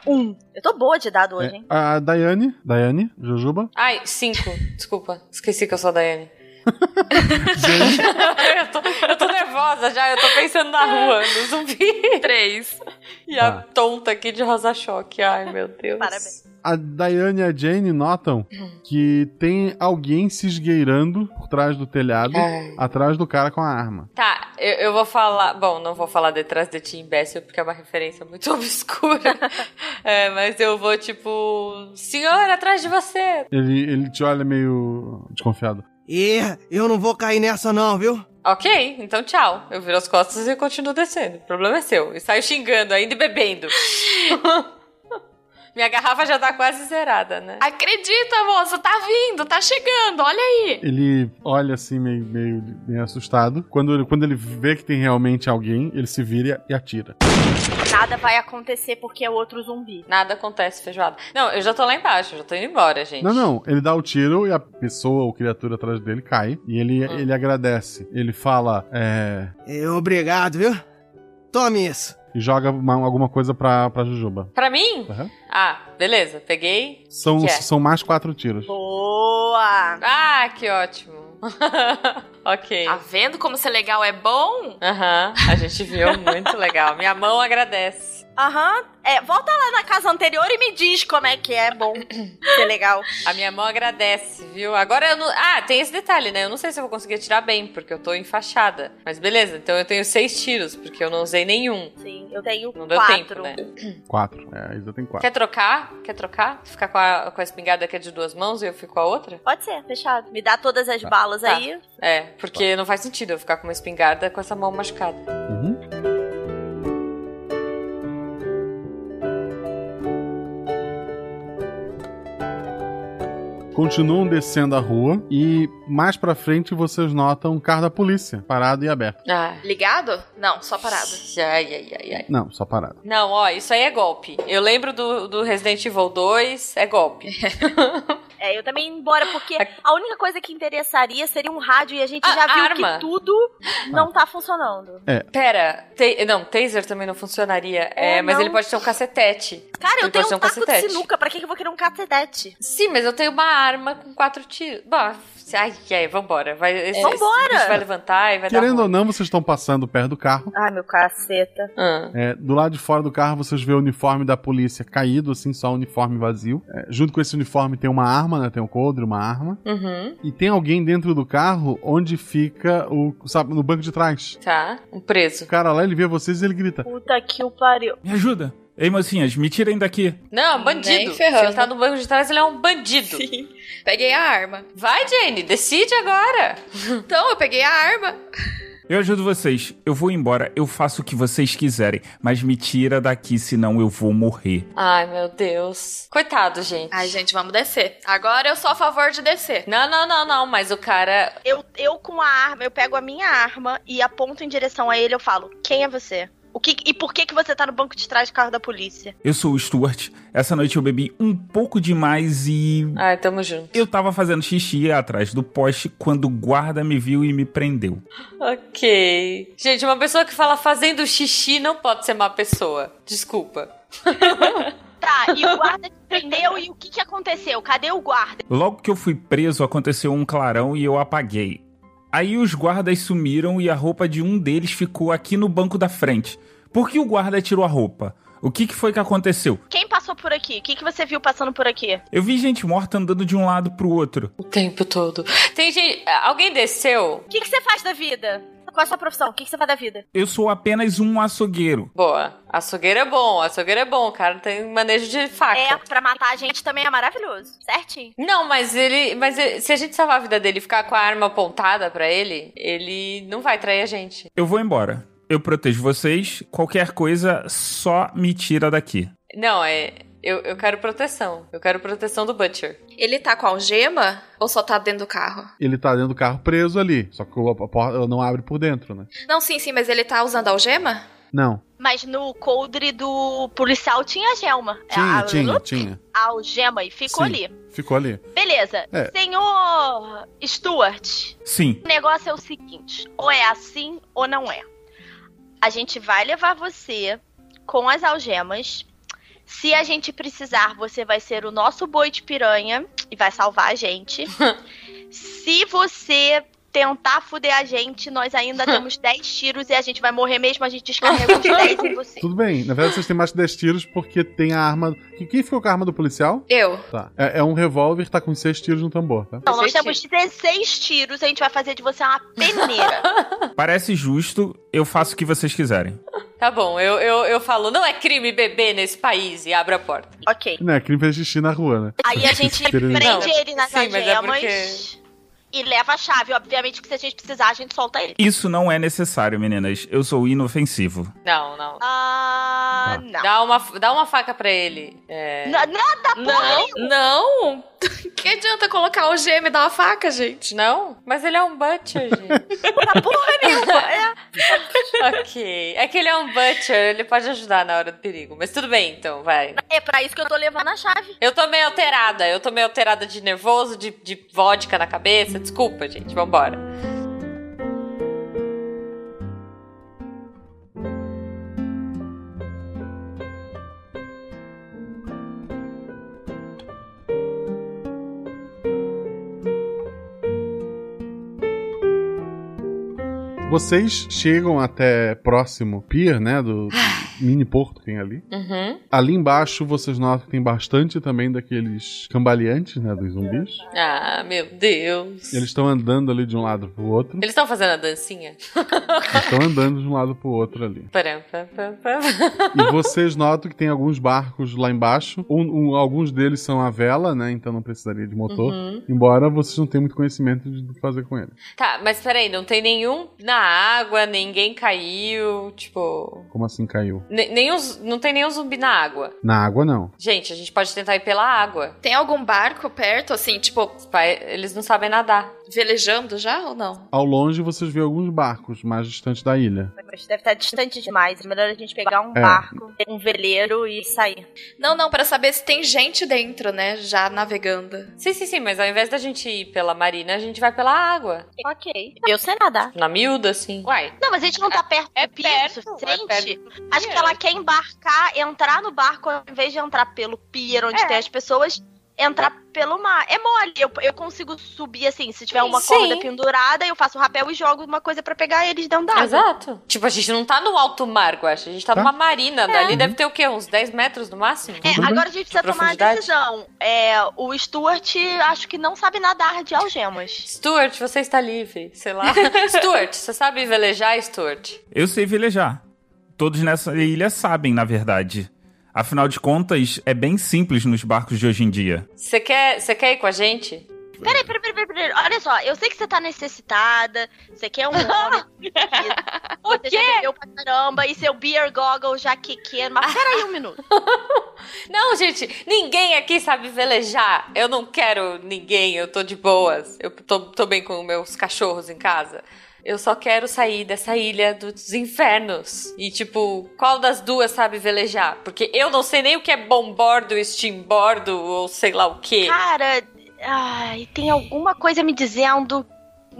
S10: Um. Eu tô boa de dado
S1: É.
S10: hoje, hein?
S1: A Daiane. Daiane, Jujuba.
S11: Ai, cinco. Desculpa. Esqueci que eu sou a Daiane. eu, tô, eu tô nervosa já, eu tô pensando na rua, no zumbi. Três. E a tonta aqui de rosa choque. Ai, meu Deus. Parabéns.
S1: A Diane e a Jane notam que tem alguém se esgueirando por trás do telhado,
S11: Ai.
S1: atrás do cara com a arma.
S11: Tá, eu, eu vou falar. Bom, não vou falar detrás de ti, imbécil, porque é uma referência muito obscura. É, mas eu vou tipo. Senhor, atrás de você!
S1: Ele, ele te olha meio desconfiado.
S18: E eu não vou cair nessa não, viu?
S11: Ok, então tchau. Eu viro as costas e continuo descendo. O problema é seu. E saio xingando ainda e bebendo. Minha garrafa já tá quase zerada, né?
S12: Acredita, moço, tá vindo, tá chegando, olha aí.
S1: Ele olha assim, meio, meio, meio assustado. Quando, ele- quando ele vê que tem realmente alguém, ele se vira e atira.
S10: Nada vai acontecer porque é outro zumbi.
S11: Nada acontece, feijoada. Não, eu já tô lá embaixo, eu já tô indo embora, gente.
S1: Não, não. Ele dá o tiro e a pessoa ou criatura atrás dele cai. E ele,
S11: Ah.
S1: ele agradece. Ele fala. É.
S18: É, obrigado, viu? Tome isso.
S1: E joga uma- alguma coisa pra, pra Jujuba.
S11: Pra mim?
S1: Aham.
S11: Ah, beleza, peguei.
S1: São,
S11: Que é?
S1: são mais quatro tiros.
S11: Boa! Ah, que ótimo. ok.
S12: Tá vendo como ser legal é bom?
S11: Aham, a gente viu, muito legal. Minha mão agradece.
S10: Aham. É, volta lá na casa anterior e me diz como é que é bom. Que legal.
S11: A minha mão agradece, viu? Agora eu não. Ah, tem esse detalhe, né? Eu não sei se eu vou conseguir atirar bem, porque eu tô enfaixada. Mas beleza, então eu tenho seis tiros, porque eu não usei nenhum.
S10: Sim, eu tenho
S11: Não deu
S10: quatro.
S11: tempo, né?
S1: Quatro. É, a Isa tem quatro.
S11: Quer trocar? Quer trocar? Ficar com a, com a espingarda que é de duas mãos e eu fico com a outra?
S10: Pode ser, fechado. Me dá todas as balas
S11: Tá.
S10: aí.
S11: É, porque não faz sentido eu ficar com uma espingarda com essa mão machucada.
S1: Continuam descendo a rua e mais pra frente vocês notam um carro da polícia parado e aberto.
S12: Ligado? Não, só parado.
S11: Ah. Ai, ai, ai, ai.
S1: Não, só parado.
S11: Não, ó, isso aí é golpe. Eu lembro do, do Resident Evil 2, é golpe.
S10: É, eu também ia embora, porque a única coisa que interessaria seria um rádio e a gente
S11: A-
S10: já viu
S11: arma.
S10: que tudo não tá funcionando.
S1: É.
S11: Pera, ta- não, taser também não funcionaria. É,
S10: É,
S11: mas
S10: não.
S11: ele pode ter um cacetete.
S10: Cara,
S11: ele
S10: eu tenho
S11: pode ter
S10: um taco de
S11: cacetete.
S10: sinuca, pra que que eu vou querer um cacetete?
S11: Sim, mas eu tenho uma arma com quatro tiros. Bom, ai, ai, vambora. Vai, esse,
S10: Vambora!
S11: esse bicho vai levantar e vai
S1: Querendo
S11: dar.
S1: ou não, vocês estão passando perto do carro.
S10: Ai, meu caceta.
S11: Ah.
S1: É, do lado de fora do carro vocês vê o uniforme da polícia caído, assim, só o uniforme vazio. É, junto com esse uniforme tem uma arma, né? Tem um coldre, uma arma.
S11: Uhum.
S1: E tem alguém dentro do carro onde fica o. Sabe, no banco de trás.
S11: Tá, um preso.
S1: O cara lá, ele vê vocês e ele grita.
S10: Puta que o pariu.
S19: Me ajuda. Ei, mocinhas, me tirem daqui.
S11: Não, um bandido.
S12: Nem
S11: Se ele
S12: ferrando.
S11: tá no banco de trás, ele é um bandido. Sim.
S12: Peguei a arma.
S11: Vai, Jane, decide agora.
S12: Então, eu peguei a arma.
S19: Eu ajudo vocês. Eu vou embora. Eu faço o que vocês quiserem. Mas me tira daqui, senão eu vou morrer.
S11: Ai, meu Deus. Coitado, gente.
S12: Ai, gente, vamos descer. Agora eu sou a favor de descer.
S11: Não, não, não, não, mas o cara.
S10: Eu, eu com a arma, eu pego a minha arma e aponto em direção a ele eu falo, quem é você? O que, e por que que você tá no banco de trás do carro da polícia?
S19: Eu sou o Stuart. Essa noite eu bebi um pouco demais e.
S11: Ai, Ah, tamo junto.
S19: Eu tava fazendo xixi atrás do poste quando o guarda me viu e me prendeu.
S11: Ok. Gente, uma pessoa que fala fazendo xixi não pode ser má pessoa. Desculpa.
S10: Tá, e o guarda te prendeu e o que que aconteceu? Cadê o guarda?
S19: Logo que eu fui preso, aconteceu um clarão e eu apaguei. Aí os guardas sumiram e a roupa de um deles ficou aqui no banco da frente. Por que o guarda tirou a roupa? O que, que foi que aconteceu?
S10: Quem passou por aqui? O que que você viu passando por aqui?
S19: Eu vi gente morta andando de um lado pro outro.
S11: O tempo todo. Tem gente. é, Alguém desceu?
S10: O que que você faz da vida? Qual é a sua profissão? O que que você faz da vida?
S19: Eu sou apenas um açougueiro.
S11: Boa. Açougueiro é bom, açougueiro é bom. O cara tem manejo de faca.
S10: É, pra matar a gente também é maravilhoso, certinho?
S11: Não, mas ele. Mas ele- se a gente salvar a vida dele e ficar com a arma apontada pra ele, ele não vai trair a gente.
S19: Eu vou embora. Eu protejo vocês. Qualquer coisa, só me tira daqui.
S11: Não, é. Eu, eu quero proteção. Eu quero proteção do Butcher.
S12: Ele tá com algema ou só tá dentro do carro?
S1: Ele tá dentro do carro preso ali. Só que o- a porta não abre por dentro, né?
S12: Não, sim, sim, mas ele tá usando algema?
S1: Não.
S10: Mas no coldre do policial tinha gelma.
S1: Tinha,
S10: a,
S1: tinha, tinha.
S10: A algema e Ah, ficou
S1: Sim,
S10: ali.
S1: Ficou ali.
S10: Beleza.
S1: É.
S10: Senhor Stuart,
S19: Sim.
S10: o negócio é o seguinte: ou é assim ou não é. A gente vai levar você com as algemas. Se a gente precisar, você vai ser o nosso boi de piranha e vai salvar a gente. Se você tentar fuder a gente, nós ainda temos 10 tiros e a gente vai morrer mesmo, a gente descarrega os 10 em você.
S1: Tudo bem. Na verdade, vocês têm mais de 10 tiros porque tem a arma. Que- Quem ficou com a arma do policial?
S10: Eu.
S1: Tá. É, é um revólver que tá com 6 tiros no tambor, tá?
S10: Então, nós temos 16 tiros, a gente vai fazer de você uma peneira.
S19: Parece justo, eu faço o que vocês quiserem.
S11: Tá bom, eu, eu, eu falo, não é crime beber nesse país e abro a porta.
S10: Ok.
S1: Né, crime fez xixi na rua, né?
S10: Aí a gente
S1: Não.
S10: prende ele nas
S11: Sim, mas é
S10: algemas e leva a chave. Obviamente que se a gente precisar, a gente solta ele.
S19: Isso não é necessário, meninas. Eu sou inofensivo.
S11: Não, não.
S10: Ah,
S11: não. Dá uma, dá uma faca pra ele. É...
S10: Nada,
S11: Não,
S12: Não! Que adianta colocar o gêmeo e dar uma faca, gente?
S11: Não, mas ele é um butcher, gente. ok. É que ele é um butcher, ele pode ajudar na hora do perigo. Mas tudo bem, então, vai.
S10: É pra isso que eu tô levando a chave.
S11: Eu tô meio alterada, eu tô meio alterada de nervoso, de, de vodka na cabeça. Desculpa, gente, vambora.
S1: Vocês chegam até próximo pier, né? Do, do mini porto que tem ali.
S11: Uhum.
S1: Ali embaixo vocês notam que tem bastante também daqueles cambaleantes, né? Dos zumbis.
S11: Ah, meu Deus.
S1: E eles estão andando ali de um lado pro outro.
S11: Eles estão fazendo a dancinha?
S1: Estão andando de um lado pro outro ali.
S11: Param, pam, pam, pam.
S1: E vocês notam que tem alguns barcos lá embaixo. Um- um- alguns deles são a vela, né? Então não precisaria de motor.
S11: Uhum.
S1: Embora vocês não tenham muito conhecimento de- do que fazer com ele.
S11: Tá, mas peraí, não tem nenhum na água, ninguém caiu, tipo.
S1: Como assim caiu?
S11: ne- Nenhum, z- não tem nenhum zumbi na água.
S1: Na água, não.
S11: Gente, a gente pode tentar ir pela água.
S12: Tem algum barco perto, assim, tipo,
S11: eles não sabem nadar.
S12: Velejando já ou não?
S1: Ao longe vocês veem alguns barcos mais distante da ilha.
S10: Deve
S12: tá
S10: estar distante demais. É melhor a gente pegar um
S1: É.
S10: barco, um veleiro e sair.
S12: Não, não, pra saber se tem gente dentro, né? Já navegando.
S11: Sim, sim, sim, mas ao invés da gente ir pela marina, a gente vai pela água.
S10: Ok. Eu sei nadar.
S11: Na miúda, assim. Uai.
S10: Não, mas a gente não tá perto é do pier o suficiente.
S11: é
S10: Acho que ela quer embarcar, entrar no barco, ao invés de entrar pelo pier
S11: É.
S10: onde tem as pessoas, entrar pelo mar. É mole, eu, eu consigo subir assim, se tiver uma
S11: Sim.
S10: corda pendurada, eu faço um rapel e jogo uma coisa pra pegar eles dentro d'água.
S11: Exato. Tipo, a gente não tá no alto mar, eu acho. A gente tá,
S10: Tá.
S11: numa marina. Dali
S10: É.
S11: deve ter o quê? Uns 10 metros no máximo?
S10: É, agora a gente precisa
S11: De
S10: tomar uma
S11: profundidade.
S10: decisão. É, o Stuart acho que não sabe nadar de algemas.
S11: Stuart, você está livre, sei lá. Stuart, você sabe velejar, Stuart?
S19: Eu sei velejar. Todos nessa ilha sabem, na verdade. Afinal de contas, é bem simples nos barcos de hoje em dia.
S11: Você quer, você quer ir com a gente?
S10: Peraí, peraí, peraí, peraí, peraí. Olha só, eu sei que você tá necessitada, você quer um homem. você já bebeu pra caramba e seu beer goggle já que mas peraí um minuto.
S11: Não, gente, ninguém aqui sabe velejar. Eu não quero ninguém, eu tô de boas. Eu tô, tô bem com meus cachorros em casa. Eu só quero sair dessa ilha dos infernos. E, tipo, qual das duas sabe velejar? Porque eu não sei nem o que é bombordo, steambordo ou sei lá o quê.
S10: Cara, ai, tem alguma coisa me dizendo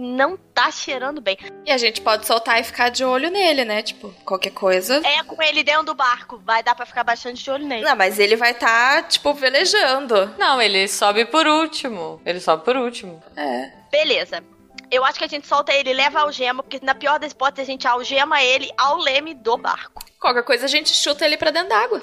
S10: não tá cheirando bem.
S12: E a gente pode soltar e ficar de olho nele, né? Tipo, qualquer coisa.
S10: É com ele dentro do barco, vai dar pra ficar bastante de olho nele.
S12: Não, mas ele vai estar, tipo, velejando.
S11: Não, ele sobe por último. Ele sobe por último.
S12: É.
S10: Beleza. Eu acho que a gente solta ele, leva a algema, porque na pior das hipóteses a gente algema ele ao leme do barco.
S12: Qualquer coisa a gente chuta ele pra dentro d'água.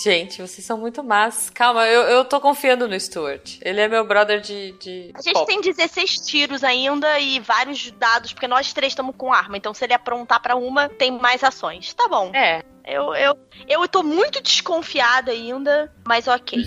S11: Gente, vocês são muito más. Calma, eu, eu tô confiando no Stuart. Ele é meu brother de. de
S10: A gente
S11: pop.
S10: tem 16 tiros ainda e vários dados, porque nós três estamos com arma. Então, se ele aprontar pra uma, tem mais ações. Tá bom.
S11: É.
S10: Eu, eu, eu tô muito desconfiada ainda, mas ok.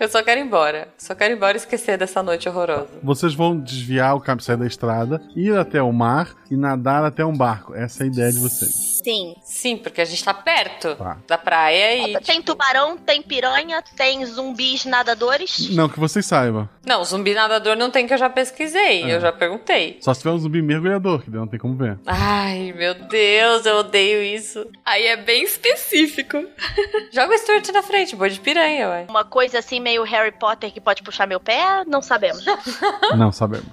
S11: Eu só quero ir embora. Só quero ir embora e esquecer dessa noite horrorosa.
S1: Vocês vão desviar o caminho, sair da estrada, ir até o mar e nadar até um barco. Essa é a ideia de vocês.
S10: Sim.
S11: Sim, porque a gente tá perto
S1: Tá.
S11: da praia e. tipo-
S10: Tem tubarão, tem piranha, tem zumbis nadadores.
S1: Não que vocês saibam.
S11: Não, zumbi nadador não tem que eu já pesquisei.
S1: É.
S11: Eu já perguntei.
S1: Só se tiver um zumbi mergulhador, que daí não tem como ver.
S11: Ai, meu Deus, eu odeio isso.
S12: Aí é bem específico.
S11: Joga o Stuart na frente, boi de piranha, ué.
S10: Uma coisa assim, meio Harry Potter que pode puxar meu pé, não sabemos.
S1: Não sabemos.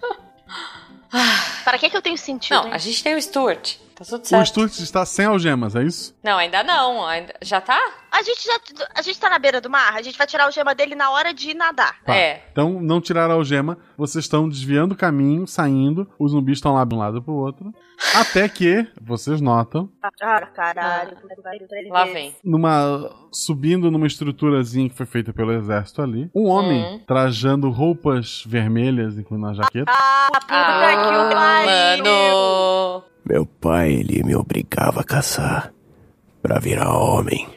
S10: Para que, que eu tenho sentido?
S11: Não, a gente tem o Stuart. Tá tudo
S1: O
S11: certo.
S1: Sturz está sem algemas, é isso?
S11: Não, ainda não.
S10: É
S11: Ainda... Já tá?
S10: A gente já. A gente tá na beira do mar, a gente vai tirar o gema dele na hora de nadar.
S1: Tá.
S11: É.
S1: Então, não tirar a algema, vocês estão desviando o caminho, saindo, os zumbis estão lá de um lado pro outro. Até que, vocês notam,
S10: Ah, caralho.
S11: Lá vem.
S1: numa subindo numa estruturazinha que foi feita pelo exército ali, um homem
S11: Hum.
S1: trajando roupas vermelhas incluindo a jaqueta.
S11: Ah, Mano.
S17: Meu pai, ele me obrigava a caçar pra virar homem.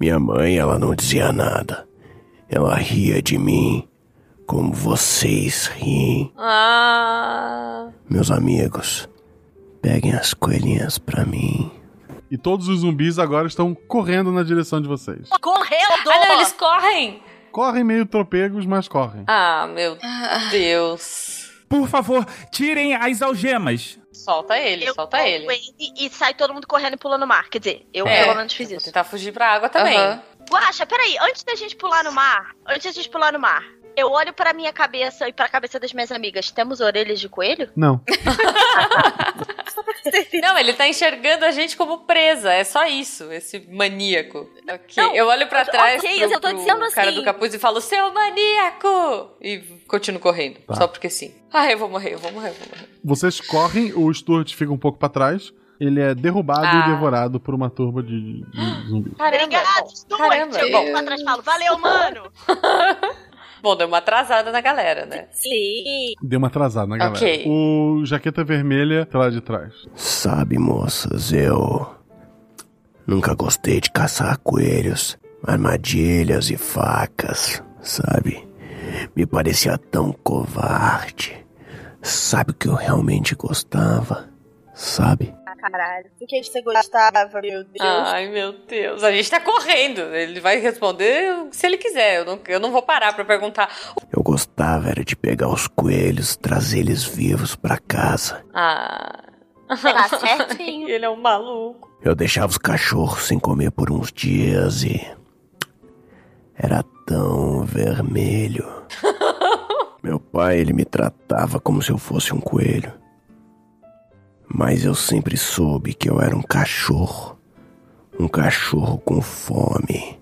S17: Minha mãe, ela não dizia nada. Ela ria de mim como vocês riem.
S11: Ah.
S17: Meus amigos, peguem as coelhinhas pra mim.
S1: E todos os zumbis agora estão correndo na direção de vocês.
S11: Correndo! Ah, não, eles correm!
S1: Correm meio tropegos, mas correm.
S11: Ah, meu Deus.
S20: Por favor, tirem as algemas.
S11: Solta ele, solta ele.
S10: E, e sai todo mundo correndo e pulando no mar. Quer dizer, eu
S11: É.
S10: pelo menos fiz isso.
S11: Tentar fugir pra água também.
S10: Aham. Guaxa, peraí, antes da gente pular no mar, antes da gente pular no mar, eu olho pra minha cabeça e pra cabeça das minhas amigas. Temos orelhas de coelho?
S1: Não.
S11: Não, ele tá enxergando a gente como presa. É só isso, esse maníaco. Ok, eu olho pra trás
S21: ok,
S11: pro,
S21: eu tô
S11: pro
S21: dizendo
S11: cara
S21: assim.
S11: do capuz e falo, seu maníaco! E continuo correndo, só porque sim. Ah, eu vou morrer, eu vou morrer, eu vou morrer.
S1: Vocês correm, o Sturge fica um pouco pra trás. Ele é derrubado
S11: Ah.
S1: e devorado por uma turba de, de zumbis.
S10: Caramba. Obrigado, Stuart.
S11: Caramba.
S10: Eu volto pra trás e falo, valeu, mano.
S11: Bom, deu uma atrasada na galera, né?
S10: Sim.
S1: Deu uma atrasada na galera.
S11: Ok.
S1: O jaqueta vermelha tá lá de trás.
S17: Sabe, moças, eu nunca gostei de caçar coelhos, armadilhas e facas, sabe? Me parecia tão covarde. Sabe o que eu realmente gostava? Sabe?
S10: Caralho. O que você gostava, meu Deus?
S11: Ai, meu Deus. A gente tá correndo. Ele vai responder se ele quiser. Eu não, eu não vou parar pra perguntar.
S17: Eu gostava era de pegar os coelhos, trazer eles vivos pra casa.
S11: Ah. Tá certinho. ele é um maluco.
S17: Eu deixava os cachorros sem comer por uns dias e era tão vermelho. Meu pai, ele me tratava como se eu fosse um coelho. Mas eu sempre soube que eu era um cachorro. Um cachorro com fome.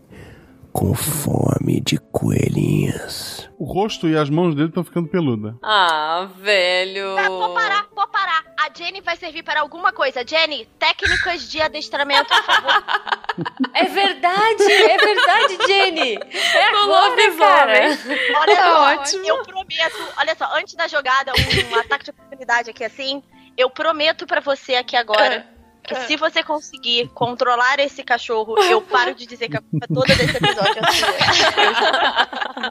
S17: Com fome de coelhinhas.
S1: O rosto e as mãos dele estão ficando peluda.
S11: Ah, velho.
S10: vou Tá, parar, vou parar. A Jenny vai servir para alguma coisa. Jenny, técnicas de adestramento, por favor.
S11: É verdade, é verdade, Jenny. É
S10: Olá,
S11: agora,
S10: pessoal,
S11: cara. Tá
S10: hein?
S12: É
S10: Olha só, eu prometo, olha só, antes da jogada, um, um ataque de oportunidade aqui assim, eu prometo pra você aqui agora
S12: Ah,
S10: que se você conseguir controlar esse cachorro, eu paro de dizer que a culpa toda desse episódio é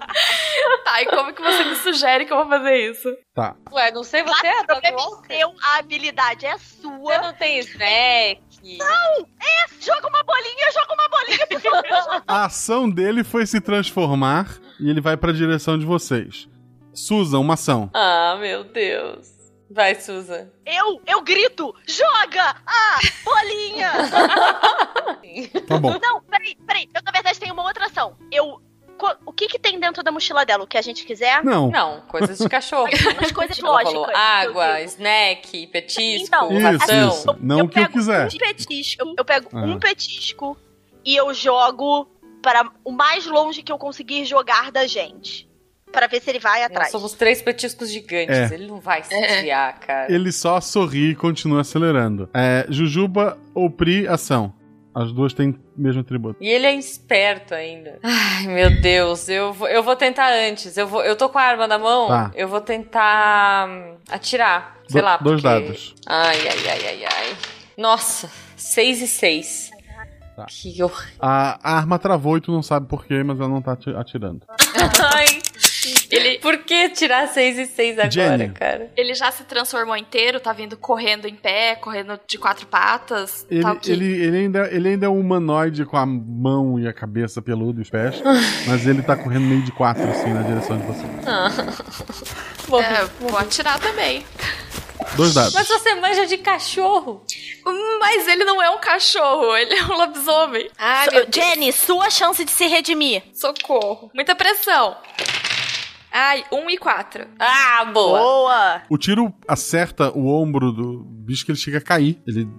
S12: Tá, e como que você me sugere que eu vou fazer isso?
S1: Tá.
S11: Ué, não sei
S10: você, O problema é seu, a habilidade é sua. Você não
S11: tem snack.
S10: Não! É, joga uma bolinha, joga uma bolinha, porque eu não
S1: A ação dele foi se transformar e ele vai pra direção de vocês. Susan, uma ação.
S11: Ah, meu Deus. Vai, Susan.
S10: Eu, eu grito, joga a bolinha!
S1: Tá bom.
S10: Não, peraí, peraí. Eu, na verdade, tenho uma outra ação. Eu. co- O que que tem dentro da mochila dela? O que a gente quiser?
S1: Não.
S11: Não, coisas de cachorro.
S10: As coisas
S11: Ela falou
S10: lógicas.
S11: água, snack, petisco,
S10: Então,
S1: Isso,
S11: ração.
S1: isso. Não o que eu quiser.
S10: Um petisco. Eu, eu pego
S1: Ah.
S10: um petisco e eu jogo para o mais longe que eu conseguir jogar da gente. Pra ver se ele vai
S11: Nós
S10: atrás.
S11: somos três petiscos gigantes.
S1: É.
S11: Ele não vai se desviar, cara.
S1: Ele só sorri e continua acelerando. É, Jujuba ou Pri, ação. As duas têm o mesmo atributo.
S11: E ele é esperto ainda. Ai, meu Deus, eu vou, eu vou tentar antes. Eu, vou, eu tô com a arma na mão,
S1: Tá.
S11: eu vou tentar hum, atirar. Sei
S1: Do-
S11: lá.
S1: dois
S11: porque-
S1: dados.
S11: Ai, ai, ai, ai, ai. Nossa, seis e seis.
S1: Tá.
S11: Que horror.
S1: A, a arma travou e tu não sabe porquê, mas ela não tá ati- atirando.
S11: Ai, ele... Por que tirar seis e seis agora,
S1: Jenny.
S11: cara?
S12: Ele já se transformou inteiro, tá vindo correndo em pé, correndo de quatro patas.
S1: Ele,
S12: tá ok.
S1: ele, ele, ainda, ele ainda é um humanoide com a mão e a cabeça peluda e os pés, mas ele tá correndo meio de quatro, assim, na direção de você.
S11: Ah.
S12: É, vou atirar também.
S1: Dois dados.
S12: Mas
S11: você manja de cachorro.
S12: Mas ele não é um cachorro, ele é um lobisomem.
S21: Ai,
S12: So-
S21: meu Deus. Jenny, sua chance de se redimir.
S12: Socorro. Muita pressão. Ai, 1 e 4. Ah, boa.
S10: Boa.
S1: O tiro acerta o ombro do bicho que ele chega a cair. Ele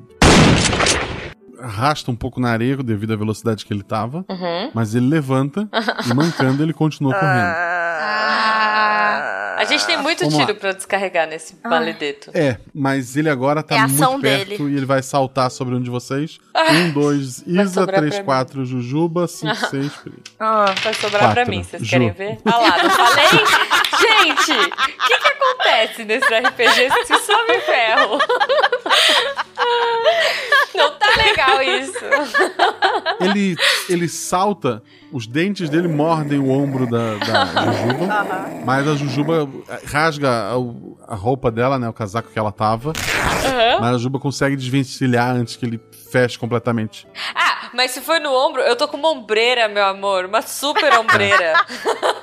S1: arrasta um pouco na areia devido à velocidade que ele tava.
S11: Uhum.
S1: Mas ele levanta e mancando ele continua correndo.
S11: Ah. A gente tem muito
S1: Ah, Vamos
S11: tiro
S1: lá.
S11: pra descarregar nesse maledeto.
S1: É, mas ele agora tá
S11: É a ação
S1: muito perto
S11: dele.
S1: e ele vai saltar sobre um de vocês.
S11: Ah.
S1: um, dois, Isa,
S11: sobrar
S1: três,
S11: pra mim.
S1: quatro, Jujuba, cinco, seis, Pri.
S11: Ah, vai sobrar pra
S1: Quatro.
S11: mim, vocês
S1: Ju.
S11: querem ver? Ah lá, não falei? Gente, o que, que acontece nesse RPG se sobe o ferro? Não tá legal isso.
S1: Ele, ele salta, os dentes dele mordem o ombro da, da Jujuba,
S2: Aham.
S1: mas a Jujuba eh, rasga a, a roupa dela, né, o casaco que ela tava, mas a Jujuba consegue desvencilhar antes que ele feche completamente.
S11: Ah, mas se foi no ombro, eu tô com uma ombreira, meu amor. Uma super ombreira.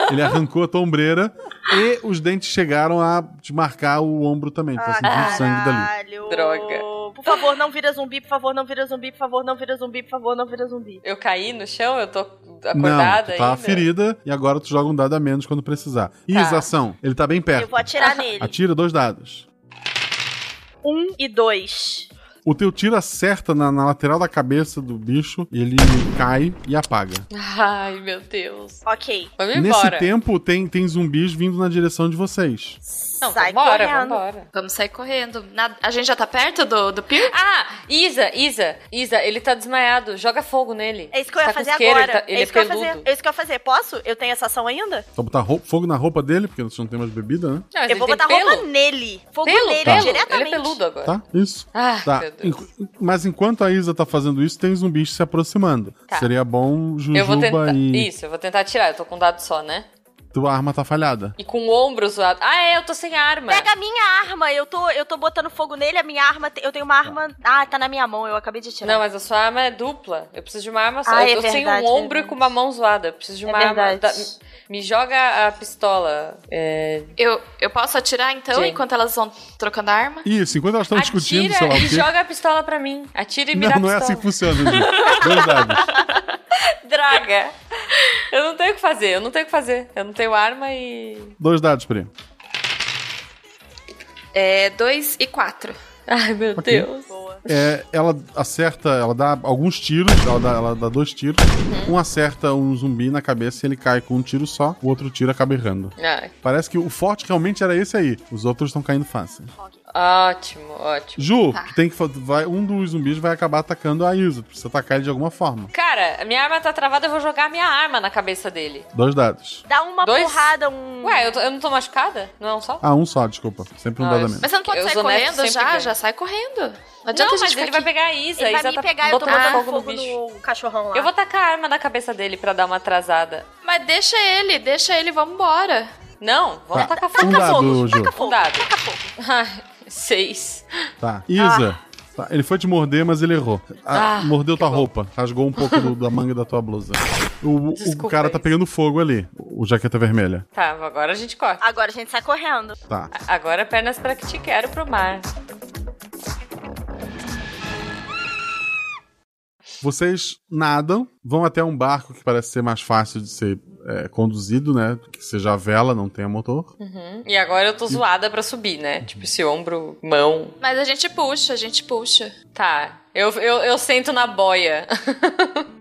S1: Ele arrancou a tua ombreira e os dentes chegaram a te marcar o ombro também, tá sentindo sangue dali.
S11: Droga.
S10: Por favor, não vira zumbi, por favor, não vira zumbi, por favor, não vira zumbi, por favor, não vira zumbi.
S11: Eu caí no chão, eu tô
S1: Não,
S11: acordada
S1: tu tá
S11: ainda.
S1: ferida e agora tu joga um dado a menos quando precisar. Isa, ação. Ele tá bem
S10: Eu
S1: perto.
S10: vou atirar nele.
S1: Atira dois dados.
S10: Um e dois.
S1: O teu tiro acerta na, na lateral da cabeça do bicho, ele cai e apaga.
S11: Ai, meu Deus.
S10: Ok.
S11: Vamos
S1: Nesse
S11: embora.
S1: tempo, tem, tem zumbis vindo na direção de vocês.
S11: Não,
S12: Sai
S11: vambora,
S12: correndo.
S11: vambora.
S12: Vamos sair correndo. Na- A gente já tá perto do, do pier?
S11: Ah, Isa, Isa, Isa, ele tá desmaiado. Joga fogo nele.
S10: É isso que eu ia
S11: Tá com
S10: fazer
S11: isqueiro,
S10: agora.
S11: Ele, tá- ele
S10: é
S11: é,
S10: isso que eu ia
S11: peludo.
S10: fazer. É isso que eu ia fazer. Posso? Eu tenho essa ação ainda?
S1: Só botar roupa- fogo na roupa dele, porque você não tem mais bebida, né?
S10: eu vou
S11: tem
S10: botar
S11: pelo?
S10: roupa nele. Fogo
S11: Pelo,
S10: nele
S1: pelo.
S10: diretamente.
S11: Ele é peludo agora.
S1: Tá? Isso.
S11: Ah,
S1: tá.
S11: meu
S1: Enqu- Mas enquanto a Isa tá fazendo isso, tem zumbis se aproximando.
S11: Tá.
S1: Seria bom Jujuba
S11: Eu vou tentar.
S1: e
S11: Isso, eu vou tentar tirar. Eu tô com um dado só, né?
S1: tua arma tá falhada.
S11: E com o ombro zoado. Ah, é, eu tô sem arma.
S10: Pega a minha arma. Eu tô, eu tô botando fogo nele. A minha arma. te- Eu tenho uma arma. Ah, tá na minha mão. Eu acabei de tirar.
S11: Não, mas a sua arma é dupla. Eu preciso de uma arma só.
S10: Ah,
S11: eu
S10: é
S11: tô sem
S10: verdade,
S11: um ombro e com uma mão zoada. Eu preciso de
S10: É
S11: uma arma.
S10: verdade.
S11: da- Me joga a pistola. É...
S12: Eu, eu posso atirar então,
S11: Sim.
S12: enquanto elas vão trocando a arma?
S1: Isso, enquanto elas estão discutindo, sei lá
S11: Atira
S1: o
S11: e
S1: quê.
S11: joga a pistola pra mim. Atira e me dá a
S1: Não, não é
S11: pistola.
S1: assim que funciona, gente. Dois dados.
S11: Droga! Eu não tenho o que fazer, eu não tenho o que fazer. Eu não tenho arma e.
S1: Dois dados, Pri.
S12: É 2 e 4.
S11: Ai, meu
S1: Ok.
S11: Deus.
S1: É, ela acerta, ela dá alguns tiros, ela dá, ela dá dois tiros.
S11: Uhum.
S1: Um acerta um zumbi na cabeça e ele cai com um tiro só, o outro tiro acaba errando.
S11: Ai,
S1: Parece que o forte realmente era esse aí. Os outros estão caindo fácil.
S11: Ah, Ótimo, ótimo.
S1: Ju,
S11: Tá.
S1: tu tem que fa- vai um dos zumbis vai acabar atacando a Isa, precisa atacar ele de alguma forma.
S11: Cara, minha arma tá travada, eu vou jogar minha arma na cabeça dele.
S1: Dois dados.
S10: Dá uma
S11: Dois?
S10: porrada, um.
S11: Ué, eu, tô- eu não tô machucada? Não é um só?
S1: Ah, um só, desculpa. Sempre um dado a menos.
S12: Mas você não pode
S11: Eu
S12: sair
S11: sou neto,
S12: correndo
S11: sempre
S12: já?
S11: ganho.
S12: Já sai correndo. Não
S11: Não,
S12: adianta a
S11: mas
S12: gente
S11: ele vai pegar a Isa.
S10: Ele
S11: a
S10: vai
S11: Isa
S10: me
S11: tá
S10: pegar, eu tô
S11: botando
S10: botando
S11: fogo no
S10: fogo
S11: bicho.
S10: no cachorrão lá.
S11: Eu vou tacar a arma na cabeça dele pra dar uma atrasada.
S12: Mas deixa ele, deixa ele, vambora.
S11: Não, vamos
S1: Tá,
S11: tacar
S1: um
S11: fogo.
S1: dado, Ju.
S11: fogo. Um dado. Ai, seis.
S1: Tá. Isa. tá, ele foi te morder, mas ele errou. Ah,
S11: Ah,
S1: mordeu tua roupa. Rasgou um pouco do- da manga da tua blusa. O, o
S11: Desculpa,
S1: cara tá pegando fogo ali, o jaqueta vermelha.
S11: Tá, agora a gente corre.
S10: Agora a gente sai correndo.
S1: Tá.
S11: Agora pernas pra que te quero pro mar.
S1: Vocês nadam, vão até um barco que parece ser mais fácil de ser é, conduzido, né? Que seja a vela, não tenha motor.
S11: Uhum. E agora eu tô zoada pra subir, né? Tipo, esse ombro, mão.
S12: Mas a gente puxa, a gente puxa.
S11: Tá. Eu, eu, eu sento na boia.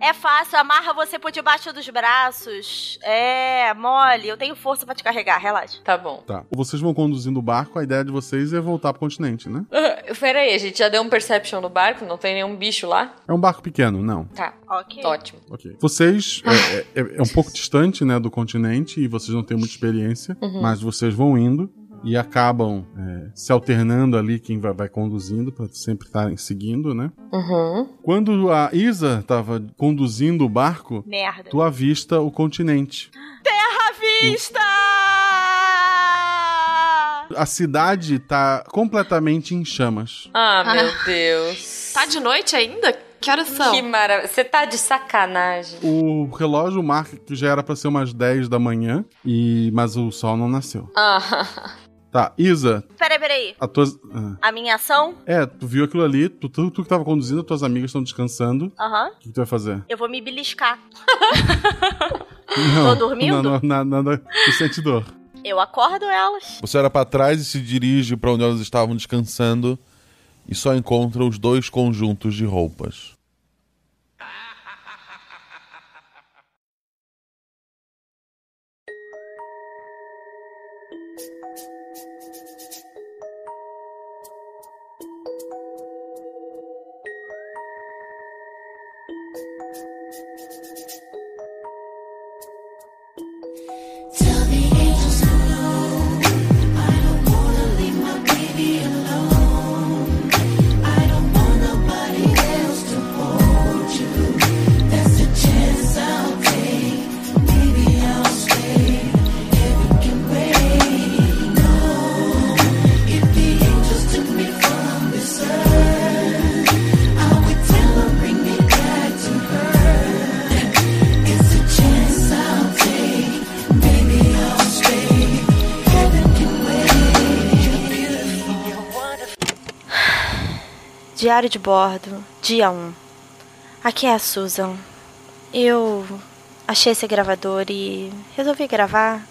S10: É fácil, amarra você por debaixo dos braços. É, mole. Eu tenho força pra te carregar, relaxa.
S11: Tá bom.
S1: Tá. Vocês vão conduzindo o barco, a ideia de vocês é voltar pro continente, né?
S11: Pera aí, a gente já deu um perception no barco? Não tem nenhum bicho lá?
S1: É um barco pequeno, não.
S11: Tá.
S10: Ok.
S11: Ótimo.
S1: Ok. Vocês é, é- é um pouco distante, né, do continente e vocês não têm muita experiência,
S11: Uhum.
S1: mas vocês vão indo e acabam é, se alternando ali quem vai, vai conduzindo para sempre estarem seguindo, né?
S11: Uhum.
S1: Quando a Isa tava conduzindo o barco,
S10: Merda.
S1: tu avista o continente.
S10: Terra à vista!
S1: A cidade tá completamente em chamas.
S11: Ah, meu
S12: Ah.
S11: Deus.
S12: Tá de noite ainda? Que horas são?
S11: Que maravilha. Você tá de sacanagem.
S1: O relógio marca que já era para ser umas 10 da manhã e mas o sol não nasceu.
S11: Ah.
S1: Tá, Isa,
S10: Peraí, peraí.
S1: a tua ah.
S10: A minha ação?
S1: É, tu viu aquilo ali, tu, tu, tu que tava conduzindo, tuas amigas estão descansando.
S10: Aham.
S1: O que, que tu vai fazer?
S10: Eu vou me beliscar.
S1: Não,
S10: dormindo?
S1: Não, não, não, não, não, tu sente dor.
S10: Eu acordo elas.
S22: Você olha pra trás e se dirige pra onde elas estavam descansando e só encontra os dois conjuntos de roupas.
S10: Diário de bordo, dia 1. Aqui é a Susan. Eu achei esse gravador e resolvi gravar.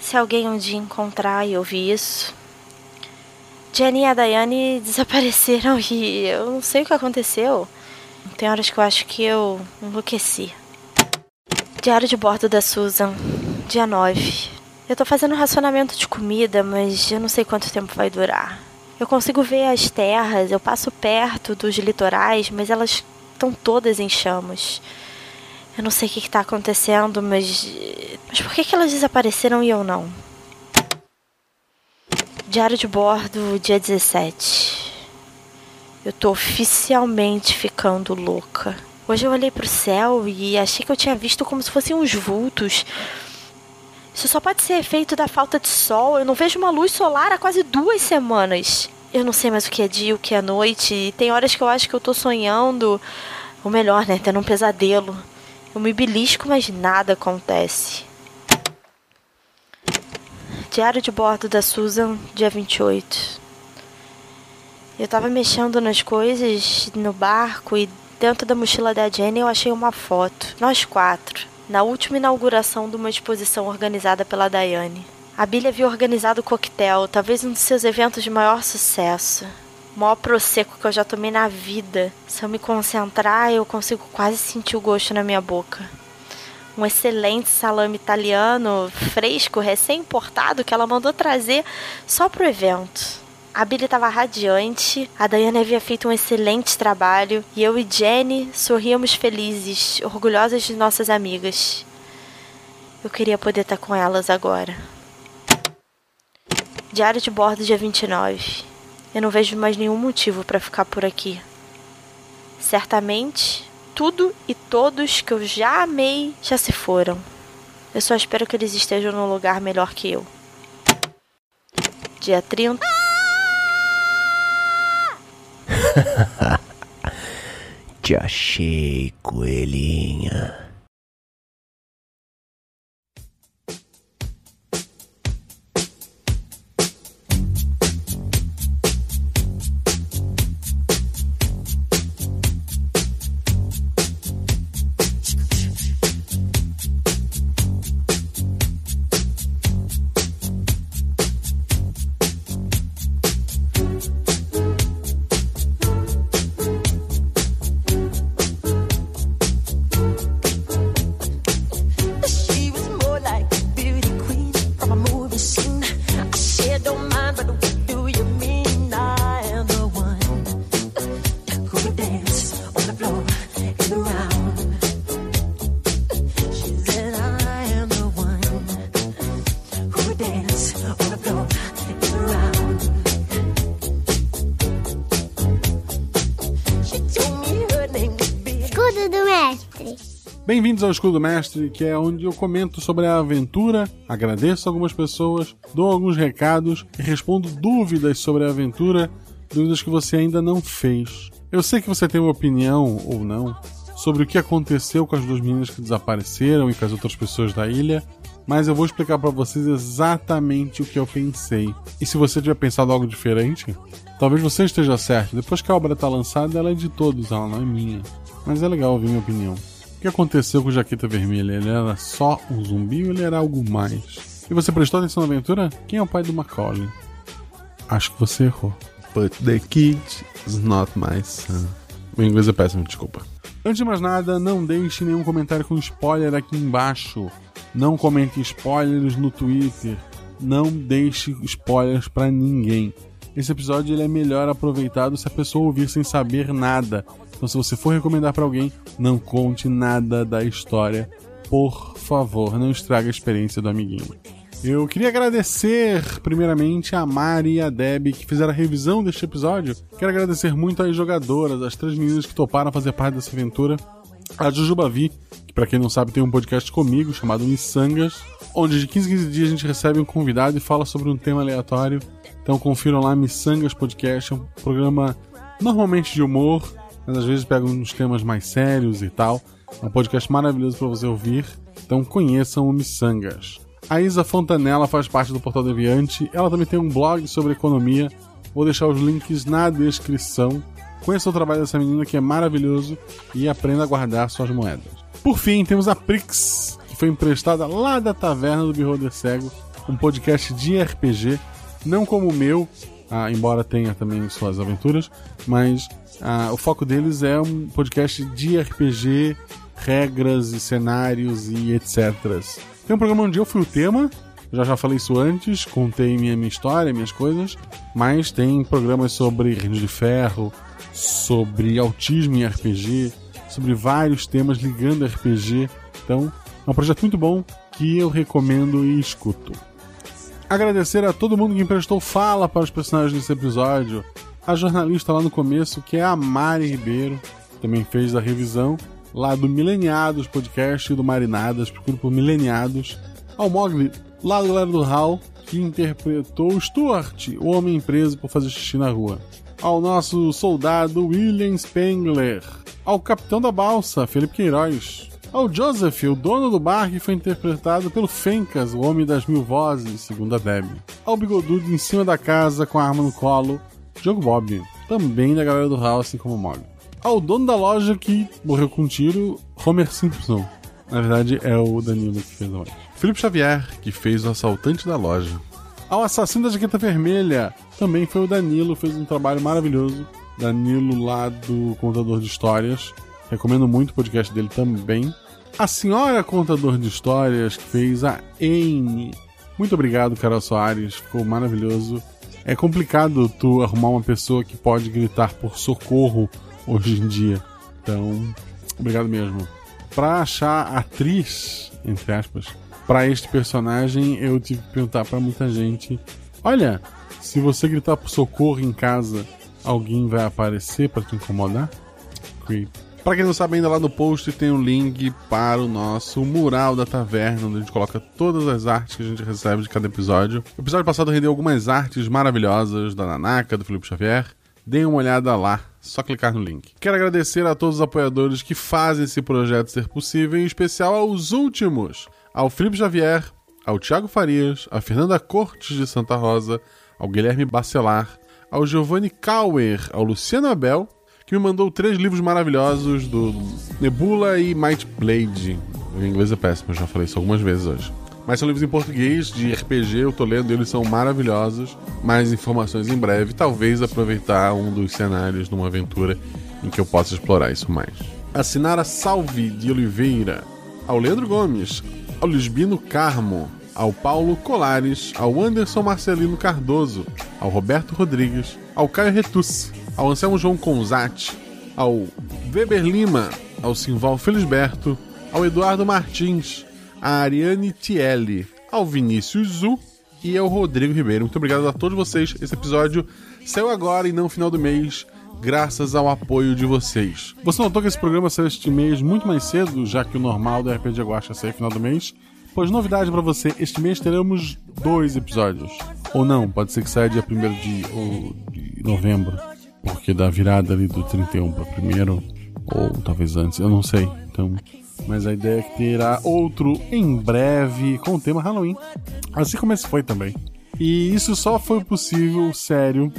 S10: Se alguém um dia encontrar e ouvir isso. Jenny e a Dayane desapareceram e eu não sei o que aconteceu. Tem horas que eu acho que eu enlouqueci. Diário de bordo da Susan, dia 9. Eu tô fazendo um racionamento de comida, mas eu não sei quanto tempo vai durar. Eu consigo ver as terras, eu passo perto dos litorais, mas elas estão todas em chamas. Eu não sei o que está acontecendo, mas. Mas por que, que elas desapareceram e eu não? Diário de bordo, dia 17. Eu tô oficialmente ficando louca. Hoje eu olhei pro céu e achei que eu tinha visto como se fossem uns vultos. Isso só pode ser efeito da falta de sol. Eu não vejo uma luz solar há quase duas semanas. Eu não sei mais o que é dia, o que é noite. E tem horas que eu acho que eu tô sonhando. Ou melhor, né? Tendo um pesadelo. Eu me belisco, mas nada acontece. Diário de bordo da Susan, dia 28. Eu tava mexendo nas coisas no barco e dentro da mochila da Jenny eu achei uma foto. Nós quatro. Na última inauguração de uma exposição organizada pela Daiane. A Billy havia organizado o coquetel, talvez um dos seus eventos de maior sucesso. O maior prosecco que eu já tomei na vida. Se eu me concentrar, eu consigo quase sentir o gosto na minha boca. Um excelente salame italiano, fresco, recém-importado, que ela mandou trazer só pro evento. A Billy estava radiante, a Dayane havia feito um excelente trabalho e eu e Jenny sorríamos felizes, orgulhosas de nossas amigas. Eu queria poder estar com elas agora. Diário de bordo, dia 29. Eu não vejo mais nenhum motivo para ficar por aqui. Certamente, tudo e todos que eu já amei já se foram. Eu só espero que eles estejam num lugar melhor que eu. Dia 30.
S17: Te achei, coelhinha.
S2: She was more like a beauty queen from a movie scene. I said, don't mind, but what do you mean? I am the one who would dance on the floor in the round. She said, I am the one who would dance on the floor in the round. She told me her name was Billie.
S23: Escudo do mestre.
S1: Bem-vindos ao Escudo Mestre, que é onde eu comento sobre a aventura, agradeço algumas pessoas, dou alguns recados e respondo dúvidas sobre a aventura, dúvidas que você ainda não fez. Eu sei que você tem uma opinião ou não sobre o que aconteceu com as duas meninas que desapareceram e com as outras pessoas da ilha, mas eu vou explicar pra vocês exatamente o que eu pensei. E se você tiver pensado algo diferente, talvez você esteja certo. Depois que a obra tá lançada, ela é de todos, ela não é minha. Mas é legal ouvir minha opinião. O que aconteceu com o Jaqueta Vermelha? Ele era só um zumbi ou ele era algo mais? E você prestou atenção na aventura? Quem é o pai do Macaulay? Acho que você errou. But the kid is not my son. Meu inglês é péssimo, desculpa. Antes de mais nada, não deixe nenhum comentário com spoiler aqui embaixo. Não comente spoilers no Twitter. Não deixe spoilers pra ninguém. Esse episódio ele é melhor aproveitado se a pessoa ouvir sem saber nada. Então, se você for recomendar pra alguém, não conte nada da história. Por favor, não estrague a experiência do amiguinho. Eu queria agradecer, primeiramente, a Mari e a Deb que fizeram a revisão deste episódio. Quero agradecer muito às jogadoras, às três meninas que toparam fazer parte dessa aventura. A Jujubavi, que pra quem não sabe tem um podcast comigo chamado Missangas, onde de 15 em 15 dias a gente recebe um convidado e fala sobre um tema aleatório. Então confiram lá Missangas Podcast, é um programa normalmente de humor, mas às vezes pega uns temas mais sérios e tal. É um podcast maravilhoso pra você ouvir. Então conheçam o Missangas. A Isa Fontanella faz parte do Portal Deviante. Ela também tem um blog sobre economia. Vou deixar os links na descrição. Conheça o trabalho dessa menina que é maravilhoso e aprenda a guardar suas moedas. Por fim, temos a Prix, que foi emprestada lá da Taverna do Beholder Cego, um podcast de RPG, não como o meu, ah, embora tenha também suas aventuras, mas ah, o foco deles é um podcast de RPG, regras e cenários e etc. Tem um programa onde eu fui o tema, já já falei isso antes, contei minha, minha história, minhas coisas, mas tem programas sobre Reino de Ferro, sobre autismo em RPG, sobre vários temas ligando a RPG. Então, é um projeto muito bom que eu recomendo e escuto. Agradecer a todo mundo que emprestou fala para os personagens desse episódio. A jornalista lá no começo, que é a Mari Ribeiro, também fez a revisão lá do Mileniados Podcast e do Marinadas, procure por Mileniados. Ao Mogli, lá do galera do Hal, que interpretou Stuart, o homem preso por fazer xixi na rua. Ao nosso soldado William Spengler. Ao capitão da balsa, Felipe Queiroz. Ao Joseph, o dono do bar, que foi interpretado pelo Fencas, o homem das mil vozes, segundo a Deb. Ao Bigodude em cima da casa com a arma no colo, Diogo Bob, também da galera do Hal, assim como o Mogli ao dono da loja que morreu com um tiro, Homer Simpson. Na verdade, é o Danilo que fez a loja. Felipe Xavier, que fez o assaltante da loja. Ao assassino da jaqueta vermelha, também foi o Danilo, fez um trabalho maravilhoso. Danilo lá do Contador de Histórias. Recomendo muito o podcast dele também. A senhora contador de histórias que fez a Anne. Muito obrigado, Carol Soares. Ficou maravilhoso. É complicado tu arrumar uma pessoa que pode gritar por socorro hoje em dia. Então, obrigado mesmo. Pra achar atriz, entre aspas, pra este personagem, eu tive que perguntar pra muita gente: Olha, se você gritar por socorro em casa, alguém vai aparecer pra te incomodar? Creep. Pra quem não sabe, ainda lá no post tem um link para o nosso mural da taverna, onde a gente coloca todas as artes que a gente recebe de cada episódio. O episódio passado rendeu algumas artes maravilhosas da Nanaka, do Felipe Xavier. Deem uma olhada lá, só clicar no link. Quero agradecer a todos os apoiadores que fazem esse projeto ser possível, em especial aos últimos: ao Felipe Xavier, ao Thiago Farias, a Fernanda Cortes de Santa Rosa, ao Guilherme Bacelar, ao Giovanni Cauer, ao Luciano Abel, que me mandou três livros maravilhosos do Nebula e Might Blade. Meu inglês é péssimo, eu já falei isso algumas vezes hoje. Mas são livros em português, de RPG, eu tô lendo, eles são maravilhosos. Mais informações em breve, talvez aproveitar um dos cenários numa aventura em que eu possa explorar isso mais. Assinar a Salve de Oliveira, ao Leandro Gomes, ao Lisbino Carmo, ao Paulo Colares, ao Anderson Marcelino Cardoso, ao Roberto Rodrigues, ao Caio Retus, ao Anselmo João Conzati, ao Weber Lima, ao Simval Felisberto, ao Eduardo Martins, a Ariane Tielli, ao Vinícius Zu e ao Rodrigo Ribeiro. Muito obrigado a todos vocês. Esse episódio saiu agora e não no final do mês, graças ao apoio de vocês. Você notou que esse programa saiu este mês muito mais cedo, já que o normal do RPG Guacha sai final do mês? Pois novidade para você, este mês teremos dois episódios. Ou não, pode ser que saia dia 1 de, ou de novembro, porque da virada ali do 31 para 1 ou talvez antes, eu não sei. Então, mas a ideia é que terá outro em breve com o tema Halloween, assim como esse foi também. E isso só foi possível, sério,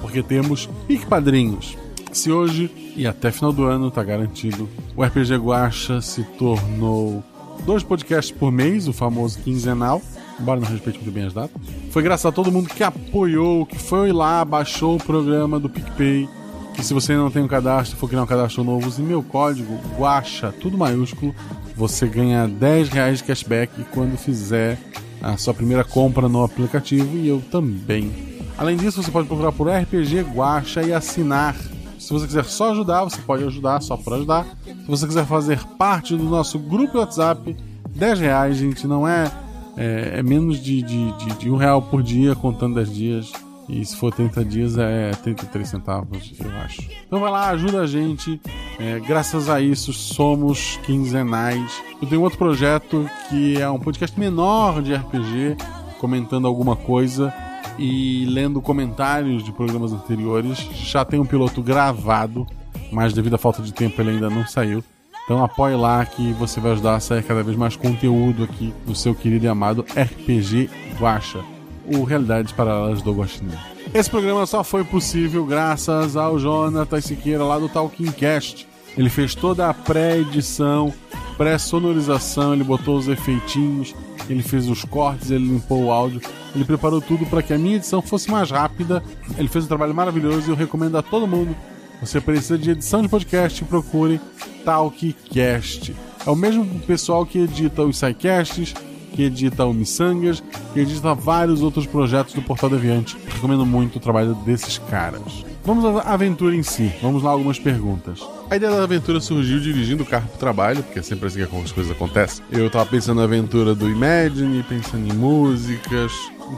S1: porque temos PIC Padrinhos. Se hoje e até final do ano tá garantido, o RPG Guacha se tornou dois podcasts por mês, o famoso quinzenal, embora não respeite muito bem as datas. Foi graças a todo mundo que apoiou, que foi lá, baixou o programa do PicPay. Que se você não tem um cadastro, for criar um cadastro novo, use meu código GUAXA, tudo maiúsculo. Você ganha 10 reais de cashback quando fizer a sua primeira compra no aplicativo e eu também. Além disso, você pode procurar por RPG Guacha e assinar. Se você quiser só ajudar, você pode ajudar só por ajudar. Se você quiser fazer parte do nosso grupo de WhatsApp, 10 reais, gente, não é. É, é menos de, de, de, de um real por dia, contando 10 dias. E se for 30 dias, é 33 centavos, eu acho. Então vai lá, ajuda a gente. É, graças a isso, somos quinzenais. Eu tenho outro projeto que é um podcast menor de RPG, comentando alguma coisa e lendo comentários de programas anteriores. Já tem um piloto gravado, mas devido à falta de tempo ele ainda não saiu. Então apoie lá que você vai ajudar a sair cada vez mais conteúdo aqui do seu querido e amado RPG Guacha, o Realidades Paralelas do Guaxinim. Esse programa só foi possível graças ao Jonathan Siqueira lá do Talkingcast. Ele fez toda a pré-edição, pré-sonorização, ele botou os efeitinhos, ele fez os cortes, ele limpou o áudio, ele preparou tudo para que a minha edição fosse mais rápida. Ele fez um trabalho maravilhoso e eu recomendo a todo mundo. Você precisa de edição de podcast, procure Talkcast. É o mesmo pessoal que edita os Psycasts, que edita o Missangas, que edita vários outros projetos do Portal Deviante. Recomendo muito o trabalho desses caras. Vamos à aventura em si. Vamos lá algumas perguntas.
S22: A ideia da aventura surgiu dirigindo o carro pro trabalho, porque é sempre assim que as coisas acontecem. Eu tava pensando na aventura do Imagine, pensando em músicas.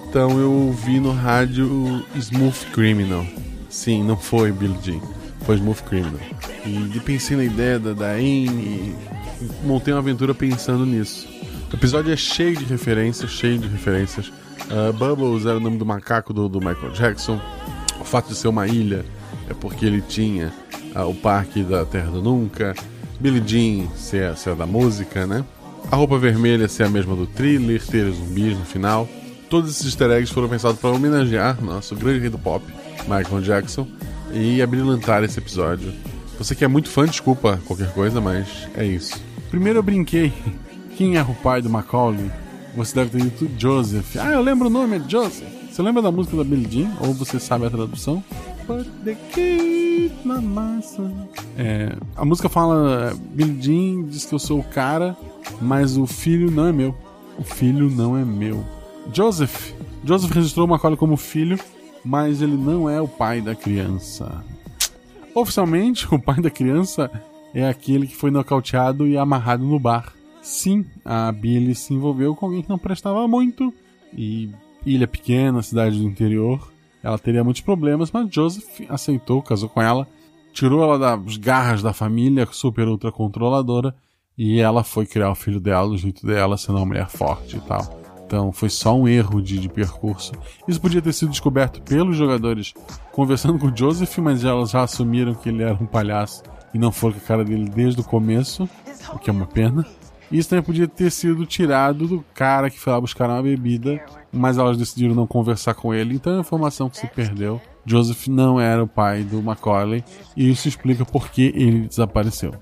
S22: Então eu ouvi no rádio Smooth Criminal. Sim, não foi Billie Jean. Foi Smooth Criminal. E pensei na ideia da, da Anne e montei uma aventura pensando nisso. O episódio é cheio de referências, cheio de referências. Ah, Bubbles era o nome do macaco do, do Michael Jackson. O fato de ser uma ilha é porque ele tinha ah, o parque da Terra do Nunca. Billie Jean ser, a- ser a da música, né? A roupa vermelha ser a mesma do thriller, ter os zumbis no final. Todos esses easter eggs foram pensados para homenagear nosso grande rei do pop, Michael Jackson, e abrilhantar esse episódio. Você que é muito fã, desculpa qualquer coisa, mas é isso.
S1: Primeiro eu brinquei. Quem é o pai do Macaulay? Você deve ter dito Joseph. Ah, eu lembro o nome, é Joseph. Você lembra da música da Billie Jean? Ou você sabe a tradução? Put the kid na massa. É, a música fala: é, Billie Jean diz que eu sou o cara, mas o filho não é meu. O filho não é meu. Joseph. Joseph registrou Macaulay como filho, mas ele não é o pai da criança. Oficialmente, o pai da criança é aquele que foi nocauteado e amarrado no bar. Sim, a Billy se envolveu com alguém que não prestava muito. E ilha pequena, cidade do interior, ela teria muitos problemas, mas Joseph aceitou, casou com ela, tirou ela das garras da família super ultra controladora e ela foi criar o filho dela do jeito dela, sendo uma mulher forte e tal. Então foi só um erro de, de percurso. Isso podia ter sido descoberto pelos jogadores conversando com o Joseph, mas elas já assumiram que ele era um palhaço e não foram com a cara dele desde o começo, o que é uma pena. Isso também podia ter sido tirado do cara que foi lá buscar uma bebida, mas elas decidiram não conversar com ele, então é uma informação que se perdeu. Joseph não era o pai do Macaulay, e isso explica por que ele desapareceu.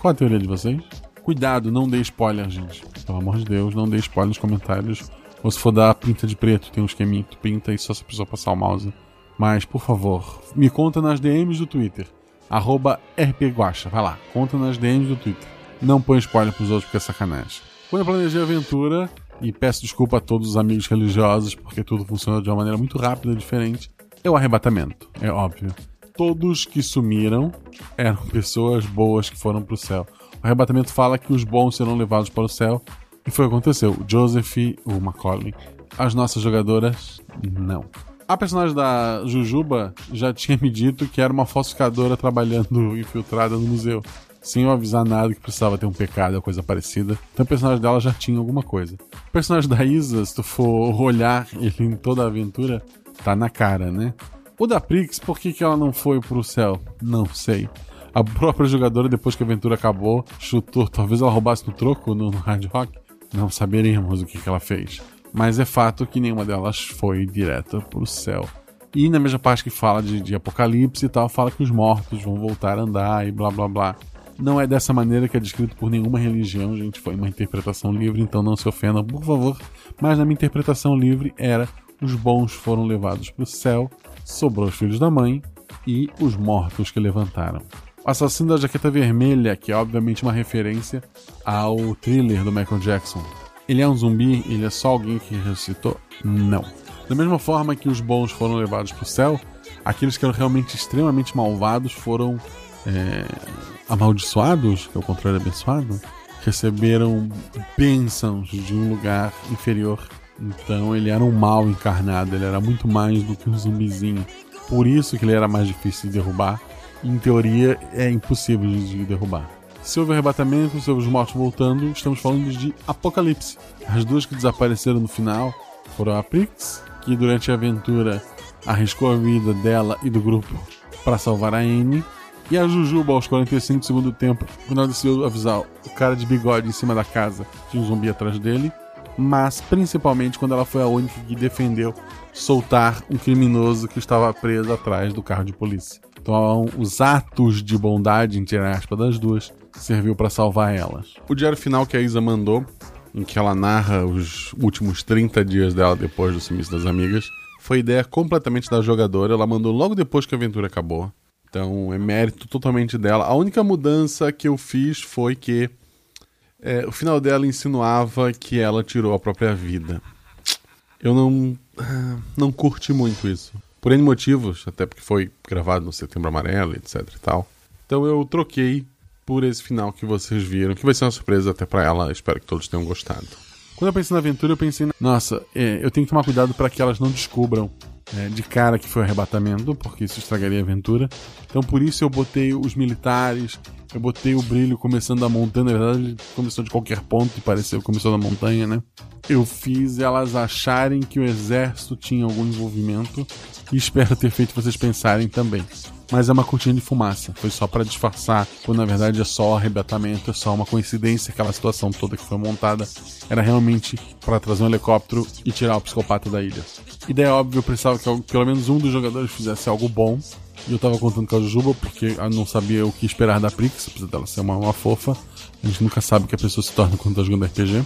S1: Qual a teoria de vocês? Cuidado, não dê spoiler, gente. Pelo amor de Deus, não dê spoiler nos comentários. Ou se for dar pinta de preto, tem um esqueminha que tu pinta e só se a pessoa passar o mouse. Mas, por favor, me conta nas DMs do Twitter. Arroba RPGuacha. Vai lá, conta nas DMs do Twitter. Não põe spoiler pros outros porque é sacanagem. Quando eu planejei a aventura, e peço desculpa a todos os amigos religiosos, porque tudo funciona de uma maneira muito rápida e diferente, é o arrebatamento, é óbvio. Todos que sumiram eram pessoas boas que foram para o céu. O arrebatamento fala que os bons serão levados para o céu, e foi o que aconteceu. O Joseph, o Macaulay, as nossas jogadoras, não. A personagem da Jujuba já tinha me dito que era uma falsificadora trabalhando infiltrada no museu, sem eu avisar nada que precisava ter um pecado ou coisa parecida. Então o personagem dela já tinha alguma coisa. O personagem da Isa, se tu for olhar ele em toda a aventura, tá na cara, né? O da Prix, por que, que ela não foi pro céu? Não sei. A própria jogadora, depois que a aventura acabou, chutou. Talvez ela roubasse no troco no, no Hard Rock. Não saberemos o que, que ela fez. Mas é fato que nenhuma delas foi direta pro céu. E na mesma parte que fala de, de apocalipse e tal, fala que os mortos vão voltar a andar e blá blá blá. Não é dessa maneira que é descrito por nenhuma religião, gente. Foi uma interpretação livre, então não se ofendam, por favor. Mas na minha interpretação livre era: os bons foram levados para o céu, sobrou os filhos da mãe e os mortos que levantaram. O assassino da jaqueta vermelha, que é obviamente uma referência ao thriller do Michael Jackson. Ele é um zumbi? Ele é só alguém que ressuscitou? Não. Da mesma forma que os bons foram levados para o céu, aqueles que eram realmente extremamente malvados foram é, amaldiçoados, que é o contrário de abençoado, receberam bênçãos de um lugar inferior. Então ele era um mal encarnado, ele era muito mais do que um zumbizinho. Por isso que ele era mais difícil de derrubar. Em teoria, é impossível de derrubar. Se houve arrebatamento, se houve os mortos voltando, estamos falando de Apocalipse. As duas que desapareceram no final foram a Prix, que durante a aventura arriscou a vida dela e do grupo para salvar a Anne. E a Jujuba, aos 45 do segundo tempo, quando ela decidiu avisar o cara de bigode em cima da casa, tinha um zumbi atrás dele. Mas principalmente quando ela foi a única que defendeu soltar um criminoso que estava preso atrás do carro de polícia. Então, os atos de bondade, entre aspas, das duas, serviu para salvar elas. O diário final que a Isa mandou, em que ela narra os últimos 30 dias dela depois do sumiço das amigas, foi ideia completamente da jogadora. Ela mandou logo depois que a aventura acabou. Então é mérito totalmente dela. A única mudança que eu fiz foi que é, o final dela insinuava que ela tirou a própria vida. Eu não ah, não curti muito isso. Por N motivos, até porque foi gravado no Setembro Amarelo, etc e tal. Então eu troquei por esse final que vocês viram, que vai ser uma surpresa até para ela. Espero que todos tenham gostado. Quando eu pensei na aventura, eu pensei, na... nossa, é, eu tenho que tomar cuidado para que elas não descubram é, de cara que foi arrebatamento, porque isso estragaria a aventura. Então por isso eu botei os militares, eu botei o brilho começando da montanha, na verdade começou de qualquer ponto e pareceu começou da montanha, né? Eu fiz elas acharem que o exército tinha algum envolvimento e espero ter feito vocês pensarem também. Mas é uma cortina de fumaça, foi só para disfarçar, quando na verdade é só arrebatamento, é só uma coincidência, aquela situação toda que foi montada era realmente para trazer um helicóptero e tirar o psicopata da ilha. Ideia óbvia, eu precisava que pelo menos um dos jogadores fizesse algo bom, e eu tava contando com a Jujuba porque eu não sabia o que esperar da Prix, apesar dela ser uma, uma fofa. A gente nunca sabe o que a pessoa se torna quando tá jogando RPG.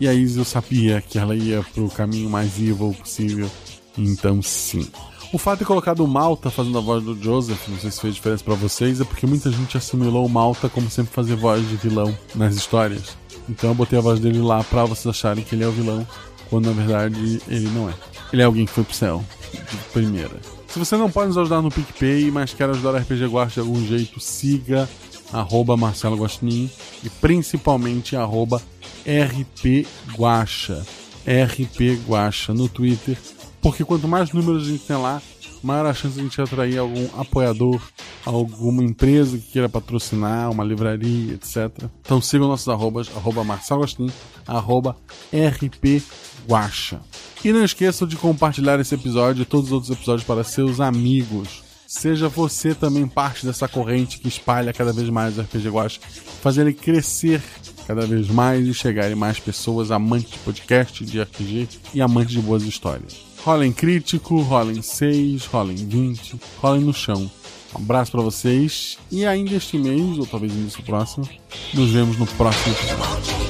S1: E a Izzy eu sabia que ela ia pro caminho mais evil possível. Então, sim. O fato de colocado o Malta fazendo a voz do Joseph, não sei se fez diferença para vocês, é porque muita gente assimilou o Malta como sempre fazer voz de vilão nas histórias. Então eu botei a voz dele lá pra vocês acharem que ele é o vilão, quando na verdade ele não é. Ele é alguém que foi pro céu, de primeira. Se você não pode nos ajudar no PicPay, mas quer ajudar a RPG Guax de algum jeito, siga arroba Marcelo Guaxinim e principalmente arroba RP Guaxa, RP Guaxa no Twitter, porque quanto mais números a gente tem lá, maior a chance de a gente atrair algum apoiador, alguma empresa que queira patrocinar, uma livraria, etc. Então sigam nossos arrobas, arroba Marcelo Guaxinim, arroba RP Guaxa. E não esqueçam de compartilhar esse episódio e todos os outros episódios para seus amigos. Seja você também parte dessa corrente que espalha cada vez mais o RPG Guacha, fazer ele crescer cada vez mais e chegarem mais pessoas amantes de podcast, de RPG e amantes de boas histórias. Rolem crítico, rolem 6, rolem 20, rolem no chão. Um abraço para vocês e ainda este mês, ou talvez início próximo, nos vemos no próximo episódio.